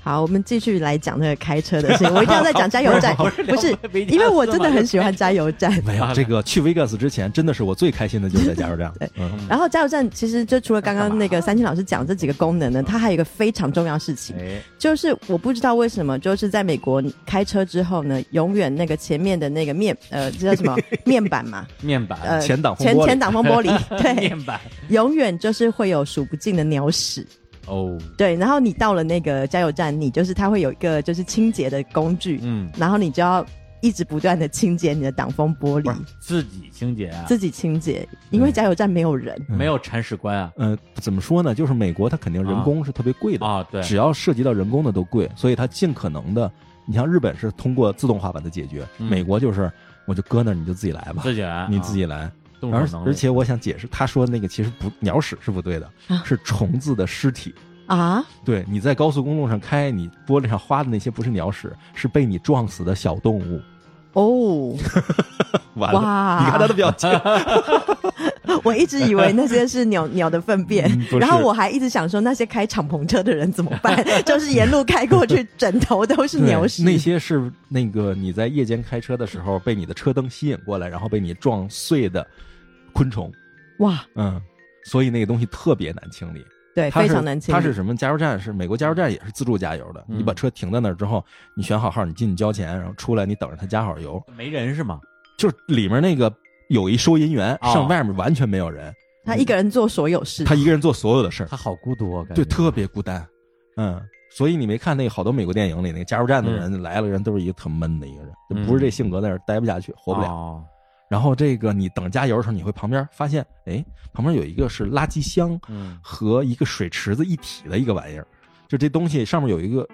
Speaker 2: 好，我们继续来讲那个开车的事情。我一定要再讲加油 站，
Speaker 1: 不是
Speaker 2: 不是
Speaker 1: 不是
Speaker 2: 因为我真的很喜欢加油站。
Speaker 3: 没有这个去 Vegas 之前，真的是我最开心的就是在加油站。嗯，
Speaker 2: 然后加油站其实就除了刚刚那个三清老师讲这几个功能呢，它还有一个非常重要的事情，
Speaker 1: 哎，
Speaker 2: 就是我不知道为什么，就是在美国你开车之后呢，永远那个前面的那个面呃这叫什 么面板嘛，
Speaker 1: 面板、
Speaker 2: 呃
Speaker 3: 前挡风
Speaker 2: 前
Speaker 3: 玻璃
Speaker 2: 前挡风玻璃，对，
Speaker 1: 面板，
Speaker 2: 永远就是会有数不尽的鸟屎。
Speaker 1: 哦，
Speaker 2: 对，然后你到了那个加油站，你就是它会有一个就是清洁的工具，
Speaker 1: 嗯，
Speaker 2: 然后你就要一直不断的清洁你的挡风玻
Speaker 1: 不
Speaker 2: 璃
Speaker 1: 是，自己清洁啊，
Speaker 2: 自己清洁，因为加油站没有人。
Speaker 3: 嗯
Speaker 1: 没有铲屎官啊，
Speaker 3: 呃，怎么说呢？就是美国它肯定人工是特别贵的，
Speaker 1: 啊，对，
Speaker 3: 只要涉及到人工的都贵，所以它尽可能的，你像日本是通过自动化把它解决，
Speaker 1: 嗯
Speaker 3: 美国就是我就搁那儿你就自己来吧，
Speaker 1: 自己来，
Speaker 3: 你自
Speaker 1: 啊
Speaker 3: 己来。
Speaker 1: 动
Speaker 3: 而
Speaker 1: 手能力，
Speaker 3: 而且我想解释，他说那个其实不鸟屎是不对的，
Speaker 2: 啊
Speaker 3: 是虫子的尸体。
Speaker 2: 啊，
Speaker 3: 对，你在高速公路上开，你玻璃上花的那些不是鸟屎，是被你撞死的小动物。
Speaker 2: 哦，
Speaker 3: 完了，
Speaker 2: 哇！
Speaker 3: 你看他 的表情，
Speaker 2: 我一直以为那些是鸟鸟的粪便
Speaker 3: 嗯不，是
Speaker 2: 然后我还一直想说那些开敞篷车的人怎么 办？就是沿路开过去，枕头都是
Speaker 3: 对
Speaker 2: 鸟屎。
Speaker 3: 那些是那个你在夜间开车的时候被你的车灯吸引过来，然后被你撞碎的昆虫。
Speaker 2: 哇，
Speaker 3: 嗯，所以那个东西特别难清理。
Speaker 2: 对，
Speaker 3: 它
Speaker 2: 哎非
Speaker 3: 是
Speaker 2: 常难清
Speaker 3: 它
Speaker 2: 理。
Speaker 3: 是什么？加油站是美国加油站也是自助加油的。
Speaker 1: 嗯
Speaker 3: 你把车停在那儿之后，你选好号，你进去交钱，然后出来你等着他加好油。
Speaker 1: 没人是吗？
Speaker 3: 就是里面那个有一收银员，
Speaker 1: 哦
Speaker 3: 上外面完全没有人，
Speaker 2: 他一个人做所有事，
Speaker 3: 他一个人做所有的事儿，
Speaker 1: 他好孤独啊，感觉
Speaker 3: 对，特别孤单。嗯，所以你没看那个好多美国电影里那个加油站的人来了，人都是一个特闷的一个人，
Speaker 1: 嗯
Speaker 3: 不是这性格在那儿待不下去，活不了。
Speaker 1: 哦
Speaker 3: 然后这个你等加油的时候，你会旁边发现，哎，旁边有一个是垃圾箱
Speaker 1: 嗯，
Speaker 3: 和一个水池子一体的一个玩意儿，就这东西上面有一个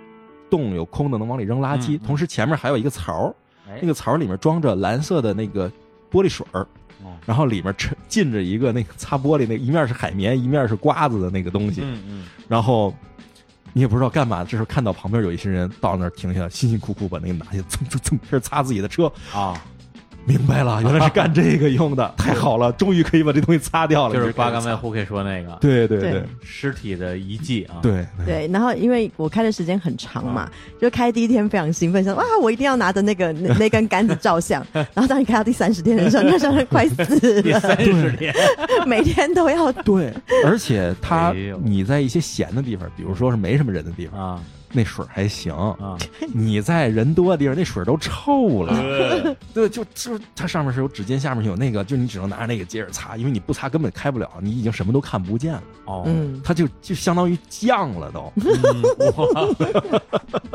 Speaker 3: 洞，有空的能往里扔垃圾，
Speaker 1: 嗯嗯
Speaker 3: 同时前面还有一个槽儿，
Speaker 1: 哎
Speaker 3: 那个槽儿里面装着蓝色的那个玻璃水儿
Speaker 1: 哦，
Speaker 3: 然后里面沉浸着一个那个擦玻璃那一面是海绵，一面是瓜子的那个东西，
Speaker 1: 嗯嗯，
Speaker 3: 然后你也不知道干嘛，这时候看到旁边有一些人到那儿停下来，辛辛苦苦把那个拿下，蹭蹭蹭开始擦自己的车，
Speaker 1: 啊，
Speaker 3: 明白了，原来是干这个用的，太好了，终于可以把这东西擦掉了，
Speaker 1: 就是
Speaker 3: 你开
Speaker 1: 八
Speaker 3: 始
Speaker 1: 刚才
Speaker 3: 擦，
Speaker 1: 胡 K 说那个
Speaker 3: 对对
Speaker 2: 对
Speaker 3: 对
Speaker 1: 尸体的遗迹啊，，
Speaker 3: 对
Speaker 2: 对，然后因为我开的时间很长嘛，就开第一天非常兴奋，想哇，我一定要拿着那个那那根杆子 照相。然后当你开到第三十天的时候，那时候快死
Speaker 1: 第
Speaker 2: 了，
Speaker 1: 三十天，
Speaker 2: 每天都要
Speaker 3: 对，而且它
Speaker 1: 哎呦
Speaker 3: 你在一些闲的地方，比如说是没什么人的地方，
Speaker 1: 啊
Speaker 3: 那水儿还行；
Speaker 1: 啊，
Speaker 3: 你在人多的地方，那水儿都臭了。对，就就是它上面是有纸巾，下面是有那个，就你只能拿着那个接着擦，因为你不擦根本开不了，你已经什么都看不见了，
Speaker 1: 哦，
Speaker 2: 嗯，
Speaker 3: 它就就相当于降了 都。
Speaker 1: 嗯哇，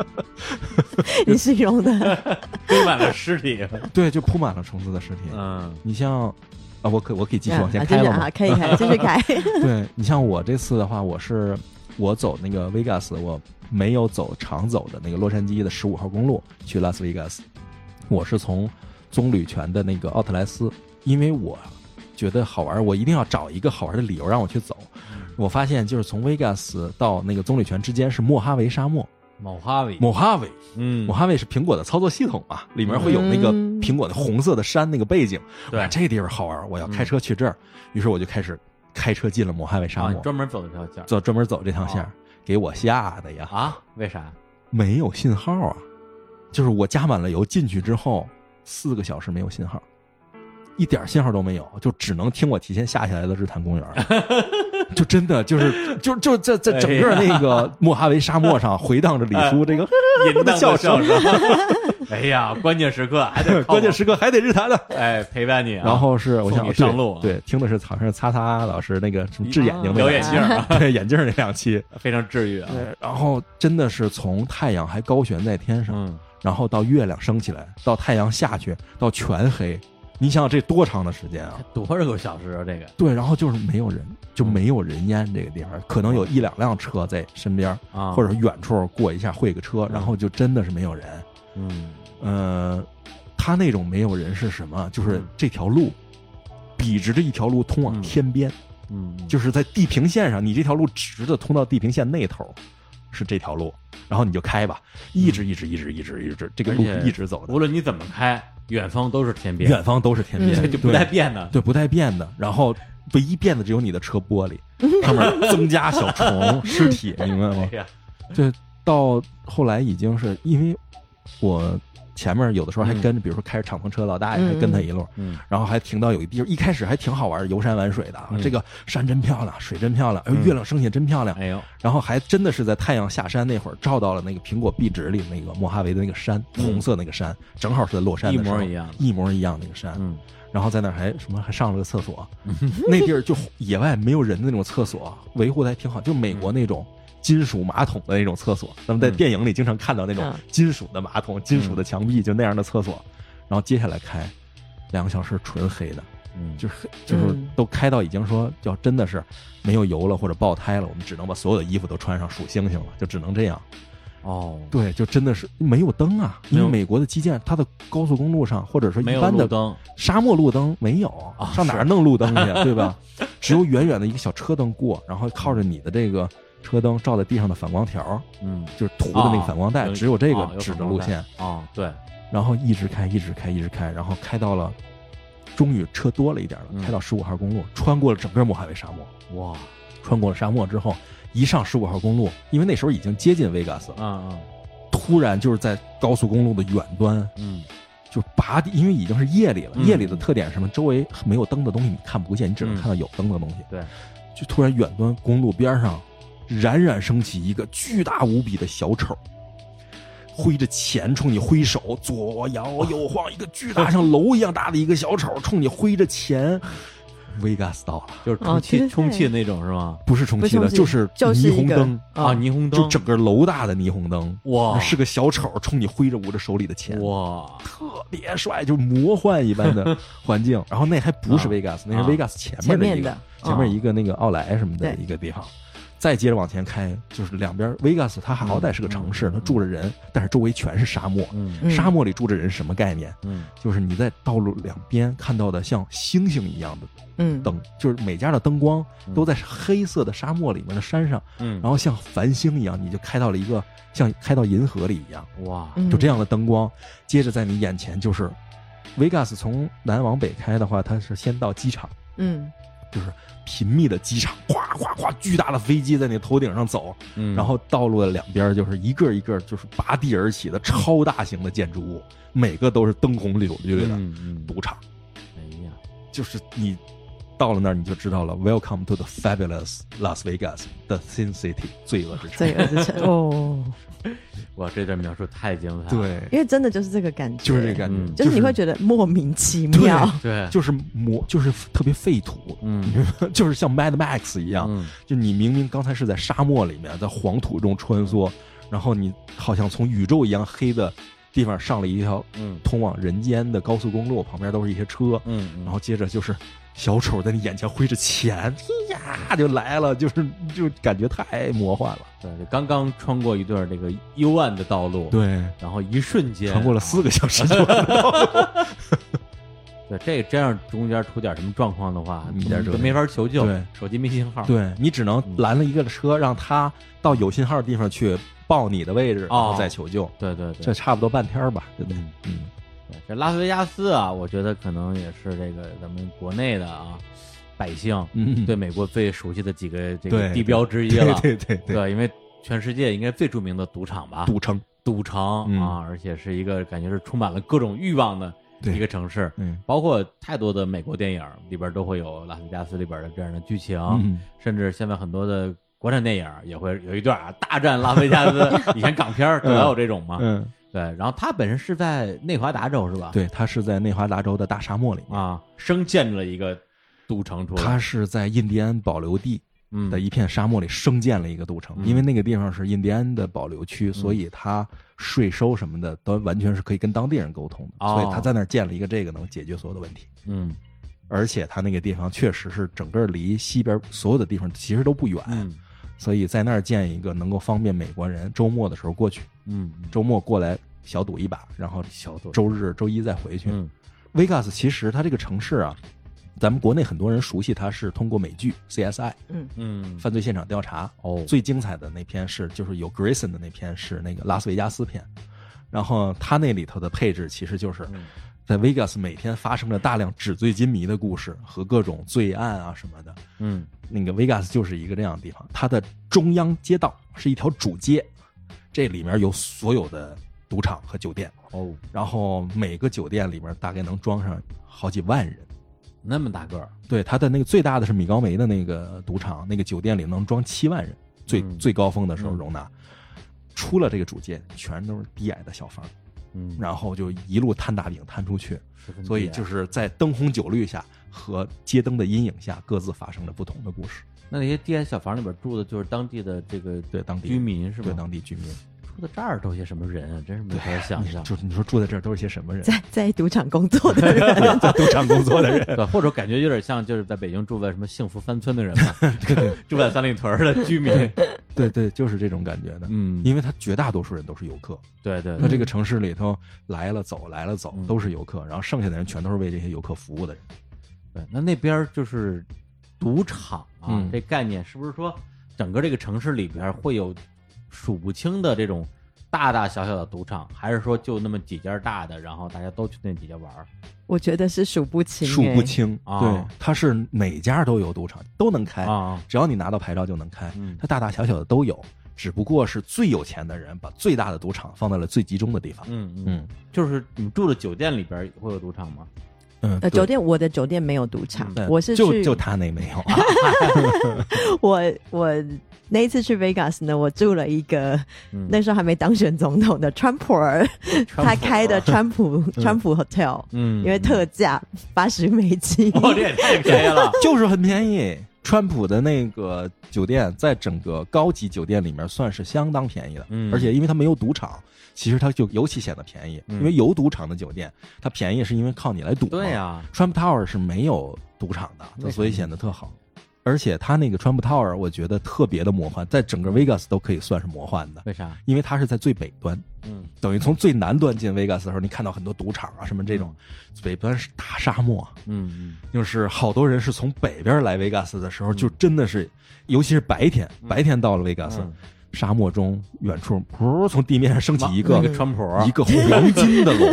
Speaker 2: 你形容的
Speaker 1: 堆满了尸体，
Speaker 3: 对，就铺满了虫子的尸体。
Speaker 1: 嗯，
Speaker 3: 你像啊，我可我可以继续往前
Speaker 2: 啊
Speaker 3: 开
Speaker 2: 继续
Speaker 3: 了吗
Speaker 2: 啊，？可以开，继续开。
Speaker 3: 对你像我这次的话，我是我走那个 Vegas，我没有走常走的那个洛杉矶的十五号公路去拉斯维加斯，我是从棕榈泉的那个奥特莱斯，因为我觉得好玩，我一定要找一个好玩的理由让我去走。
Speaker 1: 嗯
Speaker 3: 我发现就是从 Vegas 到那个棕榈泉之间是莫哈维沙漠，
Speaker 1: 某哈维，
Speaker 3: 莫哈维，
Speaker 1: 嗯
Speaker 3: 莫，哈维是苹果的操作系统嘛，里面会有那个
Speaker 2: 嗯
Speaker 3: 苹果的红色的山那个背景，
Speaker 1: 对嗯
Speaker 3: 哇这地方好玩，我要开车去这儿，于是我就开始开车进了莫哈维沙
Speaker 1: 啊，
Speaker 3: 漠
Speaker 1: 你，专门走这条线儿
Speaker 3: 走专门走这趟
Speaker 1: 哦
Speaker 3: 线儿，给我吓的呀，
Speaker 1: 啊？为啥？
Speaker 3: 没有信号啊！就是我加满了油进去之后，四个小时没有信号，一点信号都没有，就只能听我提前下下来的日坛公园儿。 就真的就是就就在
Speaker 1: 哎
Speaker 3: 在整个那个莫哈维沙漠上回荡着李叔这个
Speaker 1: 淫荡的
Speaker 3: 笑
Speaker 1: 笑
Speaker 3: 声
Speaker 1: 声。 哎呀，关键时刻还得靠我
Speaker 3: 关键时刻还得日坛的，
Speaker 1: 哎陪伴你啊，
Speaker 3: 然后是我
Speaker 1: 送
Speaker 3: 想
Speaker 1: 你上路啊
Speaker 3: 对对听的是好像是擦擦老师那个什么治眼睛那
Speaker 1: 聊
Speaker 3: 两
Speaker 1: 眼
Speaker 3: 期
Speaker 1: 镜儿啊，
Speaker 3: 对眼镜儿那两期，
Speaker 1: 非常治愈啊。
Speaker 3: 对，然后真的是从太阳还高悬在天上，
Speaker 1: 嗯，
Speaker 3: 然后到月亮升起来，到太阳下去，到全黑，你想想这多长的时间啊？
Speaker 1: 多少个小时啊？这个
Speaker 3: 对，然后就是没有人，就没有人烟这个地方，可能有一两辆车在身边，
Speaker 1: 啊，
Speaker 3: 或者远处过一下会个车，然后就真的是没有人。
Speaker 1: 嗯，
Speaker 3: 呃，他那种没有人是什么？就是这条路，笔直着一条路通往
Speaker 1: 嗯
Speaker 3: 天边，
Speaker 1: 嗯，
Speaker 3: 就是在地平线上，你这条路直的通到地平线那头，是这条路，然后你就开吧，一直一直一直一直一直，这个路
Speaker 1: 而且
Speaker 3: 一直走的
Speaker 1: 嗯无，论你怎么开，远方都是天边，
Speaker 3: 远方都是天边，
Speaker 2: 嗯
Speaker 1: 就不
Speaker 3: 对
Speaker 1: 带变的。
Speaker 3: 对不带变的，然后唯一变的只有你的车玻璃上面增加小虫、尸体，明白 吗
Speaker 1: 哎？呀，
Speaker 3: 对，到后来已经是因为我。前面有的时候还跟着，比如说开着敞篷车，老大爷还跟他一路，
Speaker 1: 嗯，
Speaker 3: 然后还停到有一地儿，一开始还挺好玩的，游山玩水的啊，
Speaker 1: 嗯
Speaker 3: 这个山真漂亮，水真漂亮，哎呦，
Speaker 1: 嗯
Speaker 3: 月亮升起来真漂亮，
Speaker 1: 哎呦，
Speaker 3: 然后还真的是在太阳下山那会儿照到了那个苹果壁纸里那个莫哈维的那个山，
Speaker 1: 嗯
Speaker 3: 红色那个山，正好是在落山
Speaker 1: 一
Speaker 3: 的时候
Speaker 1: 模一样的
Speaker 3: 一模一样那个山。
Speaker 1: 嗯，
Speaker 3: 然后在那儿还什么还上了个厕所，那地儿就野外没有人的那种厕所，维护的还挺好，就美国那种金属马桶的那种厕所。咱们在电影里经常看到那种
Speaker 2: 嗯
Speaker 3: 金属的马桶、金属的墙壁，就那样的厕所。然后接下来开两个小时纯黑的，
Speaker 1: 嗯
Speaker 3: 就是黑就是
Speaker 2: 嗯
Speaker 3: 都开到已经说要真的是没有油了或者爆胎了，我们只能把所有的衣服都穿上数星星了，就只能这样。
Speaker 1: 哦，
Speaker 3: 对，就真的是没有灯啊，因为美国的基建，它的高速公路上或者说一
Speaker 1: 没有
Speaker 3: 般
Speaker 1: 路
Speaker 3: 的
Speaker 1: 灯，
Speaker 3: 沙漠路灯没有，
Speaker 1: 啊
Speaker 3: 上哪儿弄路灯去，对 吧？只有远远的一个小车灯过，然后靠着你的这个车灯照在地上的反光条，
Speaker 1: 嗯，
Speaker 3: 就是涂的那个反光带，
Speaker 1: 啊
Speaker 3: 只有这
Speaker 1: 啊
Speaker 3: 个
Speaker 1: 有
Speaker 3: 指
Speaker 1: 反
Speaker 3: 的
Speaker 1: 光
Speaker 3: 路
Speaker 1: 带
Speaker 3: 线，
Speaker 1: 哦，对，
Speaker 3: 然后一直开，一直开，一直开，然后开到了，终于车多了一点
Speaker 1: 嗯
Speaker 3: 了，开到十五号公路，穿过了整个莫海维沙漠，
Speaker 1: 哇，
Speaker 3: 穿过了沙漠之后，一上十五号公路，因为那时候已经接近维加斯了，
Speaker 1: 嗯嗯
Speaker 3: 突然就是在高速公路的远端，
Speaker 1: 嗯，
Speaker 3: 就拔地，因为已经是夜里了。
Speaker 1: 嗯
Speaker 3: 夜里的特点是什么？周围没有灯的东西你看不见，你只能
Speaker 1: 嗯
Speaker 3: 看到有灯的东西。
Speaker 1: 对，
Speaker 3: 就突然远端公路边上冉冉升起一个巨大无比的小丑，挥着钱冲你挥手，左摇右晃，一个巨大像楼一样大的一个小丑冲你挥着钱。维加斯到了，
Speaker 1: 就是
Speaker 2: 哦
Speaker 1: 充
Speaker 2: 其
Speaker 1: 气
Speaker 2: 实
Speaker 1: 充
Speaker 2: 在
Speaker 1: 气那种是吗？
Speaker 3: 不是充气的，
Speaker 2: 不是充
Speaker 3: 是
Speaker 2: 气就是
Speaker 3: 霓
Speaker 2: 一
Speaker 3: 虹
Speaker 2: 个
Speaker 3: 灯，
Speaker 2: 哦
Speaker 1: 啊，霓虹灯，哦
Speaker 3: 就整个楼大的霓虹灯。
Speaker 1: 哇
Speaker 3: 是个小丑冲你挥着捂着手里的钱，
Speaker 1: 哇，
Speaker 3: 特别帅，就是魔幻一般 的环境。然后那还不是 Vegas，、那
Speaker 1: 啊
Speaker 3: 是 Vegas 前面
Speaker 2: 前
Speaker 3: 的
Speaker 2: 面
Speaker 3: 一个
Speaker 2: 的啊
Speaker 3: 前面一个那个奥莱什么的
Speaker 2: 对
Speaker 3: 一个地方。再接着往前开，就是两边 Vegas，它好歹是个城市，它住着人，但是周围全是沙漠。
Speaker 1: 嗯
Speaker 2: 嗯
Speaker 3: 沙漠里住着人什么概念？
Speaker 1: 嗯
Speaker 3: 就是你在道路两边看到的像星星一样的
Speaker 2: 嗯，
Speaker 3: 灯，就是每家的灯光
Speaker 1: 嗯
Speaker 3: 都在黑色的沙漠里面的山上，
Speaker 1: 嗯，
Speaker 3: 然后像繁星一样，你就开到了一个像开到银河里一样。
Speaker 1: 哇，
Speaker 2: 嗯
Speaker 3: 就这样的灯光，接着在你眼前就是维加斯从南往北开的话，它是先到机场，
Speaker 2: 嗯，
Speaker 3: 就是频密的机场，哗哗哗，巨大的飞机在你头顶上走，
Speaker 1: 嗯，
Speaker 3: 然后道路的两边就是一个一个就是拔地而起的超大型的建筑物，每个都是灯红柳绿的
Speaker 1: 嗯嗯，
Speaker 3: 赌场，
Speaker 1: 哎呀，
Speaker 3: 就是你。到了那儿你就知道了，Welcome to the fabulous Las Vegas，the Sin City，罪恶之城。
Speaker 2: 罪恶之 城哦，
Speaker 1: 哇，这段描述太精彩了，
Speaker 3: 对，
Speaker 2: 因为真的就是这个感觉，
Speaker 3: 就是这个，感
Speaker 1: 嗯
Speaker 3: 觉，
Speaker 2: 就是你会觉得莫名其
Speaker 3: 对
Speaker 2: 妙，
Speaker 1: 对，
Speaker 3: 就是魔，就是特别废土，
Speaker 1: 嗯
Speaker 3: 就是像 Mad Max 一样，
Speaker 1: 嗯
Speaker 3: 就你明明刚才是在沙漠里面，在黄土中穿梭，然后你好像从宇宙一样黑的地方上了一条
Speaker 1: 嗯
Speaker 3: 通往人间的高速公路，旁边都是一些车，
Speaker 1: 嗯，
Speaker 3: 然后接着就是小丑在你眼前挥着钱，嘿呀就来了，就是就感觉太魔幻了。
Speaker 1: 对，就刚刚穿过一段这个幽暗的道路，，
Speaker 3: 对，
Speaker 1: 然后一瞬间
Speaker 3: 穿过了四个小时，
Speaker 1: 对，这这样中间出点什么状况的话，
Speaker 3: 一点
Speaker 1: 都
Speaker 3: 辙
Speaker 1: 没法求救，
Speaker 3: 嗯对，
Speaker 1: 手机没信号，，
Speaker 3: 对你只能拦了一个车，让他到有信号的地方去报你的位置，然后再求救。
Speaker 1: 对对
Speaker 3: 这
Speaker 1: 对，
Speaker 3: 差不多半天儿吧，对不对？
Speaker 1: 嗯
Speaker 3: 嗯。
Speaker 1: 对这拉斯维加斯啊，我觉得可能也是这个咱们国内的啊百姓
Speaker 3: 嗯，
Speaker 1: 对美国最熟悉的几个这
Speaker 3: 对
Speaker 1: 个
Speaker 3: 对
Speaker 1: 地标之一了，
Speaker 3: 对对对，
Speaker 1: 对，因为全世界应该最著名的赌场吧，
Speaker 3: 赌城，
Speaker 1: 赌城
Speaker 3: 嗯
Speaker 1: 啊，而且是一个感觉是充满了各种欲望的
Speaker 3: 对
Speaker 1: 一个城市，
Speaker 3: 嗯
Speaker 1: 包括太多的美国电影里边都会有拉斯维加斯里边的这样的剧情，
Speaker 3: 嗯
Speaker 1: 甚至现在很多的国产电影也会有一段啊大战拉斯维加斯， 以前港片儿都老有这种嘛，
Speaker 3: 嗯，
Speaker 1: 对。然后它本身是在内华达州是吧？
Speaker 3: 对，它是在内华达州的大沙漠里面，
Speaker 1: 啊，生建了一个赌城出来，
Speaker 3: 它是在印第安保留地
Speaker 1: 嗯
Speaker 3: 的一片沙漠里生建了一个赌城，
Speaker 1: 嗯
Speaker 3: 因为那个地方是印第安的保留区，所以它税收什么的都完全是可以跟当地人沟通的，
Speaker 1: 哦
Speaker 3: 所以他在那儿建了一个这个能解决所有的问题。
Speaker 1: 嗯
Speaker 3: 而且它那个地方确实是整个离西边所有的地方其实都不远，
Speaker 1: 嗯
Speaker 3: 所以在那儿建一个能够方便美国人周末的时候过去，
Speaker 1: 嗯
Speaker 3: 周末过来小赌一把，然后
Speaker 1: 小赌
Speaker 3: 周日、周一再回去。
Speaker 1: 嗯
Speaker 3: 维加斯其实它这个城市啊，咱们国内很多人熟悉它是通过美剧 CSI
Speaker 1: 嗯
Speaker 3: 犯罪现场调查
Speaker 1: 哦
Speaker 3: 最精彩的那篇是就是有 Grayson 的那篇是那个拉斯维加斯篇，然后它那里头的配置其实就是
Speaker 1: 嗯
Speaker 3: 在 Vegas 每天发生着大量纸醉金迷的故事和各种罪案啊什么的。
Speaker 1: 嗯
Speaker 3: 那个 Vegas 就是一个这样的地方，它的中央街道是一条主街，这里面有所有的赌场和酒店，
Speaker 1: 哦，
Speaker 3: 然后每个酒店里面大概能装上好几万人。
Speaker 1: 那么大个儿，
Speaker 3: 对，它的那个最大的是米高梅的那个赌场，那个酒店里能装七万人，最、
Speaker 1: 嗯
Speaker 3: 最高峰的时候
Speaker 1: 嗯
Speaker 3: 容纳。出了这个主街，全都是低矮的小房，
Speaker 1: 嗯，
Speaker 3: 然后就一路摊大饼摊出去，
Speaker 1: 十分
Speaker 3: 所以
Speaker 1: 地啊
Speaker 3: 就是在灯红酒绿下和街灯的阴影下，各自发生着不同的故事。
Speaker 1: 那那些低矮小房里边住的就是当地的这个
Speaker 3: 对当地
Speaker 1: 居民是
Speaker 3: 对
Speaker 1: 吧？
Speaker 3: 当地居民。
Speaker 1: 住的这儿都些什么人啊？真是没法想
Speaker 3: 你
Speaker 1: 象。
Speaker 3: 就是你说住在这儿都是些什么人？
Speaker 2: 在 在赌场工作的人，
Speaker 3: 在赌场工作的 人，
Speaker 1: 对，或者感觉有点像就是在北京住在什么幸福山村的人 嘛，住在三里屯儿的居民。
Speaker 3: 对对，就是这种感觉的。
Speaker 1: 嗯，
Speaker 3: 因为他绝大多数人都是游客，
Speaker 1: 对对
Speaker 3: 那
Speaker 1: 对
Speaker 3: 这
Speaker 2: 嗯
Speaker 3: 个城市里头来了走来了走
Speaker 1: 嗯
Speaker 3: 都是游客，然后剩下的人全都是为这些游客服务的人。
Speaker 1: 对，那那边儿就是赌场啊，
Speaker 3: 嗯
Speaker 1: 这概念是不是说整个这个城市里边儿会有数不清的这种大大小小的赌场，还是说就那么几家大的，然后大家都去那几家玩儿？
Speaker 2: 我觉得是数不清、欸
Speaker 3: 数不。清，
Speaker 1: 啊
Speaker 3: 对，它是哪家都有赌场，都能开，
Speaker 1: 啊，
Speaker 3: 只要你拿到牌照就能开
Speaker 1: 嗯，
Speaker 3: 它大大小小的都有，只不过是最有钱的人把最大的赌场放在了最集中的地方。
Speaker 1: 嗯嗯，
Speaker 3: 嗯
Speaker 1: 就是你住的酒店里边儿会有赌场吗？
Speaker 3: 嗯
Speaker 2: 呃，
Speaker 3: 对
Speaker 2: 酒店我的酒店没有赌场，
Speaker 3: 对
Speaker 2: 我是
Speaker 3: 就
Speaker 2: 去
Speaker 3: 就他那没有，啊
Speaker 2: 我我那一次去 Vegas 呢，我住了一个、
Speaker 1: 嗯
Speaker 2: 那时候还没当选总统的川普儿，他开
Speaker 3: 啊
Speaker 2: 的川普川普 Hotel，、
Speaker 1: 嗯，
Speaker 2: 因为特价八十美金，
Speaker 1: 哦，这也太便宜 了，
Speaker 3: 就是很便宜。川普的那个酒店在整个高级酒店里面算是相当便宜的，
Speaker 1: 嗯
Speaker 3: 而且因为它没有赌场，其实它就尤其显得便宜。
Speaker 1: 嗯
Speaker 3: 因为有赌场的酒店，它便宜是因为靠你来赌嘛。
Speaker 1: 对呀、
Speaker 3: 川普 Tower 是没有赌场的，
Speaker 1: 为
Speaker 3: 所以显得特好。而且它那个川普 Tower，我觉得特别的魔幻，在整个 Vegas 都可以算是魔幻的，
Speaker 1: 为啥？
Speaker 3: 因为它是在最北端，
Speaker 1: 嗯，
Speaker 3: 等于从最南端进 Vegas 的时候，你看到很多赌场啊什么这种，北端是大沙漠，
Speaker 1: 嗯嗯，
Speaker 3: 就是好多人是从北边来 Vegas 的时候，就真的是，尤其是白天，白天到了 Vegas，、
Speaker 1: 嗯
Speaker 3: 沙漠中远处噗从地面上升起一
Speaker 1: 一
Speaker 3: 个
Speaker 1: 个啊川普儿，
Speaker 3: 一个黄金的 龙，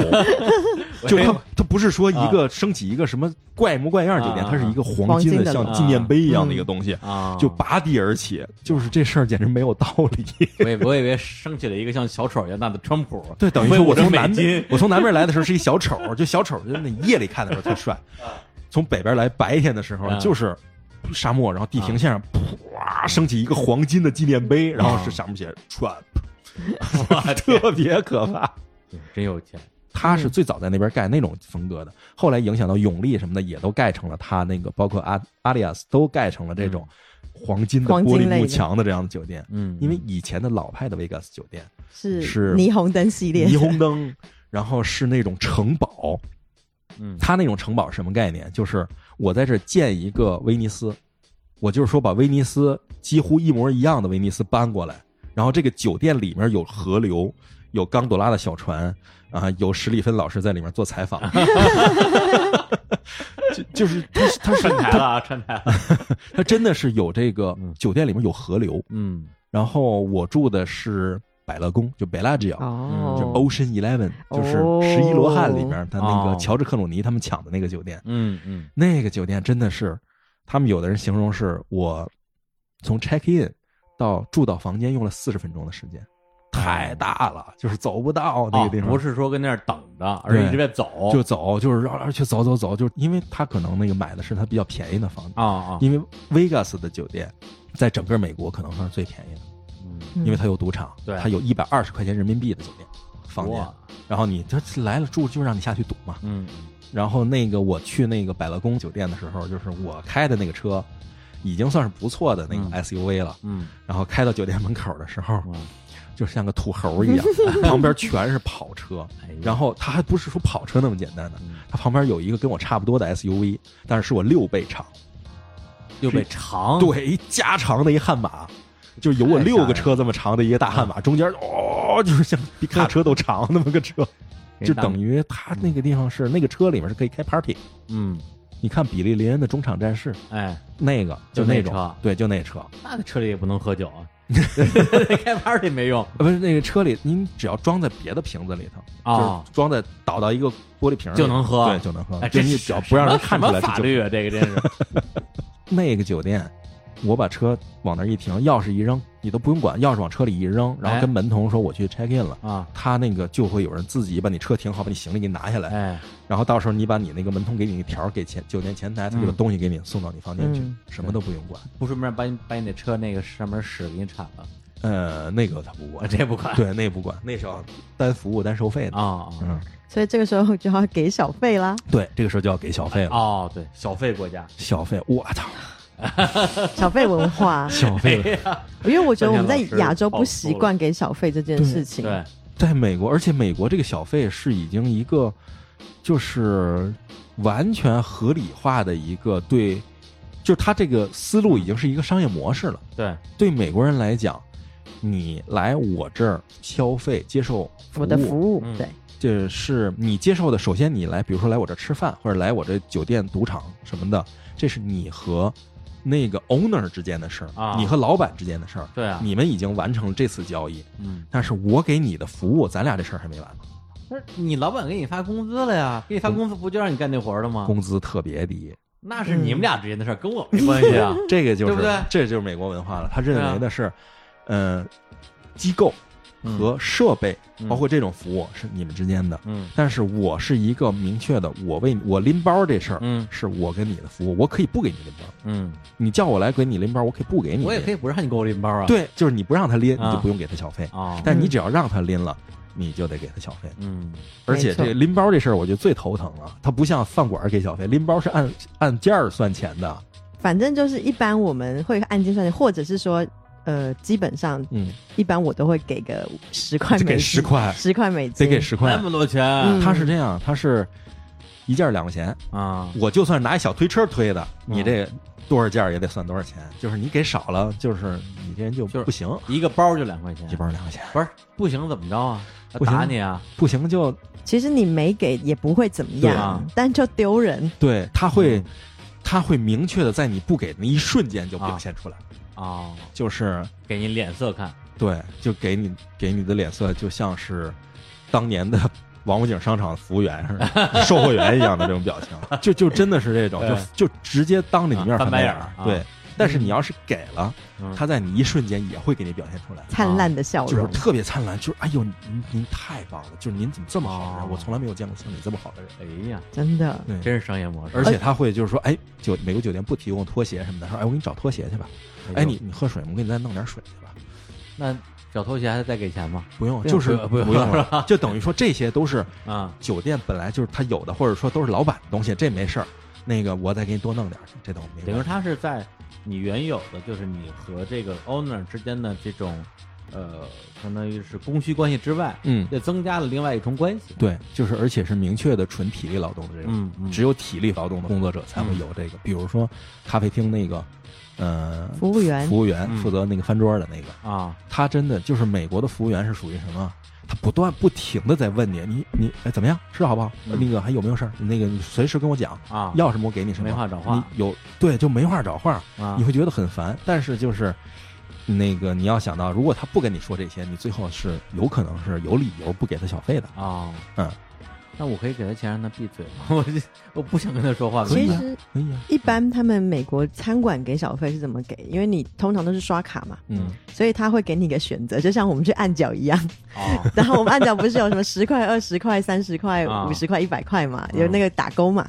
Speaker 3: 就它它不是说一个升起一个什么怪模怪样酒店，
Speaker 1: 啊
Speaker 3: 它是一个黄金
Speaker 2: 黄金
Speaker 3: 的
Speaker 2: 的
Speaker 3: 像
Speaker 1: 龙
Speaker 3: 纪念碑一样的一个东西，
Speaker 1: 啊，
Speaker 3: 就拔地而起，就是这事儿简直没有道理。
Speaker 1: 我以我以为升起了一个像小丑一样大的川普，
Speaker 3: 对，等于说我
Speaker 1: 威武
Speaker 3: 从
Speaker 1: 的
Speaker 3: 南
Speaker 1: 美金，
Speaker 3: 我从南边来的时候是一小丑，就小丑就那夜里看的时 候特帅。从北边来白天的时候
Speaker 1: 嗯
Speaker 3: 就是沙漠，然后地平线上
Speaker 1: 啊
Speaker 3: 啪升起一个黄金的纪念碑，然后是上面写 Trump，特 别可怕。
Speaker 1: 真有钱，
Speaker 3: 他
Speaker 1: 嗯
Speaker 3: 是最早在那边盖那种风格的，后来影响到永利什么的也都盖成了他那个，包括阿阿里亚斯都盖成了这种黄金的
Speaker 2: 黄
Speaker 3: 玻
Speaker 2: 金
Speaker 3: 璃
Speaker 2: 类
Speaker 3: 幕
Speaker 2: 的
Speaker 3: 墙的这样的酒店。
Speaker 1: 嗯，
Speaker 3: 因为以前的老派的维加斯酒店，
Speaker 2: 是
Speaker 3: 是
Speaker 2: 霓虹灯系列
Speaker 3: 霓虹灯，然后是那种城堡。
Speaker 1: 嗯
Speaker 3: 他那种城堡是什么概念？就是我在这建一个威尼斯，我就是说把威尼斯几乎一模一样的威尼斯搬过来，然后这个酒店里面有河流，有刚朵拉的小船，啊，有史蒂芬老师在里面做采访，就就是他是他是
Speaker 1: 串台了啊，串台了，
Speaker 3: 他真的是有这个
Speaker 1: 嗯
Speaker 3: 酒店里面有河流，
Speaker 1: 嗯
Speaker 3: 然后我住的是百乐宫，就 Bellagio，
Speaker 1: 嗯
Speaker 3: 就
Speaker 2: 哦，
Speaker 3: Ocean Eleven，就是
Speaker 2: 哦
Speaker 3: 《十一罗汉》里面他那
Speaker 1: 哦
Speaker 3: 个乔治克鲁尼他们抢的那个酒店，
Speaker 1: 嗯嗯，
Speaker 3: 那个酒店真的是，他们有的人形容是我从 check in 到住到房间用了四十分钟的时间，太大了，就是走不到那个地方，
Speaker 1: 哦不是说跟那儿等着，而是一直在走，
Speaker 3: 就走，就是绕来绕去走走走，就是因为他可能那个买的是他比较便宜的房子，
Speaker 1: 啊啊，
Speaker 3: 因为 Vegas 的酒店在整个美国可能算是最便宜的，
Speaker 1: 嗯
Speaker 3: 因为它有赌场，
Speaker 1: 对
Speaker 3: 它有一百二十块钱人民币的酒店房间，
Speaker 1: 哇
Speaker 3: 然后你这来了住就让你下去赌嘛，
Speaker 1: 嗯
Speaker 3: 然后那个我去那个百乐宫酒店的时候，就是我开的那个车，已经算是不错的那个 SUV 了。
Speaker 1: 嗯
Speaker 3: 然后开到酒店门口的时候，
Speaker 1: 嗯，
Speaker 3: 就像个土猴 一样，旁边全是跑车。然后它还不是说跑车那么简单的
Speaker 1: 嗯，
Speaker 3: 它旁边有一个跟我差不多的 SUV，但是是我六倍长，
Speaker 1: 又被长，
Speaker 3: 对，一加长的一悍马。就是有我六个车这么长的一个大悍
Speaker 1: 嗯
Speaker 3: 马，中间哦，就是像比卡车都长那么个车，就等
Speaker 1: 于
Speaker 3: 于它那个地方是那个车里面是可以开 party，
Speaker 1: 嗯
Speaker 3: 你看比利林恩的中场战士
Speaker 1: 哎，
Speaker 3: 那个，
Speaker 1: 就那
Speaker 3: 那种，
Speaker 1: 车
Speaker 3: 对，就那车，呃
Speaker 1: 那车里也不能喝 酒啊， 开 party 没用
Speaker 3: 呃不是那个车里，您只要装在别的瓶子里头，
Speaker 1: 啊
Speaker 3: 就，是装在倒到一个玻璃瓶里
Speaker 1: 就能喝
Speaker 3: 对，就能喝
Speaker 1: 哎，，
Speaker 3: 就
Speaker 1: 这
Speaker 3: 你只要不让人看出来
Speaker 1: 什
Speaker 3: 是
Speaker 1: 么法
Speaker 3: 酒。
Speaker 1: 律啊，这个真 是，
Speaker 3: 那个酒店，我把车往那儿一停，钥匙一扔，你都不用管，钥匙往车里一扔，然后
Speaker 1: 哎
Speaker 3: 跟门童说我去 check in 了。
Speaker 1: 啊，
Speaker 3: 他那个就会有人自己把你车停好，把你行李给你拿下来，
Speaker 1: 哎，
Speaker 3: 然后到时候你把你那个门童给你那条儿给前酒店前台，他就把
Speaker 1: 嗯
Speaker 3: 东西给你送到你房间去
Speaker 2: 嗯，
Speaker 3: 什么都不用管。
Speaker 1: 不顺便把你把你那车那个上面屎给你铲了，
Speaker 3: 呃，那个他不管，
Speaker 1: 这不管
Speaker 3: 对，那不管，那是要单服务单收费的。
Speaker 1: 啊
Speaker 3: 嗯，
Speaker 2: 所以这个时候就要给小费啦。
Speaker 3: 对，这个时候就要给小费了。
Speaker 1: 哦，对，小费国家，
Speaker 3: 小费，我操，
Speaker 2: 小费文化，
Speaker 6: 小费文化
Speaker 2: 因为我觉得我们在
Speaker 5: 三千老师
Speaker 2: 亚洲
Speaker 5: 暴
Speaker 2: 不习
Speaker 5: 富了
Speaker 2: 惯给小费这件事情。
Speaker 5: 对，
Speaker 3: 在美国，而且美国这个小费是已经一个就是完全合理化的一个对，就是他这个思路已经是一个商业模式了。
Speaker 1: 对，
Speaker 3: 对美国人来讲，你来我这儿消费，接受
Speaker 2: 我的
Speaker 3: 务，
Speaker 2: 服务
Speaker 1: 嗯
Speaker 2: 对，
Speaker 3: 这是你接受的。首先，你来，比如说来我这儿吃饭，或者来我这酒店、赌场什么的，这是你和那个 owner 之间的事儿，
Speaker 1: 啊
Speaker 3: 你和老板之间的事儿。
Speaker 1: 对啊，
Speaker 3: 你们已经完成了这次交易，
Speaker 1: 嗯，
Speaker 3: 但是我给你的服务，咱俩这事儿还没完呢。
Speaker 1: 但是你老板给你发工资了呀，给你发工资不就让你干那活儿了吗？
Speaker 3: 工资特别低，
Speaker 1: 那是你们俩之间的事儿，跟我没关 系啊。
Speaker 3: 这个就是
Speaker 1: 对不对
Speaker 3: 这就是美国文化了。他
Speaker 1: 对
Speaker 3: 认
Speaker 1: 啊
Speaker 3: 为的是，呃，机构和设备，
Speaker 1: 嗯
Speaker 3: 包括这种服务是你们之间的。
Speaker 1: 嗯
Speaker 3: 但是我是一个明确的，我为我拎包这事儿，
Speaker 1: 嗯
Speaker 3: 是我跟你的服务，我可以不给你拎包，
Speaker 1: 嗯，
Speaker 3: 你叫我来给你拎包，我可以不给你拎，
Speaker 1: 我也可
Speaker 3: 以。
Speaker 1: 以不让你给我拎包啊。
Speaker 3: 对，就是你不让他拎，
Speaker 1: 啊
Speaker 3: 你就不用给他小费，
Speaker 1: 啊，
Speaker 3: 但你只要让他拎了，你就得给他小费。
Speaker 1: 嗯
Speaker 3: 而且这
Speaker 2: 没
Speaker 3: 个
Speaker 2: 错
Speaker 3: 拎包这事儿，我觉得最头疼了，它不像饭馆给小费，拎包是按按件儿算钱的。
Speaker 2: 反正就是一般我们会按斤算钱，或者是说，呃，基本上
Speaker 3: 嗯，
Speaker 2: 一般我都会给个十块
Speaker 3: 得
Speaker 2: 美
Speaker 3: 给
Speaker 2: 金，
Speaker 3: 十块，
Speaker 2: 十块美金，
Speaker 3: 得给十块
Speaker 1: 那。么多钱
Speaker 2: 嗯
Speaker 3: 他是这样，他是一件儿两块钱，
Speaker 1: 啊，
Speaker 3: 我就算拿一小推车推的，
Speaker 1: 嗯
Speaker 3: 你这多少件儿也得算多少钱，就是你给少了，就是你这人就
Speaker 1: 就是
Speaker 3: 不行，
Speaker 1: 一个包就两块钱
Speaker 3: 一，包两块钱，
Speaker 1: 不是不行怎么着啊？
Speaker 3: 不行
Speaker 1: 打你啊？
Speaker 3: 不行就
Speaker 2: 其实你没给也不会怎么样，
Speaker 1: 对啊
Speaker 2: 但就丢人。
Speaker 3: 对，他会他会明确的在你不给的那一瞬间就表现出来，
Speaker 1: 啊，
Speaker 3: 就是
Speaker 1: 给你脸色看。
Speaker 3: 对，就给你给你的脸色就像是当年的。王府井商场服务员似 的，售货员一样的这种表情， 就就真的是这种，就就直接当着你面
Speaker 1: 啊
Speaker 3: 翻白眼
Speaker 1: 翻
Speaker 3: 儿
Speaker 1: 白眼儿。啊
Speaker 3: 对，但是你要是给了
Speaker 1: 嗯，
Speaker 3: 他在你一瞬间也会给你表现出来。
Speaker 2: 灿烂的笑
Speaker 3: 啊就是
Speaker 2: 容，
Speaker 3: 特别灿烂，就是哎呦，您您太棒了，就是您怎么这么好的人，
Speaker 1: 哦
Speaker 3: 我从来没有见过像你这么好的人。
Speaker 1: 哎呀，
Speaker 2: 真的，
Speaker 1: 真是商业模式。
Speaker 3: 而且他会就是说，哎，酒美国酒店不提供拖鞋什么的，说哎，我给你找拖鞋去吧。哎，你你喝水吗？我给你再弄点水去吧。
Speaker 1: 那找拖鞋还得再给钱吗？
Speaker 3: 不用，
Speaker 1: 不用
Speaker 3: 就是
Speaker 1: 不用
Speaker 3: 不
Speaker 1: 不用是
Speaker 3: 用， 就等于说这些都是
Speaker 1: 啊，
Speaker 3: 酒店本来就是他有的，或者说都是老板的东西，这没事儿。那个我再给你多弄点儿，这都没
Speaker 1: 等于
Speaker 3: 问题。
Speaker 1: 他是在你原有的，就是你和这个 owner 之间的这种，呃，相当于是供需关系之外，
Speaker 3: 嗯，
Speaker 1: 又增加了另外一重关系。
Speaker 3: 对，就是而且是明确的纯体力劳动的这种，
Speaker 1: 嗯嗯
Speaker 3: 只有体力劳动的工作者才会有这个。比如说咖啡厅那个，呃，
Speaker 2: 服务员
Speaker 3: 服务员
Speaker 1: 嗯
Speaker 3: 负责那个翻桌的那个，
Speaker 1: 啊，
Speaker 3: 他真的就是美国的服务员是属于什么？他不断不停的在问你，你你哎怎么样？吃好不好？
Speaker 1: 嗯
Speaker 3: 那个还有没有事儿？那个你随时跟我讲
Speaker 1: 啊
Speaker 3: 要什么我给你什么。
Speaker 1: 没话找话
Speaker 3: 你有对就没话找话，
Speaker 1: 啊
Speaker 3: 你会觉得很烦。但是就是那个你要想到，如果他不跟你说这些，你最后是有可能是有理由不给他小费的。
Speaker 1: 啊，
Speaker 3: 嗯，
Speaker 1: 那我可以给他钱让他闭嘴吗？ 我就我不想跟他说话。
Speaker 3: 可
Speaker 2: 其
Speaker 3: 以啊
Speaker 2: 实
Speaker 3: 哎呀，
Speaker 2: 一般他们美国餐馆给小费是怎么给？因为你通常都是刷卡嘛，
Speaker 3: 嗯，
Speaker 2: 所以他会给你一个选择，就像我们去按脚一样。
Speaker 3: 嗯
Speaker 1: 啊，
Speaker 2: 然后我们按照不是有什么十块、二十块、三十块、
Speaker 1: 啊
Speaker 2: 五十块、一百块嘛，
Speaker 1: 嗯
Speaker 2: 有那个打勾嘛。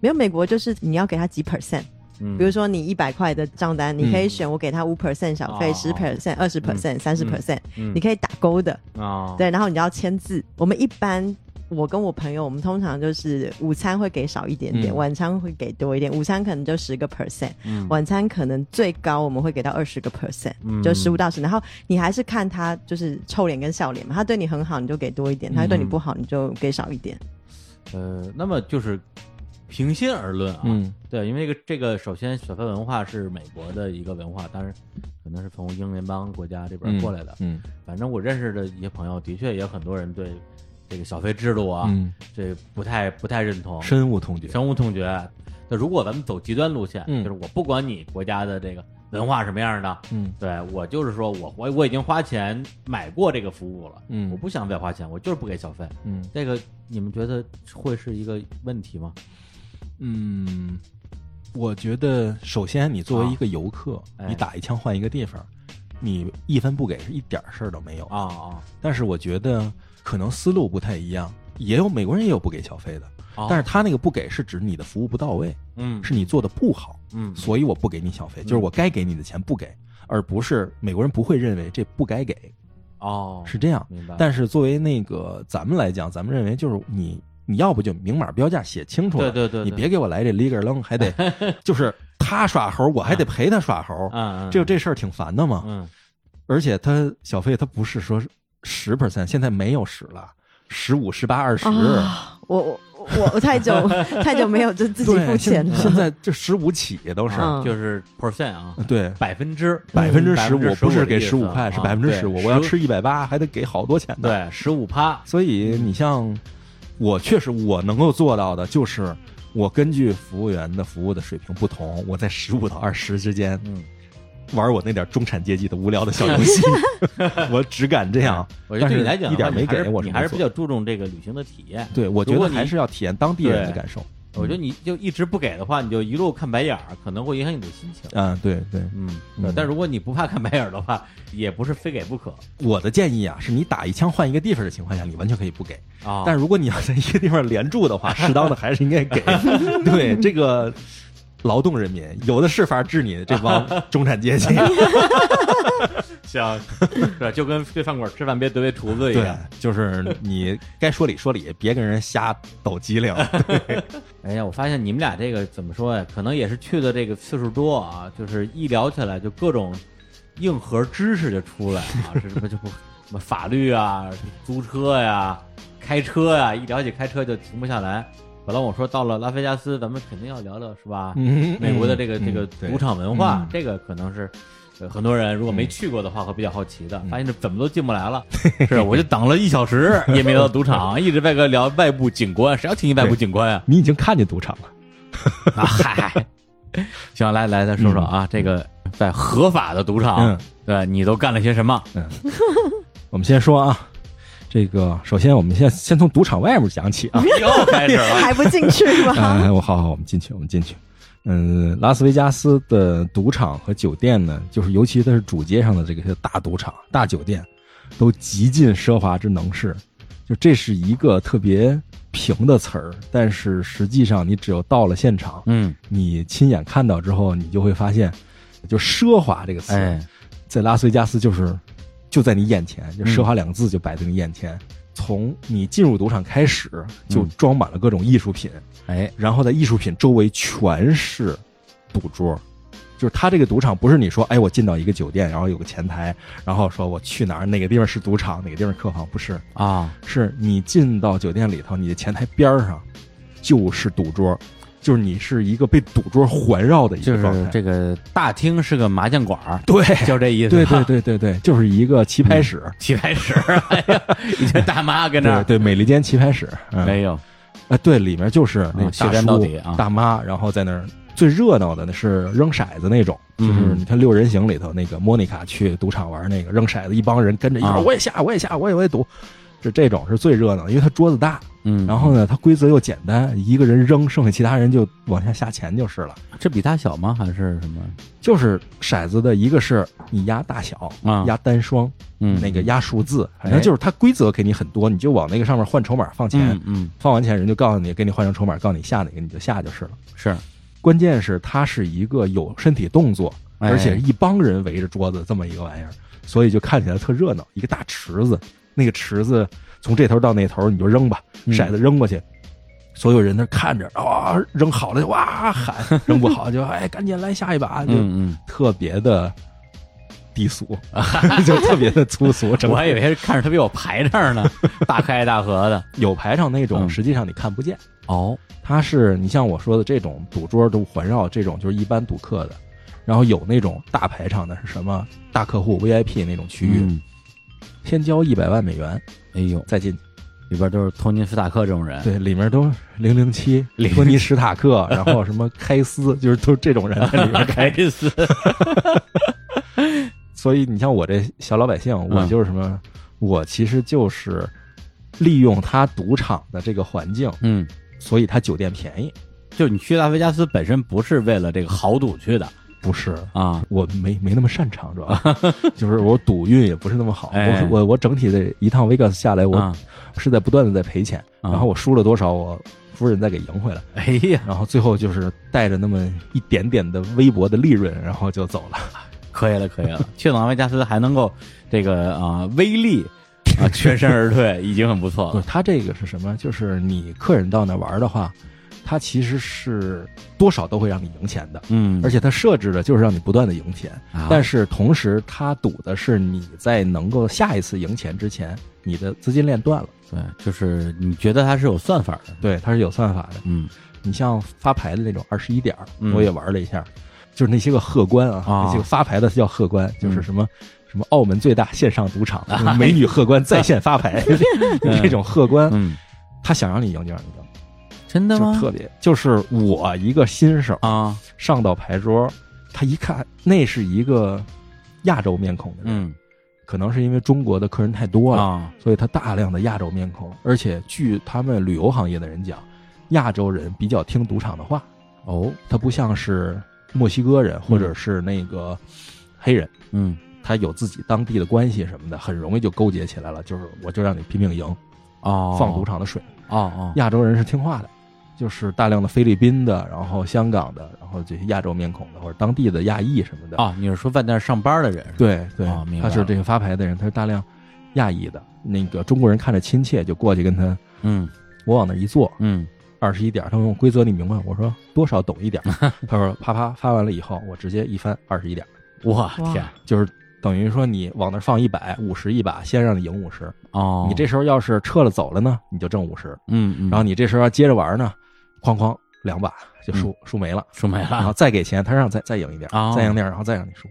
Speaker 2: 没有美国就是你要给他几 percent，
Speaker 1: 嗯
Speaker 2: 比如说你一百块的账单，你可以选我给他五 percent 小费、
Speaker 1: 哦
Speaker 2: 十 percent、二十 percent、三十 percent，
Speaker 1: 嗯
Speaker 2: 你可以打勾的。
Speaker 1: 啊，
Speaker 2: 对，然后你要签字。我们一般。我跟我朋友，我们通常就是午餐会给少一点点，
Speaker 3: 嗯
Speaker 2: 晚餐会给多一点。午餐可能就十个 percent，
Speaker 1: 嗯
Speaker 2: 晚餐可能最高我们会给到二十个 percent，
Speaker 1: 嗯
Speaker 2: 就十五到十。然后你还是看他就是臭脸跟笑脸嘛，他对你很好你就给多一点，他对你不好你就给少一点。
Speaker 1: 呃，那么就是平心而论啊，
Speaker 3: 嗯
Speaker 1: 对，因为这个这个，首先小费文化是美国的一个文化，当然可能是从英联邦国家这边过来的。
Speaker 3: 嗯
Speaker 1: 反正我认识的一些朋友，的确也很多人对这个小费制度啊，
Speaker 3: 嗯，
Speaker 1: 这不太不太认同，
Speaker 3: 深恶痛绝。
Speaker 1: 深恶痛绝。那如果咱们走极端路线，
Speaker 3: 嗯
Speaker 1: 就是我不管你国家的这个文化什么样的，
Speaker 3: 嗯
Speaker 1: 对我就是说我我我已经花钱买过这个服务了，
Speaker 3: 嗯
Speaker 1: 我不想再花钱，我就是不给小费。
Speaker 3: 嗯
Speaker 1: 这个你们觉得会是一个问题吗？
Speaker 3: 嗯，我觉得首先你作为一个游客，
Speaker 1: 啊
Speaker 3: 你打一枪换一个地方，你一分不给是一点事儿都没有
Speaker 1: 啊。啊，
Speaker 3: 但是我觉得可能思路不太一样，也有美国人也有不给小费的，
Speaker 1: 哦
Speaker 3: 但是他那个不给是指你的服务不到位，
Speaker 1: 嗯
Speaker 3: 是你做的不好，
Speaker 1: 嗯
Speaker 3: 所以我不给你小费，就是我该给你的钱不给，而不是美国人不会认为这不该给，
Speaker 1: 哦，
Speaker 3: 是这样。
Speaker 1: 明白，
Speaker 3: 但是作为那个咱们来讲，咱们认为就是你你要不就明码标价写清楚了，
Speaker 1: 对对对对
Speaker 3: 你别给我来这里个楞，还得就是
Speaker 7: 他耍猴，我还得陪他耍猴，
Speaker 1: 嗯，
Speaker 7: 这这事儿挺烦的嘛。
Speaker 1: 嗯
Speaker 7: 而且他小费他不是说十 percent，现在没有十了，十五、十八、二十。
Speaker 2: 啊，我我我我太久太久没有就自己付
Speaker 7: 对，
Speaker 2: 钱
Speaker 7: 现
Speaker 2: 了
Speaker 7: 现。在这十五起都是，
Speaker 2: 嗯
Speaker 1: 就是 percent 啊，
Speaker 7: 对，
Speaker 1: 百分之
Speaker 7: 嗯百分之十
Speaker 1: 15%
Speaker 7: 五不是给十五
Speaker 1: 的意思
Speaker 7: 块，是
Speaker 1: 啊
Speaker 7: 百分之
Speaker 1: 对
Speaker 7: 十五。我要
Speaker 1: 15
Speaker 7: 吃一百八，还得给好多钱呢。
Speaker 1: 对十五趴，
Speaker 7: 所以你像我，确实我能够做到的就是，我根据服务员的服务的水平不同，我在十五到二十之间，
Speaker 1: 嗯，
Speaker 7: 玩我那点中产阶级的无聊的小游 戏，我只敢这样。
Speaker 1: 我觉得对你来
Speaker 7: 但是一
Speaker 1: 讲的话
Speaker 7: 点没
Speaker 1: 你还是
Speaker 7: 给我
Speaker 1: 你
Speaker 7: 是
Speaker 1: 还是
Speaker 7: 没嗯
Speaker 1: 比较注重这个旅行的体验。
Speaker 7: 对，我觉
Speaker 1: 如果
Speaker 7: 得
Speaker 1: 你
Speaker 7: 还是要体验当地人的感受。
Speaker 1: 我觉得你就一直不给的话，你就一路看白眼儿，可能会影响你的心情。
Speaker 7: 嗯，对对，
Speaker 1: 嗯，
Speaker 7: 嗯
Speaker 1: 对但如果你不怕看白眼儿的话，也不是非给不可
Speaker 7: 我的建议啊，是你打一枪换一个地方的情况下，你完全可以不给。
Speaker 3: 哦
Speaker 1: 啊。
Speaker 7: 但如果你要在一个地方连住的 话，适当的还是应该给。对这个劳动人民，有的是法治你这帮中产阶 级。
Speaker 1: 像 是吧，就跟去饭馆吃饭别得罪厨子一
Speaker 7: 对
Speaker 1: 样。，
Speaker 7: 就是你该说理说理，别跟人瞎抖机灵。
Speaker 1: 哎呀，我发现你们俩这个怎么说呀？可能也是去的这个次数多啊，就是一聊起来就各种硬核知识就出来啊，是什么就不什么法律啊、租车呀、开车呀、一聊起开车就停不下来。本来我说到了拉菲加斯，咱们肯定要聊聊是吧？
Speaker 7: 嗯
Speaker 1: 美国的这个、
Speaker 7: 嗯
Speaker 1: 这个
Speaker 7: 对
Speaker 1: 赌场文化，这个可能是。呃很多人如果没去过的话，会比较好奇
Speaker 7: 嗯
Speaker 1: 的，发现这怎么都进不来 了。是，啊我就等了一小时，也没聊到赌场，一直在跟聊外部景观，谁要听你外部景观呀？
Speaker 3: 你已经看见赌场了，
Speaker 1: 啊，嗨， 行，来来，咱说说
Speaker 3: 嗯
Speaker 1: 啊，这个在合法的赌场，
Speaker 7: 嗯
Speaker 1: 对你都干了些什么？
Speaker 3: 啊我们先说啊，这个首先我们先先从赌场外面讲 起啊。
Speaker 1: 又开始了，
Speaker 2: 还不进去吗？
Speaker 3: 哎，我好好，我们进去，我们进去。嗯，拉斯维加斯的赌场和酒店呢，就是尤其它是主街上的这个大赌场、大酒店，都极尽奢华之能事。就这是一个特别平的词儿，但是实际上你只有到了现场，
Speaker 1: 嗯，
Speaker 3: 你亲眼看到之后，你就会发现，就奢华这个词，
Speaker 1: 哎，
Speaker 3: 在拉斯维加斯就是就在你眼前，就奢华两个字就摆在你眼前。从你进入赌场开始，就装满了各种艺术品，
Speaker 1: 哎，
Speaker 3: 然后在艺术品周围全是赌桌，就是他这个赌场不是你说，哎，我进到一个酒店，然后有个前台，然后说我去哪儿哪个地方是赌场，哪个地方是客房，不是，
Speaker 1: 啊，
Speaker 3: 是你进到酒店里头，你的前台边儿上就是赌桌，就是你是一个被赌桌环绕的一
Speaker 1: 就
Speaker 3: 个状
Speaker 1: 是
Speaker 3: 态。
Speaker 1: 这个大厅是个麻将馆 儿，
Speaker 3: 对嗯
Speaker 1: 就这意思，啊
Speaker 3: 对对，对对对，就是一个棋牌室，
Speaker 1: 棋牌室，哎呀，一群大妈跟那
Speaker 3: 对
Speaker 1: 儿，
Speaker 3: 对，美利坚棋牌室，嗯，
Speaker 1: 没有，
Speaker 3: 啊，对，里面就是那
Speaker 1: 嗯
Speaker 3: 个
Speaker 1: 血
Speaker 3: 大
Speaker 1: 战
Speaker 3: 叔、
Speaker 1: 到底啊
Speaker 3: 大妈，然后在那儿最热闹的那是扔骰子那种，就是
Speaker 1: 嗯
Speaker 3: 你看《六人行》里头那个莫妮卡去赌场玩那个扔骰子，一帮人跟着一块
Speaker 1: 啊
Speaker 3: 儿，我也下，我也下，我也我也赌，这这种是最热闹的，因为他桌子大，
Speaker 1: 嗯，
Speaker 3: 然后呢，他规则又简单，一个人扔，剩下其他人就往下下钱就是了。
Speaker 1: 这比他小吗？还是什么？
Speaker 3: 就是骰子的一个是你压大小
Speaker 1: 啊，
Speaker 3: 压单双，
Speaker 1: 嗯，
Speaker 3: 那个压数字，反正就是它规则给你很多，你就往那个上面换筹码放钱，
Speaker 1: 嗯嗯
Speaker 3: 放完钱，人就告诉你，给你换成筹码，告诉你下哪个你就下就是了。
Speaker 1: 是，
Speaker 3: 关键是它是一个有身体动作，
Speaker 1: 哎
Speaker 3: 而且一帮人围着桌子这么一个玩意儿，所以就看起来特热闹。一个大池子，那个池子从这头到那头，你就扔吧，
Speaker 1: 嗯
Speaker 3: 骰子扔过去。所有人那看着啊、扔好了就哇 喊，扔不好就哎，赶紧来下一把，就
Speaker 1: 嗯
Speaker 3: 特别的低俗， 就特别的粗俗。整
Speaker 1: 嗯，
Speaker 3: 个
Speaker 1: 我还以为是看着他比我排 场呢，大开大合的，
Speaker 3: 有排场那种，
Speaker 1: 嗯
Speaker 3: 实际上你看不见。
Speaker 1: 哦，
Speaker 3: 它是你像我说的这种赌桌都环绕这种就是一般赌客的，然后有那种大排场的是什么大客户 VIP 那种区域，
Speaker 1: 嗯，
Speaker 3: 先交一百万美元
Speaker 1: 哎呦，
Speaker 3: 再进去。
Speaker 1: 里边都是托尼·斯塔克这种人，
Speaker 3: 对，里面都零哎零七、托尼·史塔克， 然后什么开司，就是都是这种人在里 面开。
Speaker 1: 开斯，
Speaker 3: 所以你像我这小老百姓，我
Speaker 1: 嗯
Speaker 3: 就是什么，我其实就是利用他赌场的这个环境，
Speaker 1: 嗯，
Speaker 3: 所以他酒店便宜。
Speaker 1: 就是你去拉菲加斯本身不是为了这个豪赌去的
Speaker 3: 不是，
Speaker 1: 啊，
Speaker 3: 我没没那么擅长，主要 就是我赌运也不是那么好。
Speaker 1: 哎
Speaker 3: 我我我整体的一趟 Vegas 下来，我
Speaker 1: 啊
Speaker 3: 是在不断的在赔钱，
Speaker 1: 啊
Speaker 3: 然后我输了多少，我夫人再给赢回来，
Speaker 1: 哎呀，
Speaker 3: 然后最后就是带着那么一点点的微薄的利润，然后就走了。
Speaker 1: 可以了，可以 了，去拉菲加斯还能够这个啊威力啊 全身而退，已经很不错
Speaker 3: 不
Speaker 1: 了
Speaker 3: 是，他这个是什么？就是你客人到那玩的话，它其实是多少都会让你赢钱的，
Speaker 1: 嗯啊
Speaker 3: 而且它设置的就是让你不断的赢钱，但是同时它赌的是你在能够下一次赢钱之前，你的资金链断了。
Speaker 1: 对，就是你觉得它是有算法的，
Speaker 3: 对，它是有算法的。
Speaker 1: 嗯
Speaker 3: 你像发牌的那种二十一点儿
Speaker 1: 嗯，
Speaker 3: 我也玩了一下，就是那些个荷官啊，
Speaker 1: 啊嗯
Speaker 3: 那些个发牌的叫荷官，就是什么。什么澳门最大线上赌 场，美女荷官在线发牌， 这种荷官，
Speaker 1: 嗯，
Speaker 3: 他想让你赢就让你赢，
Speaker 1: 真的
Speaker 3: 就
Speaker 1: 吗？
Speaker 3: 特别就是我一个新手
Speaker 1: 啊，
Speaker 3: 上到牌桌，他一看那是一个亚洲面孔的人，
Speaker 1: 嗯
Speaker 3: 可能是因为中国的客人太多了，
Speaker 1: 啊，
Speaker 3: 所以他大量的亚洲面孔，而且据他们旅游行业的人讲，亚洲人比较听赌场的话，
Speaker 1: 哦，
Speaker 3: 他不像是墨西哥人或者是那个黑人，
Speaker 1: 嗯
Speaker 3: 他有自己当地的关系什么的，很容易就勾结起来了，就是我就让你拼命赢，
Speaker 1: 哦，
Speaker 3: 放赌场的水。
Speaker 1: 哦哦，
Speaker 3: 亚洲人是听话的，就是大量的菲律宾的，然后香港的，然后这些亚洲面孔的或者当地的亚裔什么的。
Speaker 1: 哦，你是说在那儿上班的人？，
Speaker 3: 对对
Speaker 1: 哦明，
Speaker 3: 他
Speaker 1: 白了
Speaker 3: 是这个发牌的人，他是大量亚裔的。那个中国人看着亲切，就过去跟他，
Speaker 1: 嗯
Speaker 3: 我往那一坐，
Speaker 1: 嗯，
Speaker 3: 二十一点儿，他问我规则你明白吗？我说多少懂一点儿。 他说啪啪发完了以后，我直接一翻二十一点儿，
Speaker 1: 我
Speaker 2: 哇
Speaker 1: 天，
Speaker 3: 就是等于说你往那儿放一百五十一把，先让你赢五十。
Speaker 1: 哦，
Speaker 3: 你这时候要是撤了走了呢，你就挣五十。
Speaker 1: 嗯嗯，
Speaker 3: 然后你这时候要接着玩呢，哐哐两把就输输没了，
Speaker 1: 说没
Speaker 3: 然
Speaker 1: 了
Speaker 3: 后再给钱，他让再再赢一点
Speaker 1: 嗯啊哦
Speaker 3: 儿，再赢点儿，然后再让你输，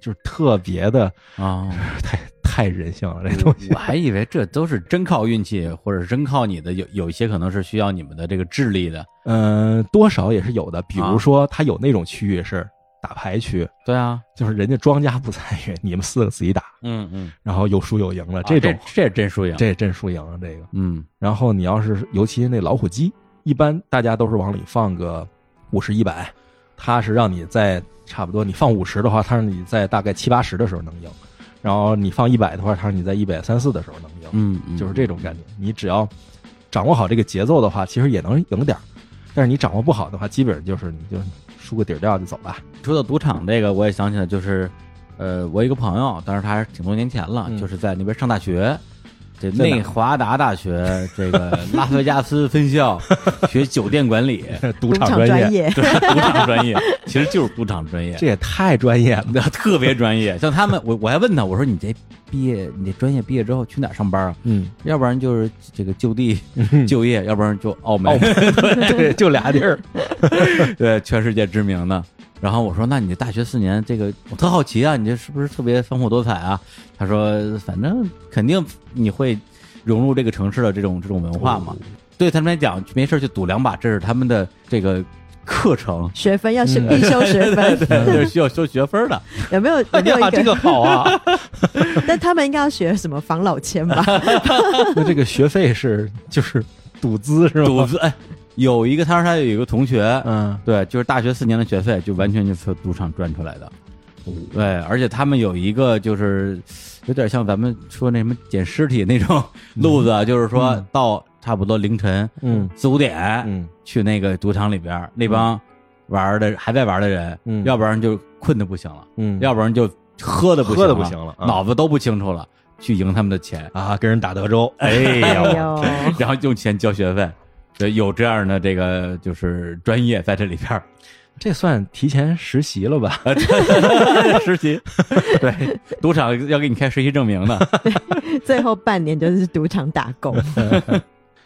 Speaker 3: 就是特别的
Speaker 1: 啊。
Speaker 3: 太太人性了这东西
Speaker 1: 我。还以为这都是真靠运气，或者是真靠你的，有有一些可能是需要你们的这个智力的。
Speaker 3: 嗯，多少也是有的，比
Speaker 1: 啊
Speaker 3: 如说他有那种区域是打牌区，
Speaker 1: 对啊，
Speaker 3: 就是人家庄家不参与，你们四个自己打，
Speaker 1: 嗯嗯，
Speaker 3: 然后有输有赢了，
Speaker 1: 这
Speaker 3: 种、
Speaker 1: 啊这真输赢，
Speaker 3: 这真输赢了这个。
Speaker 1: 嗯
Speaker 3: 然后你要是尤其那老虎机，一般大家都是往里放个五十一百，他是让你在差不多你放五十的话，他让你在大概七八十的时候能赢，然后你放一百的话，他让你在一百三四的时候能赢，
Speaker 1: 嗯嗯，
Speaker 3: 就是这种感觉。你只要掌握好这个节奏的话，其实也能赢点儿，但是你掌握不好的话，基本就是你就输个底儿掉就走吧。
Speaker 1: 说到赌场这个，我也想起来，就是，呃，我一个朋友，当时他还是挺多年前了，
Speaker 3: 嗯
Speaker 1: 就是在那边上大学，这
Speaker 3: 在哪儿
Speaker 1: 内华达大学这个拉斯维加斯分校 学酒店管理，
Speaker 3: 赌场
Speaker 2: 场
Speaker 3: 专
Speaker 2: 专
Speaker 3: 业，
Speaker 2: 业，，
Speaker 1: 对，赌场专业， 其实就是赌场专业
Speaker 3: 这，也太专业了。
Speaker 1: 特别专业。像他们，我我还问他，我说你这毕业，你这专业毕业之后去哪儿上班啊？
Speaker 3: 嗯，
Speaker 1: 要不然就是这个就地就业，要不然就澳门，
Speaker 3: 对，就俩地儿。
Speaker 1: 对，全世界知名的。然后我说：“那你这大学四年，这个我特好奇啊，你这是不是特别丰富多彩啊？”他说：“反正肯定你会融入这个城市的这种这种文化嘛。对他们来讲，没事儿去赌两把，这是他们的这个课程
Speaker 2: 学分要是必修学分，
Speaker 1: 对， 这是需要修学分的。
Speaker 2: 有没有有
Speaker 1: 哎
Speaker 2: 没有
Speaker 1: 呀，
Speaker 2: 一
Speaker 1: 这
Speaker 2: 个？
Speaker 1: 个好啊！
Speaker 2: 但他们应该要学什么防老签吧？
Speaker 3: 那这个学费是就是赌资是吗？
Speaker 1: 赌资，哎，有一个他说他有一个同学，
Speaker 3: 嗯，
Speaker 1: 对，就是大学四年的学费，就完全就是赌场赚出来的。
Speaker 3: 哦
Speaker 1: 对，而且他们有一个就是有点像咱们说那什么捡尸体那种路子，啊就是说到差不多凌晨
Speaker 3: 嗯
Speaker 1: 四五点
Speaker 3: 嗯
Speaker 1: 去那个赌场里边儿，那帮玩的还在玩的人，
Speaker 3: 嗯
Speaker 1: 要不然就困的不行了，
Speaker 3: 嗯，
Speaker 1: 要不然就喝的不
Speaker 3: 喝的
Speaker 1: 不
Speaker 3: 不行了啊
Speaker 1: 脑子都不清楚了，去赢他们的钱，
Speaker 3: 啊，跟人打德州，哎
Speaker 2: 哎
Speaker 3: 呀，我
Speaker 2: 呦，
Speaker 1: 然后用钱交学费。对，有这样的这个就是专业在这里边儿
Speaker 3: 这算提前实习了吧？
Speaker 1: 实习，对，赌场要给你开实习证明的。
Speaker 2: 最后半年就是赌场打工，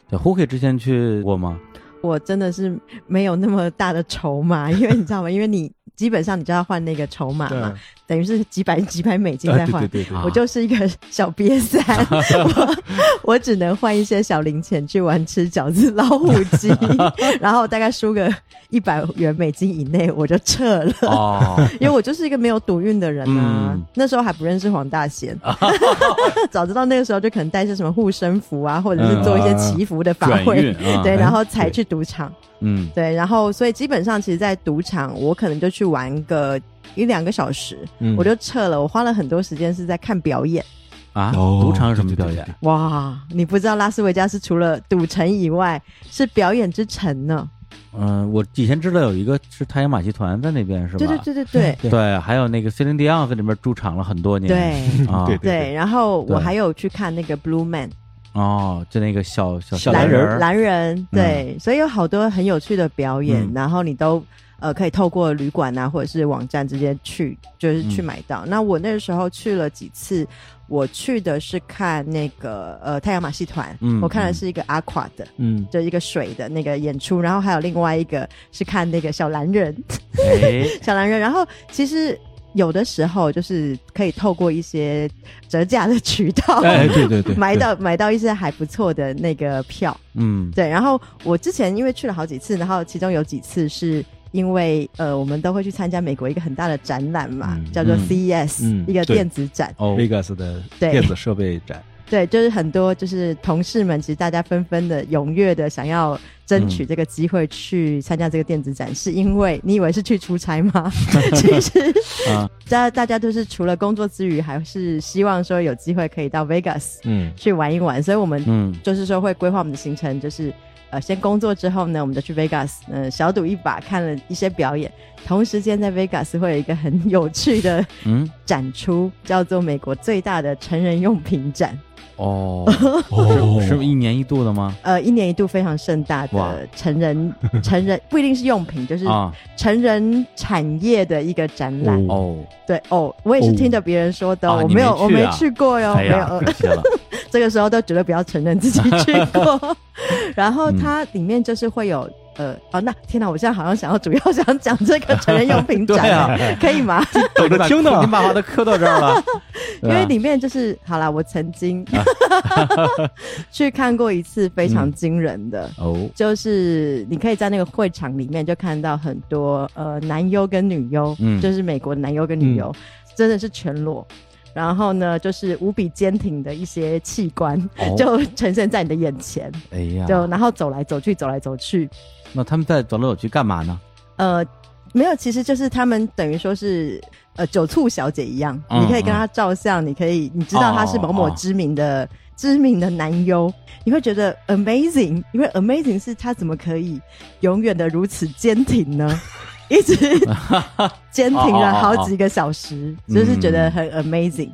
Speaker 1: 对，Huki 之前去过吗？
Speaker 2: 我真的是没有那么大的筹码，因为你知道吗？因为你基本上你就要换那个筹码嘛，等于是几百几百美金在
Speaker 3: 啊对
Speaker 2: 换。
Speaker 3: 对对对，
Speaker 2: 我就是一个小瘪 三，我我只能换一些小零钱去玩吃饺子、老虎 机，然后大概输个一百元美金以内我就撤 了，
Speaker 1: 哦，
Speaker 2: 因为我就是一个没有赌运的人啊。
Speaker 1: 嗯
Speaker 2: 那时候还不认识黄大 仙， 早知道那个时候就可能带一些什么护身符啊，或者是做一些祈福的法
Speaker 1: 转
Speaker 2: 会，
Speaker 1: 运啊，
Speaker 2: 对，然后才去赌场。
Speaker 1: 嗯
Speaker 2: 对，然后所以基本上，其实，在赌场，我可能就去玩个一两个小时，
Speaker 3: 嗯
Speaker 2: 我就撤了。我花了很多时间是在看表演。
Speaker 1: 啊，
Speaker 3: 哦
Speaker 1: 赌场有什么表
Speaker 3: 对
Speaker 1: 演？
Speaker 2: 哇，你不知道拉斯维加斯除了赌城以外，是表演之城呢。
Speaker 1: 嗯，我以前知道有一个是太阳马戏团在那边是吧？
Speaker 2: 对对对对 对
Speaker 1: 对还有那个 Celine Dion 在那边驻场了很多年。
Speaker 2: 对
Speaker 1: 啊，
Speaker 3: 对
Speaker 2: 对。然后我
Speaker 1: 对
Speaker 2: 还有去看那个 Blue Man，
Speaker 1: 哦，就那个小小
Speaker 3: 小
Speaker 1: 蓝
Speaker 3: 蓝
Speaker 1: 人
Speaker 3: 人
Speaker 1: 儿，
Speaker 2: 蓝人，对，所以有好多很有趣的表演，然后你都呃可以透过旅馆啊或者是网站直接去，就是去买到。那我那个时候去了几次，我去的是看那个呃太阳马戏团，
Speaker 1: 嗯
Speaker 2: 我看的是一个阿垮的。
Speaker 6: 嗯，
Speaker 2: 就一个水的那个演出，然后还有另外一个是看那个小蓝人，
Speaker 1: 哎，
Speaker 2: 小蓝人。然后其实有的时候就是可以透过一些折价的渠道，
Speaker 6: 哎，对对对，
Speaker 2: 买到买到一些还不错的那个票。
Speaker 1: 嗯，
Speaker 2: 对，然后我之前因为去了好几次，然后其中有几次是因为呃，我们都会去参加美国一个很大的展览嘛，
Speaker 6: 嗯
Speaker 2: 叫做
Speaker 1: 嗯
Speaker 2: CES，、
Speaker 6: 嗯
Speaker 2: 一个
Speaker 6: 对
Speaker 2: 电子展。
Speaker 1: 哦，
Speaker 6: Vegas 的
Speaker 2: 对
Speaker 6: 电子设备展，
Speaker 2: 对，就是很多就是同事们，其实大家纷纷的踊跃的想要争
Speaker 1: 嗯
Speaker 2: 取这个机会去参加这个电子展，是因为你以为是去出差 吗？其实
Speaker 1: 啊，
Speaker 2: 大大家都是除了工作之余，还是希望说有机会可以到 Vegas
Speaker 6: 嗯，
Speaker 2: 去玩一玩，所以我们
Speaker 1: 嗯，
Speaker 2: 就是说会规划我们的行程，就是呃，先工作之后呢，我们就去 Vegas，嗯、小赌一把，看了一些表演。同时间在 Vegas 会有一个很有趣的
Speaker 1: 嗯，
Speaker 2: 展出，叫做美国最大的成人用品展，
Speaker 1: 哦，
Speaker 6: 哦
Speaker 1: 是不是一年一度的吗？
Speaker 2: 呃，一年一度非常盛大
Speaker 1: 哇
Speaker 2: 的成人 成人不一定是用品，就是
Speaker 1: 啊，
Speaker 2: 成人产业的一个展览。
Speaker 6: 哦
Speaker 1: 哦，
Speaker 2: 对哦，我也是
Speaker 6: 哦
Speaker 2: 听着别人说的，
Speaker 1: 啊
Speaker 2: 我
Speaker 1: 你
Speaker 2: 没有
Speaker 1: 没
Speaker 2: 我
Speaker 1: 去
Speaker 2: 没
Speaker 1: 啊
Speaker 2: 去过哟，
Speaker 1: 哎
Speaker 2: 没有
Speaker 1: 呀，
Speaker 2: 呃
Speaker 1: 可惜了，
Speaker 2: 这个时候都绝对不要承认自己去 过。然后它里面就是会有呃，哦，那天哪，我现在好像想要主要想讲这个成人用品展、
Speaker 1: 对啊
Speaker 2: 可以吗？
Speaker 1: 等着
Speaker 6: 听呢
Speaker 1: 你把话都磕到这儿了，
Speaker 2: 因为里面就是好啦，我曾经
Speaker 1: 啊
Speaker 2: 去看过一次非
Speaker 1: 嗯
Speaker 2: 常惊人的。
Speaker 1: 哦，
Speaker 2: 就是你可以在那个会场里面就看到很多呃男优跟女优，
Speaker 1: 嗯
Speaker 2: 就是美国的男优跟女优，真的是全裸。然后呢，就是无比坚挺的一些器官、
Speaker 1: 哦
Speaker 2: 就呈现在你的眼前，
Speaker 1: 哎呀，
Speaker 2: 就然后走来走去，走来走去，
Speaker 1: 那他们在走来走去干嘛呢？
Speaker 2: 呃，没有，其实就是他们等于说是呃酒醋小姐一样，
Speaker 1: 嗯
Speaker 2: 你可以跟她照相，你可以你知道她是某某知名
Speaker 1: 嗯哦
Speaker 2: 的、知名的男优，你会觉得 amazing，因为 amazing 是她怎么可以永远的如此坚挺 呢？一直坚挺了好几个小
Speaker 1: 哦
Speaker 2: 时，就是觉得很
Speaker 1: 嗯
Speaker 2: amazing。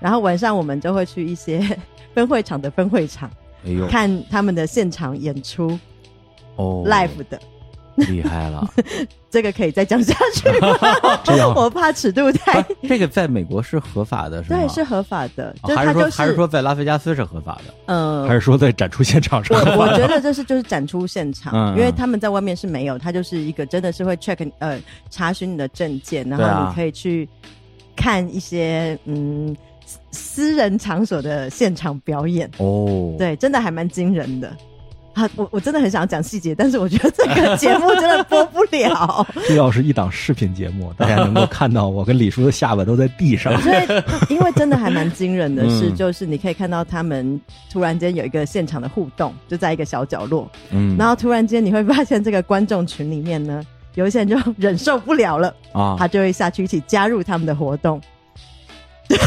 Speaker 2: 然后晚上我们就会去一些 分会场的分会场
Speaker 1: 哎呦，
Speaker 2: 看他们的现场演出
Speaker 1: 哦
Speaker 2: live 的。
Speaker 1: 厉害了，
Speaker 2: 这个可以再讲下去 吗？ 我怕尺度太
Speaker 1: 不是这个在美国是合法的，是吗？
Speaker 2: 对，是合法的，
Speaker 1: 哦
Speaker 2: 就是
Speaker 1: 还是
Speaker 2: 它
Speaker 1: 说
Speaker 2: 就
Speaker 1: 还是说在拉斯维加斯是合法的？
Speaker 2: 呃
Speaker 6: 还，是说在展出现场上
Speaker 2: 我？我觉得这是就是展出现场，
Speaker 1: 嗯
Speaker 2: 因为他们在外面是没有，它就是一个真的是会 check 呃查询你的证件，然
Speaker 1: 对啊
Speaker 2: 后你可以去看一些嗯私私人场所的现场表演，
Speaker 1: 哦，
Speaker 2: 对，真的还蛮惊人的。啊，我我真的很想讲细节，但是我觉得这个节目真的播不了。。
Speaker 6: 这要是一档视频节目，大家能够看到我跟李叔的下巴都在地上
Speaker 2: 所 以，因为真的还蛮惊人的是，
Speaker 1: 嗯
Speaker 2: 就是你可以看到他们突然间有一个现场的互动，就在一个小角落，
Speaker 1: 嗯，
Speaker 2: 然后突然间你会发现这个观众群里面呢，有一些人就忍受不了了，
Speaker 1: 啊，
Speaker 2: 他就会下去一起加入他们的活动。 对，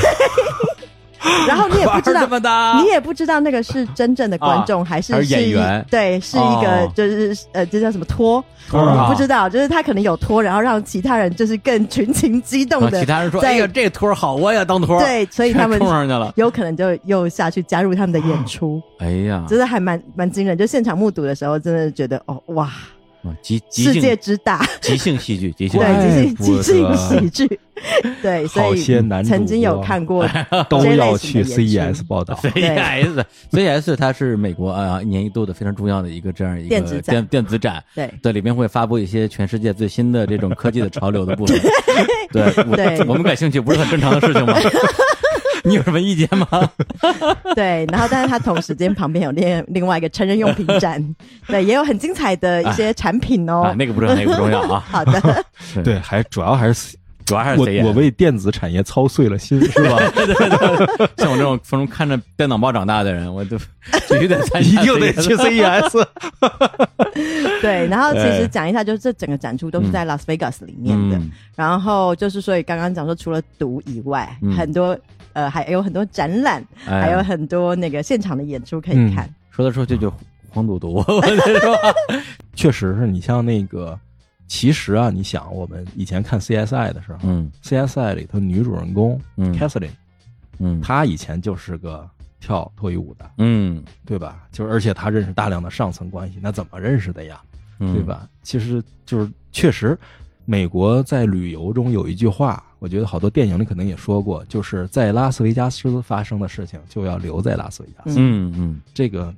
Speaker 2: 然后你也不知道
Speaker 1: 这。么大，
Speaker 2: 你也不知道那个是真正的观众、还是
Speaker 1: 啊还是演
Speaker 2: 一
Speaker 1: 员
Speaker 2: 对，是一个
Speaker 1: 哦
Speaker 2: 就是、呃，这叫什么托？
Speaker 1: 托啊
Speaker 2: 我不知道，就是他可能有托，然后让其他人就是更群情激动
Speaker 1: 然后
Speaker 2: 的
Speaker 1: 其他人说，
Speaker 2: 在
Speaker 1: 哎呀，这托儿好，我也当 托儿，
Speaker 2: 对，所以他们
Speaker 1: 冲上去了，
Speaker 2: 有可能就又下去加入他们的 演出，
Speaker 1: 哎呀，
Speaker 2: 真的还蛮蛮惊人。就现场目睹的时候，真的觉得哦哇，
Speaker 1: 哇即即
Speaker 2: 世界
Speaker 1: 兴
Speaker 2: 之 大，
Speaker 1: 即兴戏剧，即兴戏剧
Speaker 2: 对，即
Speaker 6: 怪不
Speaker 2: 兴即兴
Speaker 6: 得
Speaker 2: 喜剧，对，
Speaker 6: 好
Speaker 2: 所
Speaker 6: 些男
Speaker 2: 以
Speaker 6: 主
Speaker 2: 曾经有
Speaker 6: 播
Speaker 2: 看过
Speaker 6: 都
Speaker 2: 这类
Speaker 6: 要
Speaker 2: 型的
Speaker 6: 去 E
Speaker 2: 演出
Speaker 6: CES 报道。
Speaker 1: CES CES 它是美国啊一年一度的非常重要的一个这样一个
Speaker 2: 电子展
Speaker 1: 电电子展，
Speaker 2: 对
Speaker 1: 对，里面会发布一些全世界最新的这种科技的潮流的部分。对，我
Speaker 2: 对
Speaker 1: 我们感兴趣不是很正常的事情吗？你有什么意见吗？
Speaker 2: 对，然后但是他同时间旁边有另另外一个成人用品展， 对，也有很精彩的一些产品
Speaker 1: 啊
Speaker 2: 哦，。
Speaker 1: 那个不重要，那个不重要啊，
Speaker 2: 好的，
Speaker 6: 对，还主要还是
Speaker 1: 主要还是 E CES。
Speaker 6: 我我为电子产业操碎了心， 是吧？
Speaker 1: 像我这种从看着电脑报长大的人，我就必须得参
Speaker 6: 一
Speaker 1: 加 CES，
Speaker 6: 定得去
Speaker 3: E 啊
Speaker 6: CES。
Speaker 2: 对，然后其实讲一下，就是这整个展出
Speaker 6: 嗯
Speaker 2: 都是在 Las Vegas 里面的，
Speaker 1: 嗯，
Speaker 2: 然后就是，所以刚刚讲说，除了赌以外，
Speaker 1: 嗯
Speaker 2: 很多呃，还有很多展览，
Speaker 1: 哎
Speaker 2: 还有很多那个现场的演出可以看。
Speaker 1: 说来说去就黄赌毒，我就说
Speaker 6: 确实是你像那个，其实啊，你想我们以前看 CSI 的时候
Speaker 1: 嗯
Speaker 6: ，CSI 里头女主人公
Speaker 1: 嗯
Speaker 6: Catherine，
Speaker 1: 嗯，
Speaker 6: 她以前就是个
Speaker 3: 跳脱衣舞的，
Speaker 1: 嗯，
Speaker 3: 对吧？就是而且他认识大量的上层关系，那怎么认识的呀？对
Speaker 1: 对？
Speaker 3: 吧？其实就是确实，美国在旅游中有一句话，我觉得好多电影里可能也说过，就是在拉斯维加斯发生的事情就要留在拉斯维加斯。
Speaker 1: 嗯嗯，
Speaker 3: 这个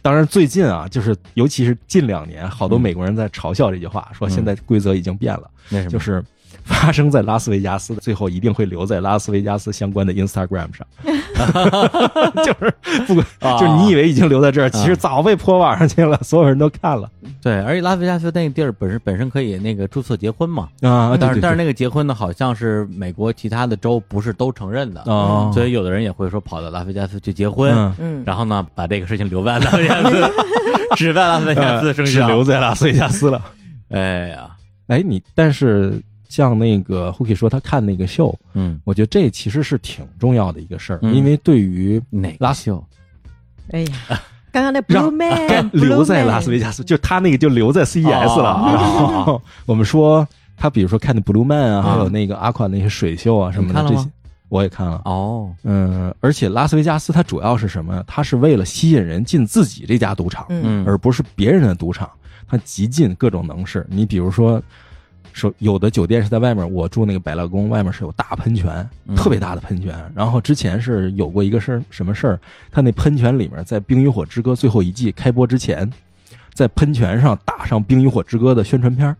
Speaker 3: 当然最近啊，就是尤其是近两年，好多
Speaker 1: 嗯
Speaker 3: 美国人在嘲笑这句话，说
Speaker 1: 嗯
Speaker 3: 现在规则已经变了，
Speaker 1: 那什么，
Speaker 3: 就是。发生在拉斯维加斯的，最后一定会留在拉斯维加斯相关的 Instagram 上，就是不管，
Speaker 1: 啊
Speaker 3: 就是你以为已经留在这儿，其实早被泼网上去了，所有人都看了
Speaker 1: 啊对，而且拉斯维加斯那个地儿本身本身可以那个注册结婚嘛，
Speaker 3: 啊。
Speaker 1: 但是但是
Speaker 3: 那
Speaker 1: 那个结婚呢，好像是美国其他的州不是都承认的，
Speaker 3: 哦，
Speaker 1: 所以有的人也会说跑到拉斯维加斯去结婚，
Speaker 3: 嗯，
Speaker 2: 嗯，
Speaker 1: 然后呢把这个事情留在拉斯维加 斯，只在拉斯维加斯
Speaker 3: 呃
Speaker 1: 生
Speaker 3: 是
Speaker 1: 效。
Speaker 3: 嗯留在拉斯维加斯 了。
Speaker 1: 哎呀，
Speaker 3: 哎，你但是像那个 Hooky 说他看那个秀，
Speaker 1: 嗯，
Speaker 3: 我觉得这其实是挺重要的一个事儿，
Speaker 1: 嗯
Speaker 3: 因为对于
Speaker 1: 哪
Speaker 3: 拉
Speaker 1: 个
Speaker 3: 斯
Speaker 1: 秀？
Speaker 2: 哎呀，刚刚那
Speaker 3: 让
Speaker 2: Blue Man
Speaker 1: 哎
Speaker 3: 该
Speaker 2: Blue
Speaker 3: 哎留在拉
Speaker 2: Man
Speaker 3: 斯维加斯，就他那个就留在 CES 了。
Speaker 1: 哦
Speaker 3: 然后我们说他比如说看的 Blue Man 啊，
Speaker 1: 嗯
Speaker 3: 还有那个 Aqua 那些水秀啊什么的
Speaker 1: 你看了
Speaker 3: 这
Speaker 1: 吗
Speaker 3: 些，我也看了。
Speaker 1: 哦，
Speaker 3: 嗯，而且拉斯维加斯它主要是什么呀？它是为了吸引人进自己这家赌场，
Speaker 2: 嗯
Speaker 1: 嗯，
Speaker 3: 而不是别人的赌场，它极尽各种能事。你比如说，说有的酒店是在外面，我住那个百乐宫，外面是有大喷泉，
Speaker 1: 嗯
Speaker 3: 特别大的喷泉。然后之前是有过一个事儿，什么事儿？它那喷泉里面，在《冰与火之歌》最后一季开播之前，在喷泉上打上《冰与火之歌》的宣传片儿，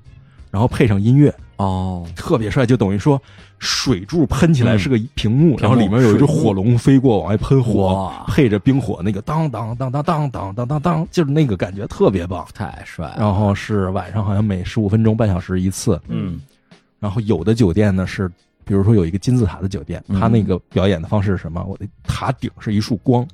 Speaker 3: 然后配上音乐，
Speaker 1: 哦，
Speaker 3: 特别帅，就等于说水柱喷起来
Speaker 1: 嗯
Speaker 3: 是个屏幕，然后里面有一只火龙飞过往外喷火
Speaker 1: 哇，
Speaker 3: 配着冰火那个当当当当当当当当当，就是那个感觉特别棒。
Speaker 1: 太帅了，
Speaker 3: 然后是晚上好像每十五分钟半小时一次，
Speaker 1: 嗯
Speaker 3: 然后有的酒店呢是。比如说有一个金字塔的酒店，
Speaker 1: 嗯
Speaker 3: 它那个表演的方式是什么？我的塔顶是一束光，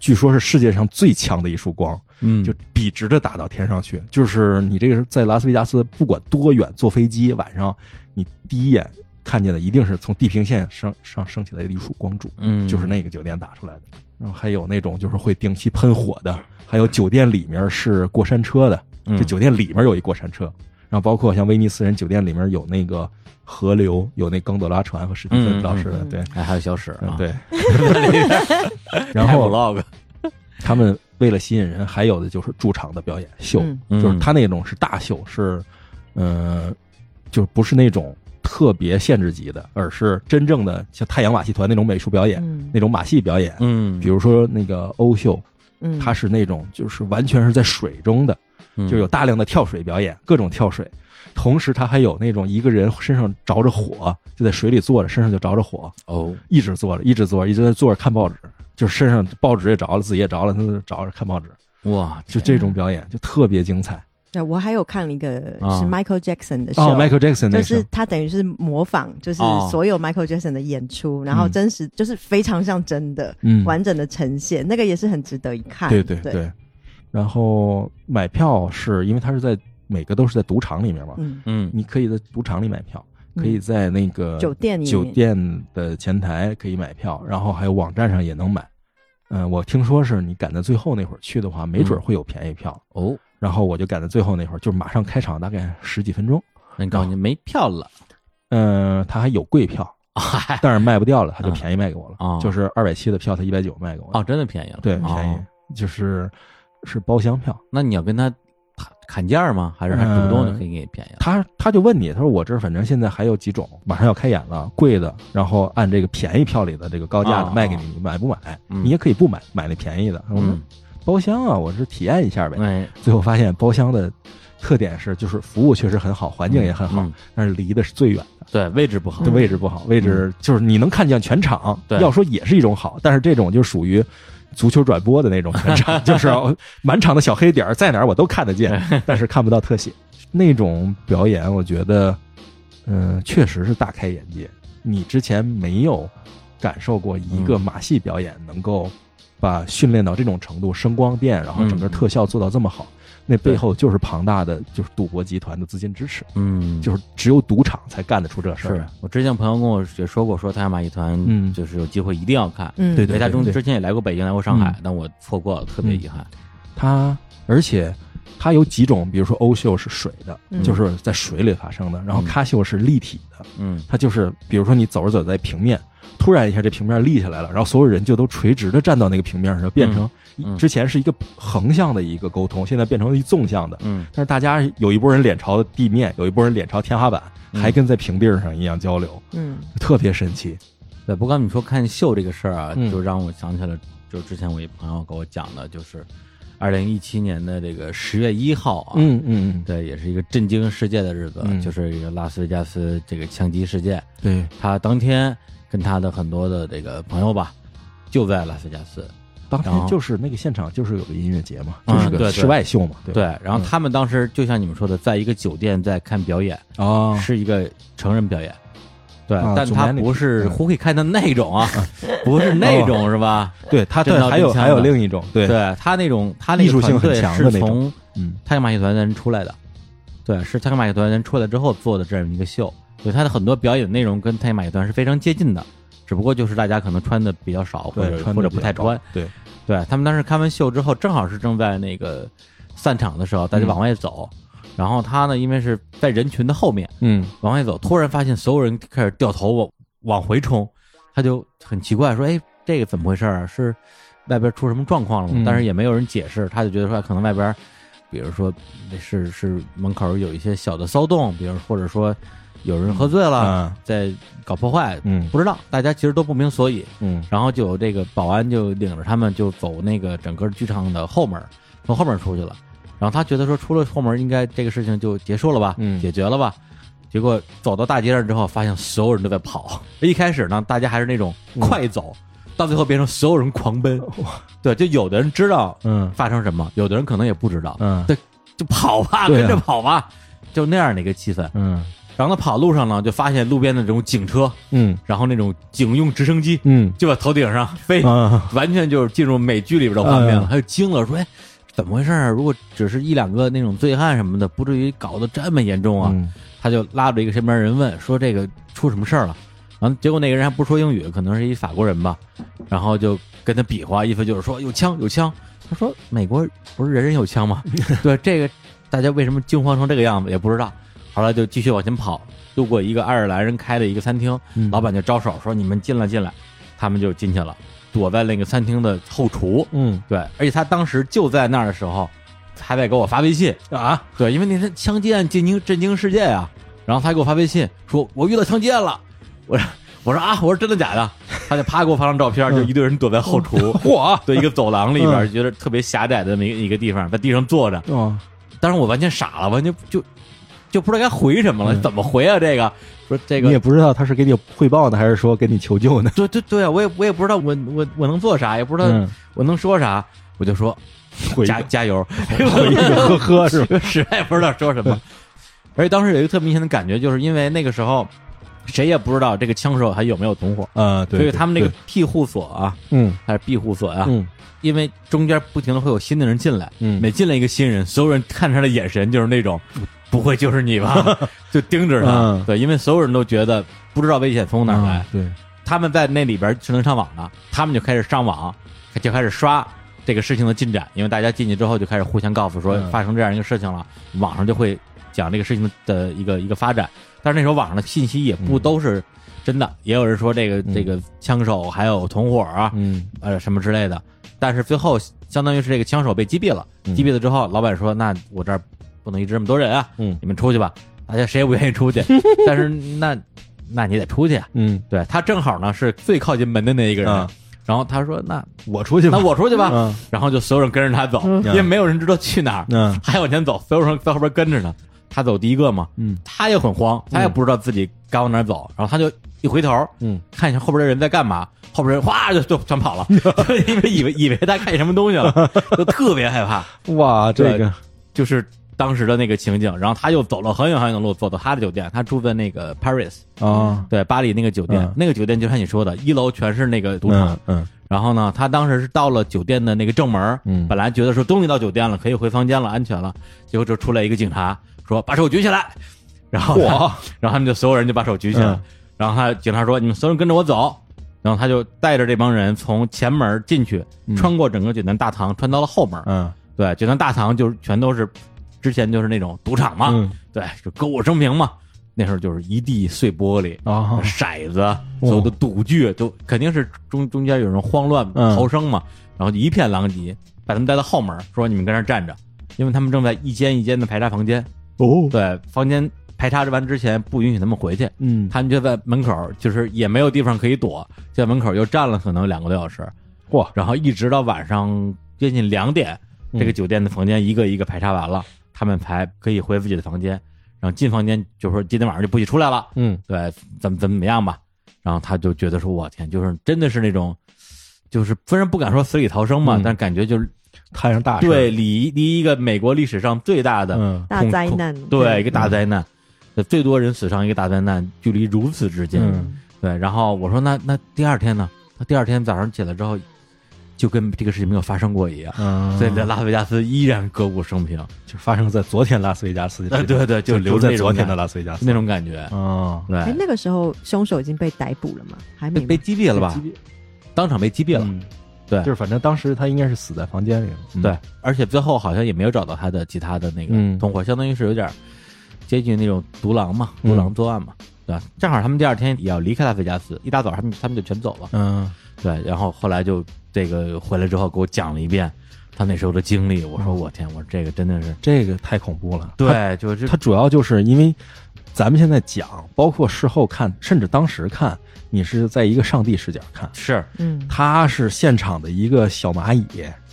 Speaker 3: 据说是世界上最强的一束光，
Speaker 1: 嗯
Speaker 3: 就笔直的打到天上去。就是你这个是在拉斯维加斯，不管多远，坐飞机晚上，你第一眼看见的一定是从地平线上上升起来的一束光柱，
Speaker 1: 嗯
Speaker 3: 就是那个酒店打出来的。然后还有那种就是会定期喷火的，还有酒店里面是过山车的，
Speaker 1: 嗯
Speaker 3: 这酒店里面有一过山车。然后包括像威尼斯人酒店里面有那个河流，有那冈德拉船和史蒂
Speaker 1: 嗯
Speaker 3: 芬
Speaker 1: 嗯
Speaker 3: 老师的，
Speaker 2: 嗯
Speaker 3: 对，
Speaker 1: 哎还有小史
Speaker 3: 嗯
Speaker 1: 啊，
Speaker 3: 对。然后
Speaker 1: vlog，
Speaker 3: 他们为了吸引人，还有的就是驻场的表演秀，
Speaker 2: 嗯
Speaker 3: 就是他那种是大秀，是，呃，就是不是那种特别限制级的，而是真正的像太阳马戏团那种美术表演，
Speaker 2: 嗯
Speaker 3: 那种马戏表演。
Speaker 1: 嗯，
Speaker 3: 比如说那个欧秀，
Speaker 2: 嗯，
Speaker 3: 它是那种就是完全是在水中的，
Speaker 1: 嗯
Speaker 3: 就有大量的跳水表演，各种跳水。同时，它还有那种一个人身上着着火，就在水里坐着，身上就着着火，
Speaker 1: 哦，
Speaker 3: 一直坐着，一直坐着，一直在坐着看报纸，就是身上报纸也着了，自己也着了，他就着着看报纸，
Speaker 1: 哇，
Speaker 3: 就这种表演就特别精彩。
Speaker 2: 对我还有看了一个
Speaker 1: 啊
Speaker 2: 是 Michael Jackson 的秀
Speaker 3: 哦，Michael Jackson 那
Speaker 2: 就是
Speaker 3: 首
Speaker 2: 他等于是模仿，就是
Speaker 1: 哦
Speaker 2: 所有 Michael Jackson 的演出，然后
Speaker 3: 嗯
Speaker 2: 真实就是非常像真的，
Speaker 3: 嗯，
Speaker 2: 完整的呈现，那个也是很值得一看。
Speaker 3: 对对
Speaker 2: 对，
Speaker 3: 对。然后买票是因为它是在每个都是在赌场里面嘛，
Speaker 2: 嗯，
Speaker 1: 嗯
Speaker 3: 你可以在赌场里买票，
Speaker 2: 嗯
Speaker 3: 可以在那个
Speaker 2: 酒店里面
Speaker 3: 酒店的前台可以买票，然后还有网站上也能买。嗯，我听说是你赶在最后那会儿去的话，没
Speaker 2: 嗯
Speaker 3: 准儿会有便宜票。
Speaker 1: 哦，
Speaker 3: 然后我就赶在最后那会儿，就是马上开场，大概十几分钟。
Speaker 1: 那告诉你没票了，
Speaker 3: 嗯，他还有贵票，
Speaker 1: 嗨，
Speaker 3: 但是卖不掉了，他就便宜卖给我了，
Speaker 1: 啊
Speaker 3: 就是二百七的票，他一百九卖给我了。
Speaker 1: 哦，真的便宜了，
Speaker 3: 对，
Speaker 1: 哦
Speaker 3: 便宜，就是是包厢票。
Speaker 1: 那你要跟他砍砍价吗？还是他主
Speaker 3: 嗯
Speaker 1: 动就可以给你便宜了？
Speaker 3: 他他就问你，他说我这儿反正现在还有几种，马上要开演了，贵的，然后按这个便宜票里的这个高价的
Speaker 1: 啊
Speaker 3: 卖给你，你买不买？
Speaker 1: 嗯
Speaker 3: 你也可以不买，买那便宜的。我说
Speaker 1: 嗯，
Speaker 3: 包厢啊，我是体验一下呗。
Speaker 1: 哎，
Speaker 3: 最后发现包厢的特点是，就是服务确实很好，环境也很好，
Speaker 1: 嗯
Speaker 3: 但是离的是最远的。
Speaker 1: 对，位置不好
Speaker 3: 这，位置不好，位置就是你能看见全场，
Speaker 1: 嗯对
Speaker 3: 要说也是一种好，但是这种就属于足球转播的那种全场， 就是哦满场的小黑点儿在哪儿我都看得 见，但是看不到特写。那种表演，我觉得，嗯、确实是大开眼界。你之前没有感受过一个
Speaker 1: 嗯
Speaker 3: 马戏表演能够把训练到这种程度，声光电，然后整个
Speaker 1: 嗯
Speaker 3: 特效做到这么好，那背
Speaker 1: 对
Speaker 3: 后就是庞大的就是赌博集团的资金支持，
Speaker 1: 嗯，
Speaker 3: 就是只有赌场才干得出这事儿
Speaker 1: 是
Speaker 3: 来。
Speaker 1: 我之前朋友跟我也说过，说太阳马戏团
Speaker 3: 嗯
Speaker 1: 就是有机会一定要看，
Speaker 2: 嗯，
Speaker 3: 对
Speaker 1: 因为他中
Speaker 3: 对
Speaker 1: 之前也来过北京，来过上海
Speaker 3: 嗯，
Speaker 1: 但我错过了，特别遗憾。
Speaker 3: 他而且它有几种，比如说欧秀是水的，
Speaker 2: 嗯
Speaker 3: 就是在水里发生的，然后
Speaker 1: 嗯
Speaker 3: 咖秀是立体的，
Speaker 1: 嗯
Speaker 3: 它就是比如说你走着走在平面，突然一下这平面立起来了，然后所有人就都垂直的站到那个平面上，变成
Speaker 1: 嗯
Speaker 3: 之前是一个横向的一个沟通，现在变成了一纵向的。
Speaker 1: 嗯
Speaker 3: 但是大家有一拨人脸朝地面，有一拨人脸朝天花板，
Speaker 1: 嗯
Speaker 3: 还跟在平地儿上一样交流，
Speaker 2: 嗯
Speaker 3: 特别神奇。
Speaker 1: 对，不过你说看秀这个事儿啊，
Speaker 3: 嗯
Speaker 1: 就让我想起了，就之前我一朋友给我讲的，就是二零一七年的这个十月一号啊，
Speaker 3: 嗯嗯
Speaker 1: 对，也是一个震惊世界的日子，
Speaker 3: 嗯
Speaker 1: 就是一个拉斯维加斯这个枪击事件。
Speaker 3: 嗯，
Speaker 1: 他当天跟他的很多的这个朋友吧，就在拉斯维加斯，
Speaker 3: 对，当
Speaker 1: 然后
Speaker 3: 天就是那个现场就是有个音乐节嘛，
Speaker 1: 嗯
Speaker 3: 就是
Speaker 1: 对
Speaker 3: 个
Speaker 1: 对
Speaker 3: 室外秀嘛，对嗯
Speaker 1: 对，然后他们当时就像你们说的，在一个酒店在看表演，
Speaker 3: 啊，
Speaker 1: 是一个成人表演。对，
Speaker 3: 啊
Speaker 1: 但他不是
Speaker 3: Humanity，嗯
Speaker 1: 胡可以看的那种啊， 不是那种是吧？
Speaker 3: 对他对
Speaker 1: 真的
Speaker 3: 还有
Speaker 1: 挺强
Speaker 3: 还
Speaker 1: 的
Speaker 3: 有另一种哦对
Speaker 1: 对他那种，他那个
Speaker 3: 艺术性
Speaker 1: 团队
Speaker 3: 很强
Speaker 1: 是
Speaker 3: 的那种
Speaker 1: 从
Speaker 3: 嗯
Speaker 1: 泰克马戏团的人出来的，对，是泰克马戏团的人出来之后做的这么一个秀，对他的很多表演内容跟泰克马戏团是非常接近的，只不过就是大家可能穿的比较少，或
Speaker 3: 对
Speaker 1: 者
Speaker 3: 穿
Speaker 1: 或
Speaker 3: 得
Speaker 1: 者
Speaker 3: 比
Speaker 1: 不太
Speaker 3: 较
Speaker 1: 穿。
Speaker 3: 对，
Speaker 1: 对他们当时看完秀之后，正好是正在那个散场的时候，大
Speaker 3: 嗯
Speaker 1: 家往外走，然后他呢，因为是在人群的后面
Speaker 3: 嗯
Speaker 1: 往外走，突然发现所有人开始掉头往往回冲，他就很奇怪说：“哎，这个怎么回事啊？是外边出什么状况了吗？”
Speaker 3: 嗯
Speaker 1: 但是也没有人解释，他就觉得说可能外边，比如说是是门口有一些小的骚动，比如或者说有人喝醉了、
Speaker 3: 啊
Speaker 1: 在搞破坏，
Speaker 3: 嗯
Speaker 1: 不知道，大家其实都不明所以。
Speaker 3: 嗯
Speaker 1: 然后就有这个保安就领着他们就走那个整个剧场的后门，从后门出去了。然后他觉得说出了后门应该这个事情就结束了吧，
Speaker 3: 嗯
Speaker 1: 解决了吧。结果走到大街上之后，发现所有人都在跑。一开始呢，大家还是那种快走，
Speaker 3: 嗯
Speaker 1: 到最后变成所有人狂奔。
Speaker 3: 哦
Speaker 1: 对，就有的人知道
Speaker 3: 嗯
Speaker 1: 发生什么，有的人可能也不知道，
Speaker 3: 嗯
Speaker 1: 就跑吧，
Speaker 3: 对啊
Speaker 1: 跟着跑吧，就那样的一个气氛。
Speaker 3: 嗯
Speaker 1: 然后他跑路上呢，就发现路边的这种警车，
Speaker 3: 嗯
Speaker 1: 然后那种警用直升机，
Speaker 3: 嗯
Speaker 1: 就把头顶上飞，
Speaker 3: 啊
Speaker 1: 完全就是进入美剧里边的画面了。
Speaker 3: 嗯
Speaker 1: 他就惊了，说：“哎，怎么回事啊？如果只是一两个那种醉汉什么的，不至于搞得这么严重啊。
Speaker 3: 嗯
Speaker 1: 他就拉着一个身边人问：“说这个出什么事儿了？”然后结果那个人还不说英语，可能是一法国人吧，然后就跟他比划，意思就是说有枪有枪。他说：“美国不是人人有枪 吗？”对，这个大家为什么惊慌成这个样子也不知道。后来就继续往前跑，路过一个爱尔兰人开的一个餐厅，
Speaker 3: 嗯
Speaker 1: 老板就招手说：“你们进来，进来。”他们就进去了，躲在那个餐厅的后厨。
Speaker 3: 嗯
Speaker 1: 对，而且他当时就在那儿的时候，还在给我发微信。
Speaker 3: 啊
Speaker 1: 对，因为那天枪击案震惊震惊世界呀、然后他给我发微信说：“我遇到枪击案了。”我说：“我说啊，我说真的假的？”他就啪给我发张照片，就一堆人躲在后厨，嚯，对，一个走廊里边，觉得特别狭窄的那一个地方，在地上坐着。
Speaker 3: 哦
Speaker 1: 当时我完全傻了，完全就就不知道该回什么了，怎么回啊？这个说这个
Speaker 3: 你也不知道他是给你汇报呢，还是说给你求救呢？
Speaker 1: 对对对，啊我也我也不知道我我我能做啥，也不知道
Speaker 3: 嗯
Speaker 1: 我能说啥，我就说
Speaker 3: 回
Speaker 1: 加加油，
Speaker 3: 回呵呵是吧？
Speaker 1: 实在不知道说什么。而且当时有一个特明显的感觉，就是因为那个时候谁也不知道这个枪手还有没有同伙，
Speaker 3: 啊，对，
Speaker 1: 所以他们那
Speaker 3: 那
Speaker 1: 个庇护所啊，
Speaker 3: 嗯
Speaker 1: 还是庇护所啊，
Speaker 3: 嗯
Speaker 1: 因为中间不停的会有新的人进来，
Speaker 3: 嗯
Speaker 1: 每进来一个新人，所有人看他的眼神就是那种不会就是你吧， 就盯着他。
Speaker 3: 嗯
Speaker 1: 对，因为所有人都觉得不知道危险从哪儿来。
Speaker 3: 啊对，
Speaker 1: 他们在那里边是能上网的，他们就开始上网，就开始刷这个事情的进展，因为大家进去之后就开始互相告诉说
Speaker 3: 嗯
Speaker 1: 发生这样一个事情了，网上就会讲这个事情的呃一个一个发展。但是那时候网上的信息也不
Speaker 3: 嗯
Speaker 1: 都是真的，也有人说这个
Speaker 3: 嗯
Speaker 1: 这个枪手还有同伙啊，
Speaker 3: 嗯
Speaker 1: 呃什么之类的。但是最后相当于是这个枪手被击毙了，
Speaker 3: 嗯
Speaker 1: 击毙了之后，老板说：“那我这儿不能一直这么多人啊，
Speaker 3: 嗯
Speaker 1: 你们出去吧。”大家谁也不愿意 出去，但是那那你得出去啊。
Speaker 3: 嗯，
Speaker 1: 对他正好呢是最靠近门的那一个人，
Speaker 3: 嗯
Speaker 1: 然后他说那
Speaker 3: 我出去吧，
Speaker 1: 那我出去吧，
Speaker 3: 嗯
Speaker 1: 然后就所有人跟着他走，
Speaker 2: 嗯
Speaker 1: 因为没有人知道去哪儿，
Speaker 3: 嗯
Speaker 1: 还往前走，所有人在后边跟着呢，他走第一个嘛，
Speaker 3: 嗯
Speaker 1: 他也很慌，他也不知道自己该往哪儿走，然后他就一回头，
Speaker 3: 嗯，
Speaker 1: 看一下后边的人在干嘛，后边人哗就就全跑了， 就因为以为以为他看见什么东西 了，就特别害怕，
Speaker 3: 哇，这个
Speaker 1: 就是当时的那个情景，然后他又走了很远很远的路，走到他的酒店，他住在那个 Paris，
Speaker 3: 啊，
Speaker 1: 对，巴黎那个酒店，
Speaker 3: 嗯
Speaker 1: 那个酒店就像你说的，一楼全是那个赌场。
Speaker 3: 嗯嗯
Speaker 1: 然后呢，他当时是到了酒店的那个正门儿，
Speaker 3: 嗯
Speaker 1: 本来觉得说终于到酒店了，可以回房间了，安全了，结果就出来一个警察说把手举起来，然后他然后他们就所有人就把手举起来，
Speaker 3: 嗯
Speaker 1: 然后他警察说你们所有人跟着我走，然后他就带着这帮人从前门进去，
Speaker 3: 嗯
Speaker 1: 穿过整个酒店大堂，穿到了后门，
Speaker 3: 嗯
Speaker 1: 对，就像大唐就是全都是之前就是那种赌场嘛，
Speaker 3: 嗯
Speaker 1: 对，就歌舞升平嘛。那时候就是一地碎玻璃
Speaker 3: 啊
Speaker 1: 骰子，所有的赌具都肯定是中中间有人慌乱
Speaker 3: 嗯
Speaker 1: 逃生嘛，然后一片狼藉，把他们带到后门，说你们跟那儿站着，因为他们正在一间一间的排查房间。
Speaker 3: 哦，
Speaker 1: 对，房间排查完之前不允许他们回去，
Speaker 3: 嗯，
Speaker 1: 他们就在门口，就是也没有地方可以躲，就在门口又站了可能两个多小时，
Speaker 3: 嚯
Speaker 1: 然后一直到晚上接近两点，
Speaker 3: 嗯
Speaker 1: 这个酒店的房间一个一个排查完了，他们才可以回自己的房间。然后进房间就说今天晚上就不许出来了，
Speaker 3: 嗯，
Speaker 1: 对，怎么怎么怎么样吧。然后他就觉得说，我天，就是真的是那种，就是虽然不敢说死里逃生嘛，
Speaker 3: 嗯
Speaker 1: 但感觉就是
Speaker 3: 摊上大事，
Speaker 1: 对，离离一个美国历史上最大的
Speaker 3: 嗯，
Speaker 1: 恐
Speaker 2: 大灾难
Speaker 1: 恐对，一个大灾难，最多人死伤一个大灾难，距离如此之近。
Speaker 3: 嗯
Speaker 1: 对，然后我说那那第二天呢？他第二天早上起来之后，就跟这个事情没有发生过一样。
Speaker 3: 嗯，
Speaker 1: 所以在拉斯维加斯依然歌舞升平，
Speaker 3: 就发生在昨天拉斯维加斯的
Speaker 1: 哎
Speaker 3: 事情，
Speaker 1: 对对
Speaker 3: 嗯就
Speaker 1: 就留
Speaker 3: 在
Speaker 1: 着那种
Speaker 3: 昨天的
Speaker 1: 感
Speaker 3: 拉斯维加斯
Speaker 1: 那种感觉。
Speaker 3: 啊，
Speaker 2: 哎
Speaker 1: 对，，
Speaker 2: 那个时候凶手已经被逮捕了吗？还没
Speaker 1: 被
Speaker 2: 吗
Speaker 1: 被击毙了吧？当场被击毙了。
Speaker 3: 嗯
Speaker 1: 对
Speaker 3: 就是反正当时他应该是死在房间里了，嗯
Speaker 1: 对，，而且最后好像也没有找到他的其他的那个
Speaker 3: 嗯
Speaker 1: 同伙，相当于是有点接近那种独狼嘛，
Speaker 3: 嗯
Speaker 1: 独狼作案嘛，对吧？正好他们第二天也要离开拉斯维加斯，一大早他们他们就全走了。
Speaker 3: 嗯，
Speaker 1: 对，然后后来就这个回来之后给我讲了一遍他那时候的经历，我说我天，我说这个真的是，
Speaker 3: 哦这个太恐怖了，他
Speaker 1: 对，就是
Speaker 3: 它主要就是因为咱们现在讲，包括事后看，甚至当时看，你是在一个上帝视角看，
Speaker 1: 是，
Speaker 2: 嗯，
Speaker 3: 他是现场的一个小蚂蚁，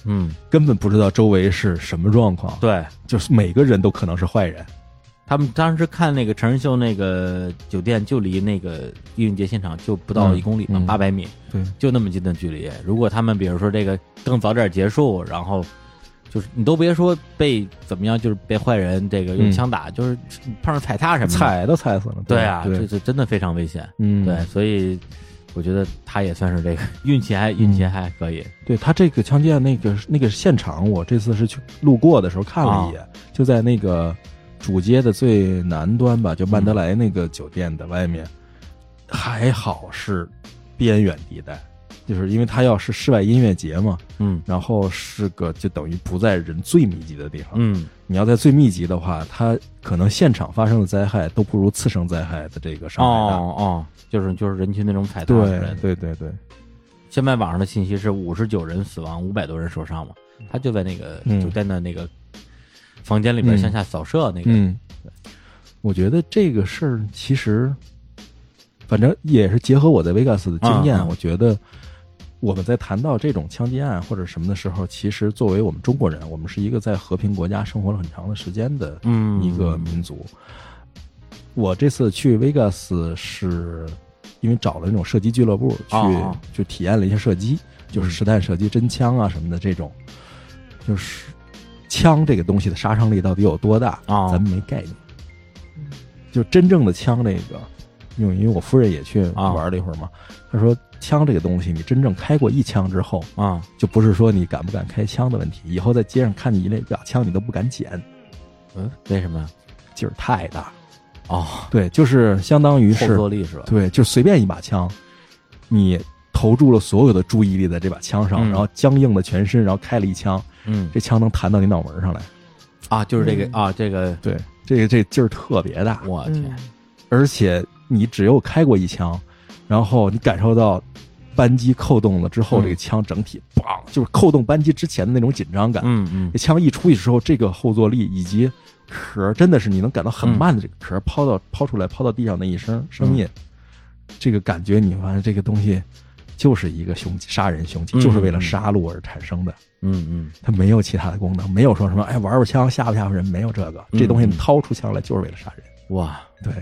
Speaker 1: 嗯，
Speaker 3: 根本不知道周围是什么状况，
Speaker 1: 对
Speaker 3: 就是每个人都可能是坏人，
Speaker 1: 他们当时看那个成人秀那个酒店，就离那个音乐节现场就不到
Speaker 3: 嗯
Speaker 1: 一公里嘛
Speaker 3: 嗯，
Speaker 1: 八百、米，
Speaker 3: 对，
Speaker 1: 就那么近的距离。如果他们比如说这个更早点结束，然后就是你都别说被怎么样，就是被坏人这个用
Speaker 3: 嗯
Speaker 1: 枪打，就是碰上踩踏什么的，
Speaker 3: 踩都踩死了，
Speaker 1: 嗯对啊，这
Speaker 3: 对，
Speaker 1: 这真的非常危险。
Speaker 3: 嗯，
Speaker 1: 对，所以我觉得他也算是这个运气还运气还可以。
Speaker 3: 对他这个枪击案那个那个现场，我这次是去路过的时候看了一
Speaker 1: 啊
Speaker 3: 眼，就在那个主街的最南端吧，就曼德莱那个酒店的外
Speaker 1: 嗯
Speaker 3: 面，还好是边远地带，就是因为它要是室外音乐节嘛，
Speaker 1: 嗯
Speaker 3: 然后是个就等于不在人最密集的地方，
Speaker 1: 嗯，
Speaker 3: 你要在最密集的话，它可能现场发生的灾害都不如次生灾害的这个伤害大。
Speaker 1: 哦哦，就是就是人群那种踩踏之类
Speaker 3: 对
Speaker 1: 的。
Speaker 3: 对对对，
Speaker 1: 现在网上的信息是五十九人死亡，五百多人受伤嘛。他就在那个
Speaker 3: 嗯
Speaker 1: 酒店的那个房间里边
Speaker 3: 嗯
Speaker 1: 向下扫射那个。
Speaker 3: 嗯，我觉得这个事儿其实，反正也是结合我在维加斯的经验，
Speaker 1: 嗯嗯
Speaker 3: 我觉得我们在谈到这种枪击案或者什么的时候，其实作为我们中国人，我们是一个在和平国家生活了很长的时间的
Speaker 1: 嗯
Speaker 3: 一个民族。我这次去维加斯是因为找了那种射击俱乐部去，
Speaker 1: 哦哦
Speaker 3: 就体验了一下射击，
Speaker 1: 嗯
Speaker 3: 就是实弹射击、真枪啊什么的这种，就是枪这个东西的杀伤力到底有多大，
Speaker 1: 哦
Speaker 3: 咱们没概念。就真正的枪这个，因为因为我夫人也去
Speaker 1: 啊
Speaker 3: 玩了一会儿嘛，她说枪这个东西，你真正开过一枪之后，
Speaker 1: 啊
Speaker 3: 就不是说你敢不敢开枪的问题，以后在街上看你那把枪，你都不敢捡，
Speaker 1: 嗯，为什么呀？
Speaker 3: 劲儿太 大。
Speaker 1: 哦，
Speaker 3: 对，就是相当于
Speaker 1: 后
Speaker 3: 是
Speaker 1: 坐力是吧？
Speaker 3: 对，就随便一把枪，你投注了所有的注意力在这把枪上，
Speaker 1: 嗯
Speaker 3: 然后僵硬的全身，然后开了一枪，
Speaker 1: 嗯
Speaker 3: 这枪能弹到你脑门上来。
Speaker 1: 啊，就是这
Speaker 3: 嗯
Speaker 1: 个啊，这个
Speaker 3: 对，这个这劲儿特别大，
Speaker 1: 我
Speaker 2: 嗯
Speaker 1: 天，
Speaker 3: 而且你只有开过一枪，然后你感受到扳机扣动了之后，
Speaker 1: 嗯
Speaker 3: 这个枪整体砰，就是扣动扳机之前的那种紧张感。
Speaker 1: 嗯嗯
Speaker 3: 这枪一出去之后，这个后坐力以及壳儿，真的是你能感到很慢的这个壳儿抛到抛出来抛到地上那一声
Speaker 1: 嗯
Speaker 3: 声音，这个感觉你发现这个东西就是一个凶器，杀人凶器，
Speaker 1: 嗯
Speaker 3: 就是为了杀戮而产生的，
Speaker 1: 嗯嗯，
Speaker 3: 它没有其他的功能，没有说什么哎玩玩枪吓唬吓唬人，没有这个，这东西
Speaker 1: 嗯
Speaker 3: 掏出枪来就是为了杀人。
Speaker 1: 哇。
Speaker 3: 对，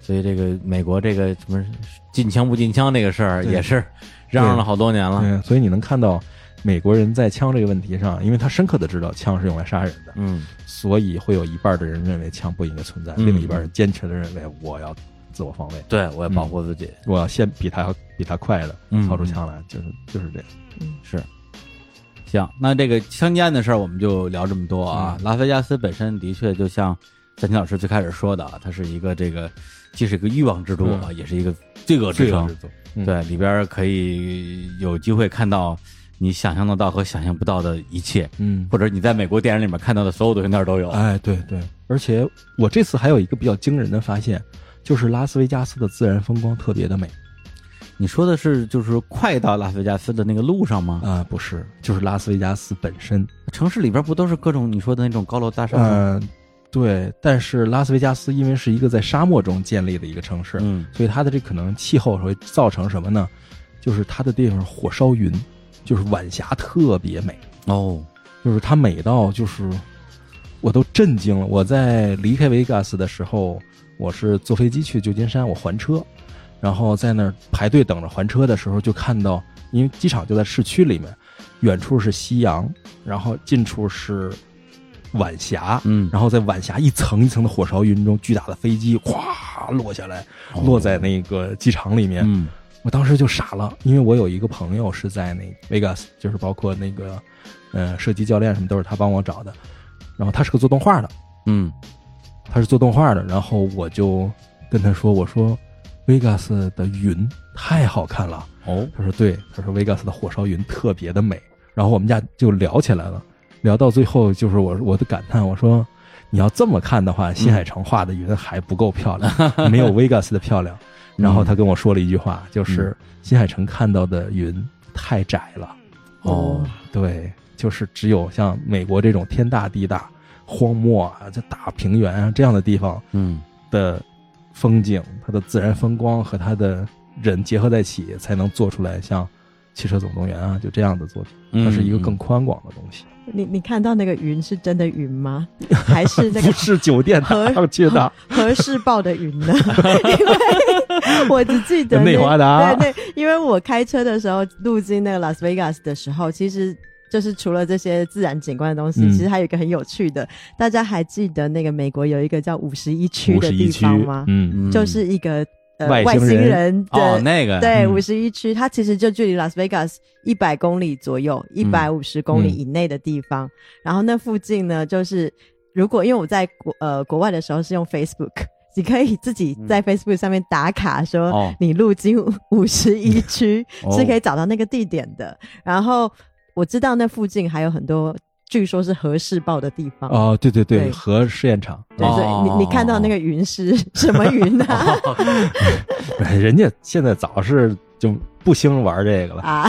Speaker 1: 所以这个美国这个什么禁枪不禁枪这个事儿
Speaker 3: 对
Speaker 1: 也是嚷嚷了好多年了。
Speaker 3: 嗯，所以你能看到美国人在枪这个问题上，因为他深刻的知道枪是用来杀人的，
Speaker 1: 嗯，
Speaker 3: 所以会有一半的人认为枪不应该存在，
Speaker 1: 嗯
Speaker 3: 另一半人坚持的认为我要自我防卫，
Speaker 1: 对，我也保护自己。
Speaker 3: 我要先比他比他快的
Speaker 1: 嗯
Speaker 3: 掏出枪来，就是就是这样。
Speaker 1: 行，那这个枪击案的事儿我们就聊这么多啊。拉斯维加斯本身的确就像三清老师最开始说的啊，它是一个这个既是一个欲望之都啊，也是一个罪恶之城。
Speaker 3: 嗯
Speaker 1: 对，里边儿可以有机会看到你想象得到和想象不到的一切，
Speaker 3: 嗯，
Speaker 1: 或者你在美国电影里面看到的所有东西那儿都有。
Speaker 3: 哎，对对，而且我这次还有一个比较惊人的发现，就是拉斯维加斯的自然风光特别的美
Speaker 1: 你说的是就是快到拉斯维加斯的那个路上吗？
Speaker 3: 啊、不是，就是拉斯维加斯本身，
Speaker 1: 城市里边不都是各种你说的那种高楼大厦吗？
Speaker 3: 嗯、对，但是拉斯维加斯因为是一个在沙漠中建立的一个城市，
Speaker 1: 嗯，
Speaker 3: 所以它的这可能气候会造成什么呢？就是它的地方火烧云，就是晚霞特别美，
Speaker 1: 哦，
Speaker 3: 就是它美到就是我都震惊了。我在离开维加斯的时候，我是坐飞机去旧金山，我还车，然后在那儿排队等着还车的时候，就看到，因为机场就在市区里面，远处是夕阳，然后近处是晚霞，
Speaker 1: 嗯，
Speaker 3: 然后在晚霞一层一层的火烧云中，巨大的飞机哗落下来，落在那个机场里面。
Speaker 1: 嗯
Speaker 3: 我当时就傻了，因为我有一个朋友是在那 Vegas，就是包括那个，呃，射击教练什么都是他帮我找的。然后他是个做动画的，
Speaker 1: 嗯，
Speaker 3: 他是做动画的。然后我就跟他说：“我说，Vegas 的云太好看了。”
Speaker 1: 哦，
Speaker 3: 他说：“对，他说 Vegas 的火烧云特别的美。”然后我们家就聊起来了，聊到最后就是我我的感叹，我说：“你要这么看的话，新海诚画的云还不够漂亮，没有 Vegas 的漂亮。”然后他跟我说了一句话，就是新海诚看到的云太窄了。
Speaker 1: 哦，
Speaker 3: 对，就是只有像美国这种天大地大、荒漠啊、这大平原啊这样的地方，
Speaker 1: 嗯，
Speaker 3: 的风景、它的自然风光和它的人结合在一起，才能做出来像《汽车总动员》啊，就这样的作品。
Speaker 1: 嗯
Speaker 3: 它是一个更宽广的东西，
Speaker 2: 你你看到那个云是真的云吗？ 还是
Speaker 1: 嗯
Speaker 2: 那个
Speaker 3: 不是酒店
Speaker 2: 和
Speaker 3: 大街 大，
Speaker 2: 和世报的云 呢？因为我只记得那
Speaker 3: 内华啊达
Speaker 2: 对对，因为我开车的时候路经那个拉斯维加斯的时候，其实。就是除了这些自然景观的东西，
Speaker 3: 嗯
Speaker 2: 其实还有一个很有趣的，大家还记得那个美国有一个叫五十一区
Speaker 3: 五
Speaker 2: 的
Speaker 3: 十
Speaker 2: 地
Speaker 3: 一区
Speaker 2: 方吗？，
Speaker 3: 嗯，
Speaker 2: 就是一个、呃、
Speaker 3: 外
Speaker 2: 外
Speaker 3: 星
Speaker 2: 星
Speaker 3: 人
Speaker 2: 人的、
Speaker 1: 哦那个
Speaker 2: 对，
Speaker 3: 嗯
Speaker 2: 五十一区，它其实就距离拉斯维加斯一百公里左右，一百五十公里以内的地方。然后那附近呢，就是如果因为我在国呃国外的时候是用 Facebook，你可以自己在 Facebook 上面打卡说。
Speaker 1: 哦
Speaker 2: 你路经五十一区
Speaker 1: 哦
Speaker 2: 是可以找到那个地点的。然后我知道那附近还有很多，据说是核试爆的地方。
Speaker 3: 哦，对对对，
Speaker 2: 对
Speaker 3: 和试验场，
Speaker 2: 对，所以你你看到那个云是 什么云啊？
Speaker 3: 哎人家现在早是就不兴玩这个了。
Speaker 2: 啊，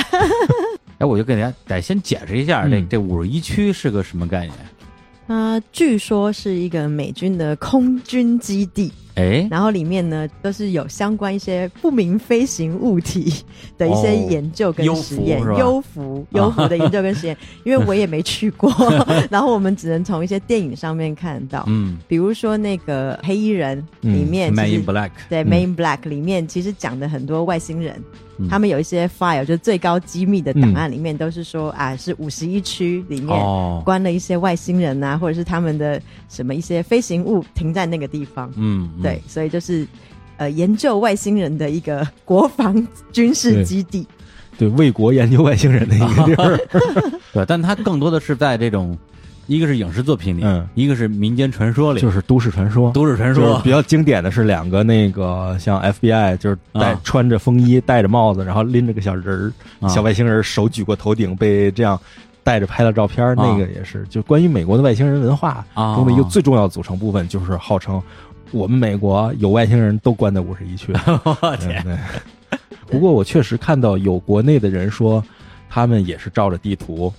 Speaker 1: 哎，我就给大家得先解释一下，这
Speaker 3: 嗯
Speaker 1: 这五十一区是个什么概念？
Speaker 2: 啊，据说是一个美军的空军基地，
Speaker 1: 哎，
Speaker 2: 然后里面呢都是有相关一些不明飞行物体的一些
Speaker 1: 哦
Speaker 2: 研究跟
Speaker 1: 幽
Speaker 2: 实
Speaker 1: 浮
Speaker 2: 验
Speaker 1: 是吧，啊
Speaker 2: 幽浮幽浮的研究跟 实验，因为我也没去过， 然后我们只能从一些电影上面看到，
Speaker 1: 嗯
Speaker 2: 比如说那个黑衣人
Speaker 3: 嗯
Speaker 2: 里面
Speaker 1: ，Man
Speaker 2: 其
Speaker 1: in
Speaker 2: 实
Speaker 1: Black，嗯
Speaker 2: 对《Main Black》里面其实讲的很多外星人，他们有一些 file 就是最高机密的
Speaker 1: 嗯
Speaker 2: 档案里面都是说、啊是五十一区里面
Speaker 1: 哦，
Speaker 2: 关了一些外星人啊，或者是他们的什么一些飞行物停在那个地方，
Speaker 1: 嗯，嗯
Speaker 2: 对，，所以就是呃研究外星人的一个国防军事基地，
Speaker 3: 对，为国研究外星人的一个地 儿，
Speaker 1: 对，但它更多的是在这种，一个是影视作品里，
Speaker 3: 嗯
Speaker 1: 一个是民间传说里，
Speaker 3: 就是都市传说。
Speaker 1: 都市传
Speaker 3: 就是
Speaker 1: 说
Speaker 3: 比，较经典的是两个那个像 FBI，就是戴、
Speaker 1: 啊
Speaker 3: 穿着风衣、戴着帽子，然后拎着个小人儿、
Speaker 1: 啊
Speaker 3: 小外星人，手举过头顶，被这样带着拍了照片儿。
Speaker 1: 啊
Speaker 3: 那个也是，就关于美国的外星人文化
Speaker 1: 啊
Speaker 3: 中的一个最重要的组成部分，就是号称我们美国有外星人都关在五十一区。
Speaker 1: 我
Speaker 3: 对
Speaker 1: 天，
Speaker 3: 对不过我确实看到有国内的人说，他们也是照着地图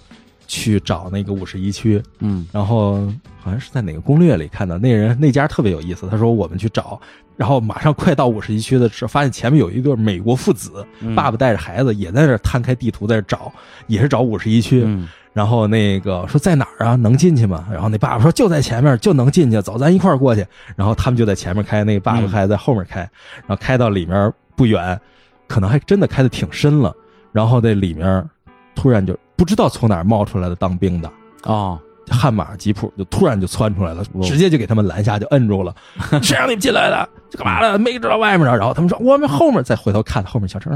Speaker 3: 去找那个五十一区，
Speaker 1: 嗯，
Speaker 3: 然后好像是在哪个攻略里看到那人那家特别有意思，他说我们去找，然后马上快到五十一区的时候，发现前面有一对美国父子，
Speaker 1: 嗯
Speaker 3: 爸爸带着孩子也在那儿摊开地图在那儿找，也是找五十一区。
Speaker 1: 嗯
Speaker 3: 然后那个说在哪儿啊？能进去吗？然后那爸爸说就在前面，就能进去，走，咱一块儿过去。然后他们就在前面开，那个爸爸开在后面开，然后开到里面不远，可能还真的开的挺深了。然后在里面突然就不知道从哪儿冒出来的当兵的，
Speaker 1: 哦，
Speaker 3: 悍马吉普就突然就窜出来了，
Speaker 1: 哇
Speaker 3: 直接就给他们拦下，就摁住了。谁让你们进来的？这干嘛呢？没知道外面呢。然后他们说我们后面再回头看，后面小车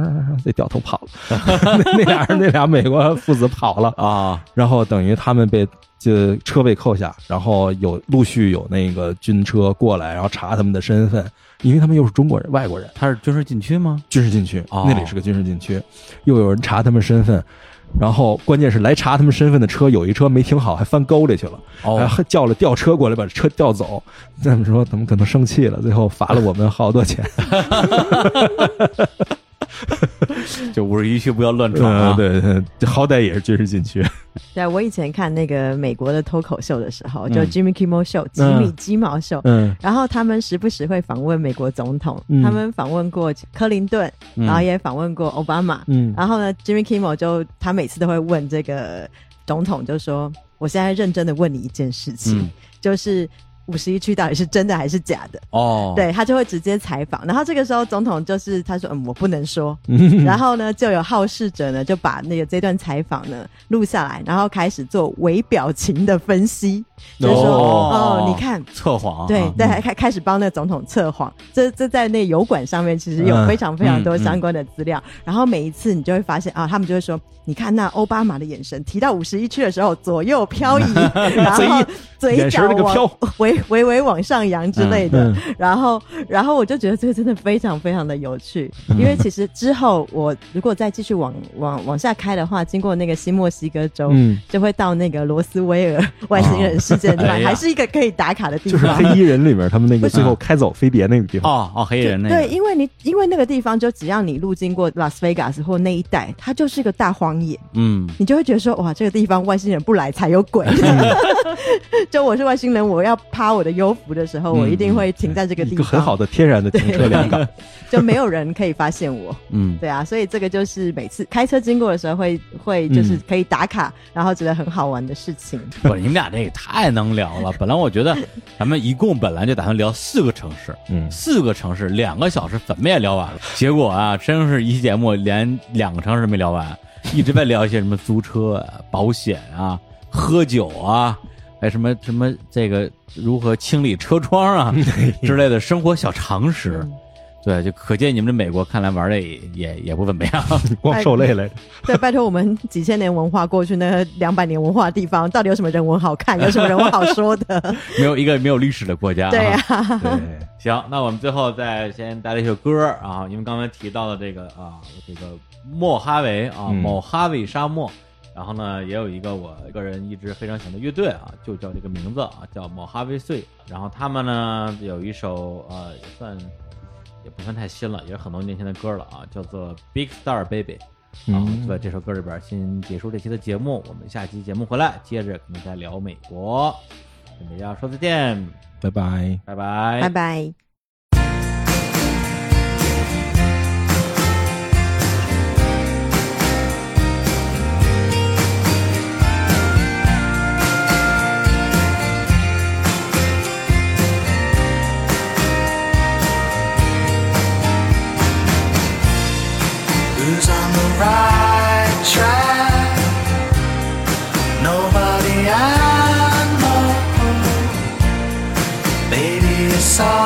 Speaker 3: 那掉头跑了，那那俩人那俩美国父子跑了。
Speaker 1: 啊，
Speaker 3: 然后等于他们被就车被扣下，然后有陆续有那个军车过来，然后查他们的身份，因为他们又是中国人、外国人，
Speaker 1: 它是军事禁区吗？
Speaker 3: 军事禁区，
Speaker 1: 哦
Speaker 3: 那里是个军事禁区，又有人查他们身份，然后关键是来查他们身份的车，有一车没停好，还翻沟里去了，
Speaker 1: 哦
Speaker 3: 还叫了吊车过来把车吊走。 他们说他们可能生气了，最后罚了我们好多钱。
Speaker 8: 就五十一区不要乱闯
Speaker 3: 嗯，
Speaker 8: 啊！
Speaker 3: 对对，对好歹也是军事禁区。
Speaker 2: 对，我以前看那个美国的脱口秀的时候，就
Speaker 3: 嗯
Speaker 2: Jimmy Kimmel Show 吉
Speaker 3: 嗯
Speaker 2: 米鸡毛秀，
Speaker 3: 嗯
Speaker 2: 然后他们时不时会访问美国总统，
Speaker 3: 嗯
Speaker 2: 他们访问过克林顿，
Speaker 3: 嗯
Speaker 2: 然后也访问过奥巴马。
Speaker 3: 嗯
Speaker 2: 然后呢，Jimmy Kimmel 就他每次都会问这个总统，就说：“我现在认真的问你一件事情，
Speaker 1: 嗯
Speaker 2: 就是五十一区到底是真的还是假的？”
Speaker 1: 哦，
Speaker 2: 对他就会直接采访，然后这个时候总统就是他说嗯我不能 说，
Speaker 3: 嗯
Speaker 2: 然后呢就有好事者呢就把那个这段采访呢录下来，然后开始做微表情的分析，就是说
Speaker 1: 哦
Speaker 2: 哦你看
Speaker 1: 测谎啊，
Speaker 2: 对对，
Speaker 3: 嗯
Speaker 2: 还开开始帮那总统测谎，这这在那油管上面其实有
Speaker 3: 嗯
Speaker 2: 非常非常多
Speaker 1: 嗯嗯
Speaker 2: 相关的资料。然后每一次你就会发现啊，他们就会说，你看那奥巴马的眼神，提到五十一区的时候左右漂移， 然后嘴
Speaker 3: 眼神
Speaker 2: 角
Speaker 3: 那个
Speaker 2: 往
Speaker 3: 飘
Speaker 2: 微微微往上扬之类的。
Speaker 3: 嗯
Speaker 2: 然后然后我就觉得这个真的非常非常的有趣，
Speaker 3: 嗯
Speaker 2: 因为其实之后我如果再继续往往往下开的话，经过那个新墨西哥州。
Speaker 3: 嗯，
Speaker 2: 就会到那个罗斯威尔 外星人事件地方，
Speaker 1: 哎呀
Speaker 2: 还是一个可以打卡的地
Speaker 3: 哦就
Speaker 2: 方。
Speaker 3: 是黑衣人里面他们那个
Speaker 2: 不是
Speaker 3: 最后开走飞碟那个地方。
Speaker 1: 哦哦，黑人那
Speaker 2: 对，
Speaker 1: 个，
Speaker 2: 因为你因为那个地方，就只要你路经过拉斯维加斯或那一带，它就是个大荒野，
Speaker 1: 嗯，
Speaker 2: 你就会觉得说，哇，这个地方外星人不来才有 鬼。就我是外星人，我要趴我的幽浮的时候，我一定会停在这个
Speaker 3: 嗯一
Speaker 2: 地
Speaker 3: 个
Speaker 2: 方，
Speaker 3: 很好的天然的停车良港，
Speaker 2: 就没有人可以发现我。
Speaker 1: 嗯，
Speaker 2: 对啊，所以这个就是每次开车经过的时候会，会
Speaker 3: 嗯
Speaker 2: 就是可以打卡，然后觉得很好玩的事情。
Speaker 1: 不，你们俩这也太能聊了。本来我觉得咱们一共本来就打算聊四个城市，
Speaker 3: 嗯
Speaker 1: 四个城市两个小时怎么也聊完了。结果啊，真是一期节目连两个城市没聊完，一直在聊一些什么租车、啊、保险啊、喝酒啊，还什么什么这个如何清理车窗啊之类的生活小常识。对，就可见你们这美国看来玩的也也也不怎么样。
Speaker 3: 光受累了。
Speaker 2: 对，拜托我们几千年文化过去那两百年文化的地方，到底有什么人文好看，有什么人文好说的？
Speaker 1: 没有一个没有历史的国家、啊。
Speaker 2: 对啊
Speaker 1: 对，行，那我们最后再先带来一首歌啊，因为刚才提到了这个啊，这个莫哈维啊，
Speaker 3: 嗯
Speaker 1: 某哈维沙漠。然后呢，也有一个我个人一直非常喜欢的乐队啊，就叫这个名字啊，叫某哈维碎。然后他们呢有一首呃，也算也不算太新了，也是很多年前的歌了啊，叫做《Big Star Baby》。然后就在这首歌里边先结束这期的节目，我们下期节目回来接着跟大家聊美国，跟大家说再见，
Speaker 3: 拜拜。
Speaker 1: 拜拜，
Speaker 2: 拜拜。
Speaker 9: Who's on the right track? Nobody I know. Maybe it's all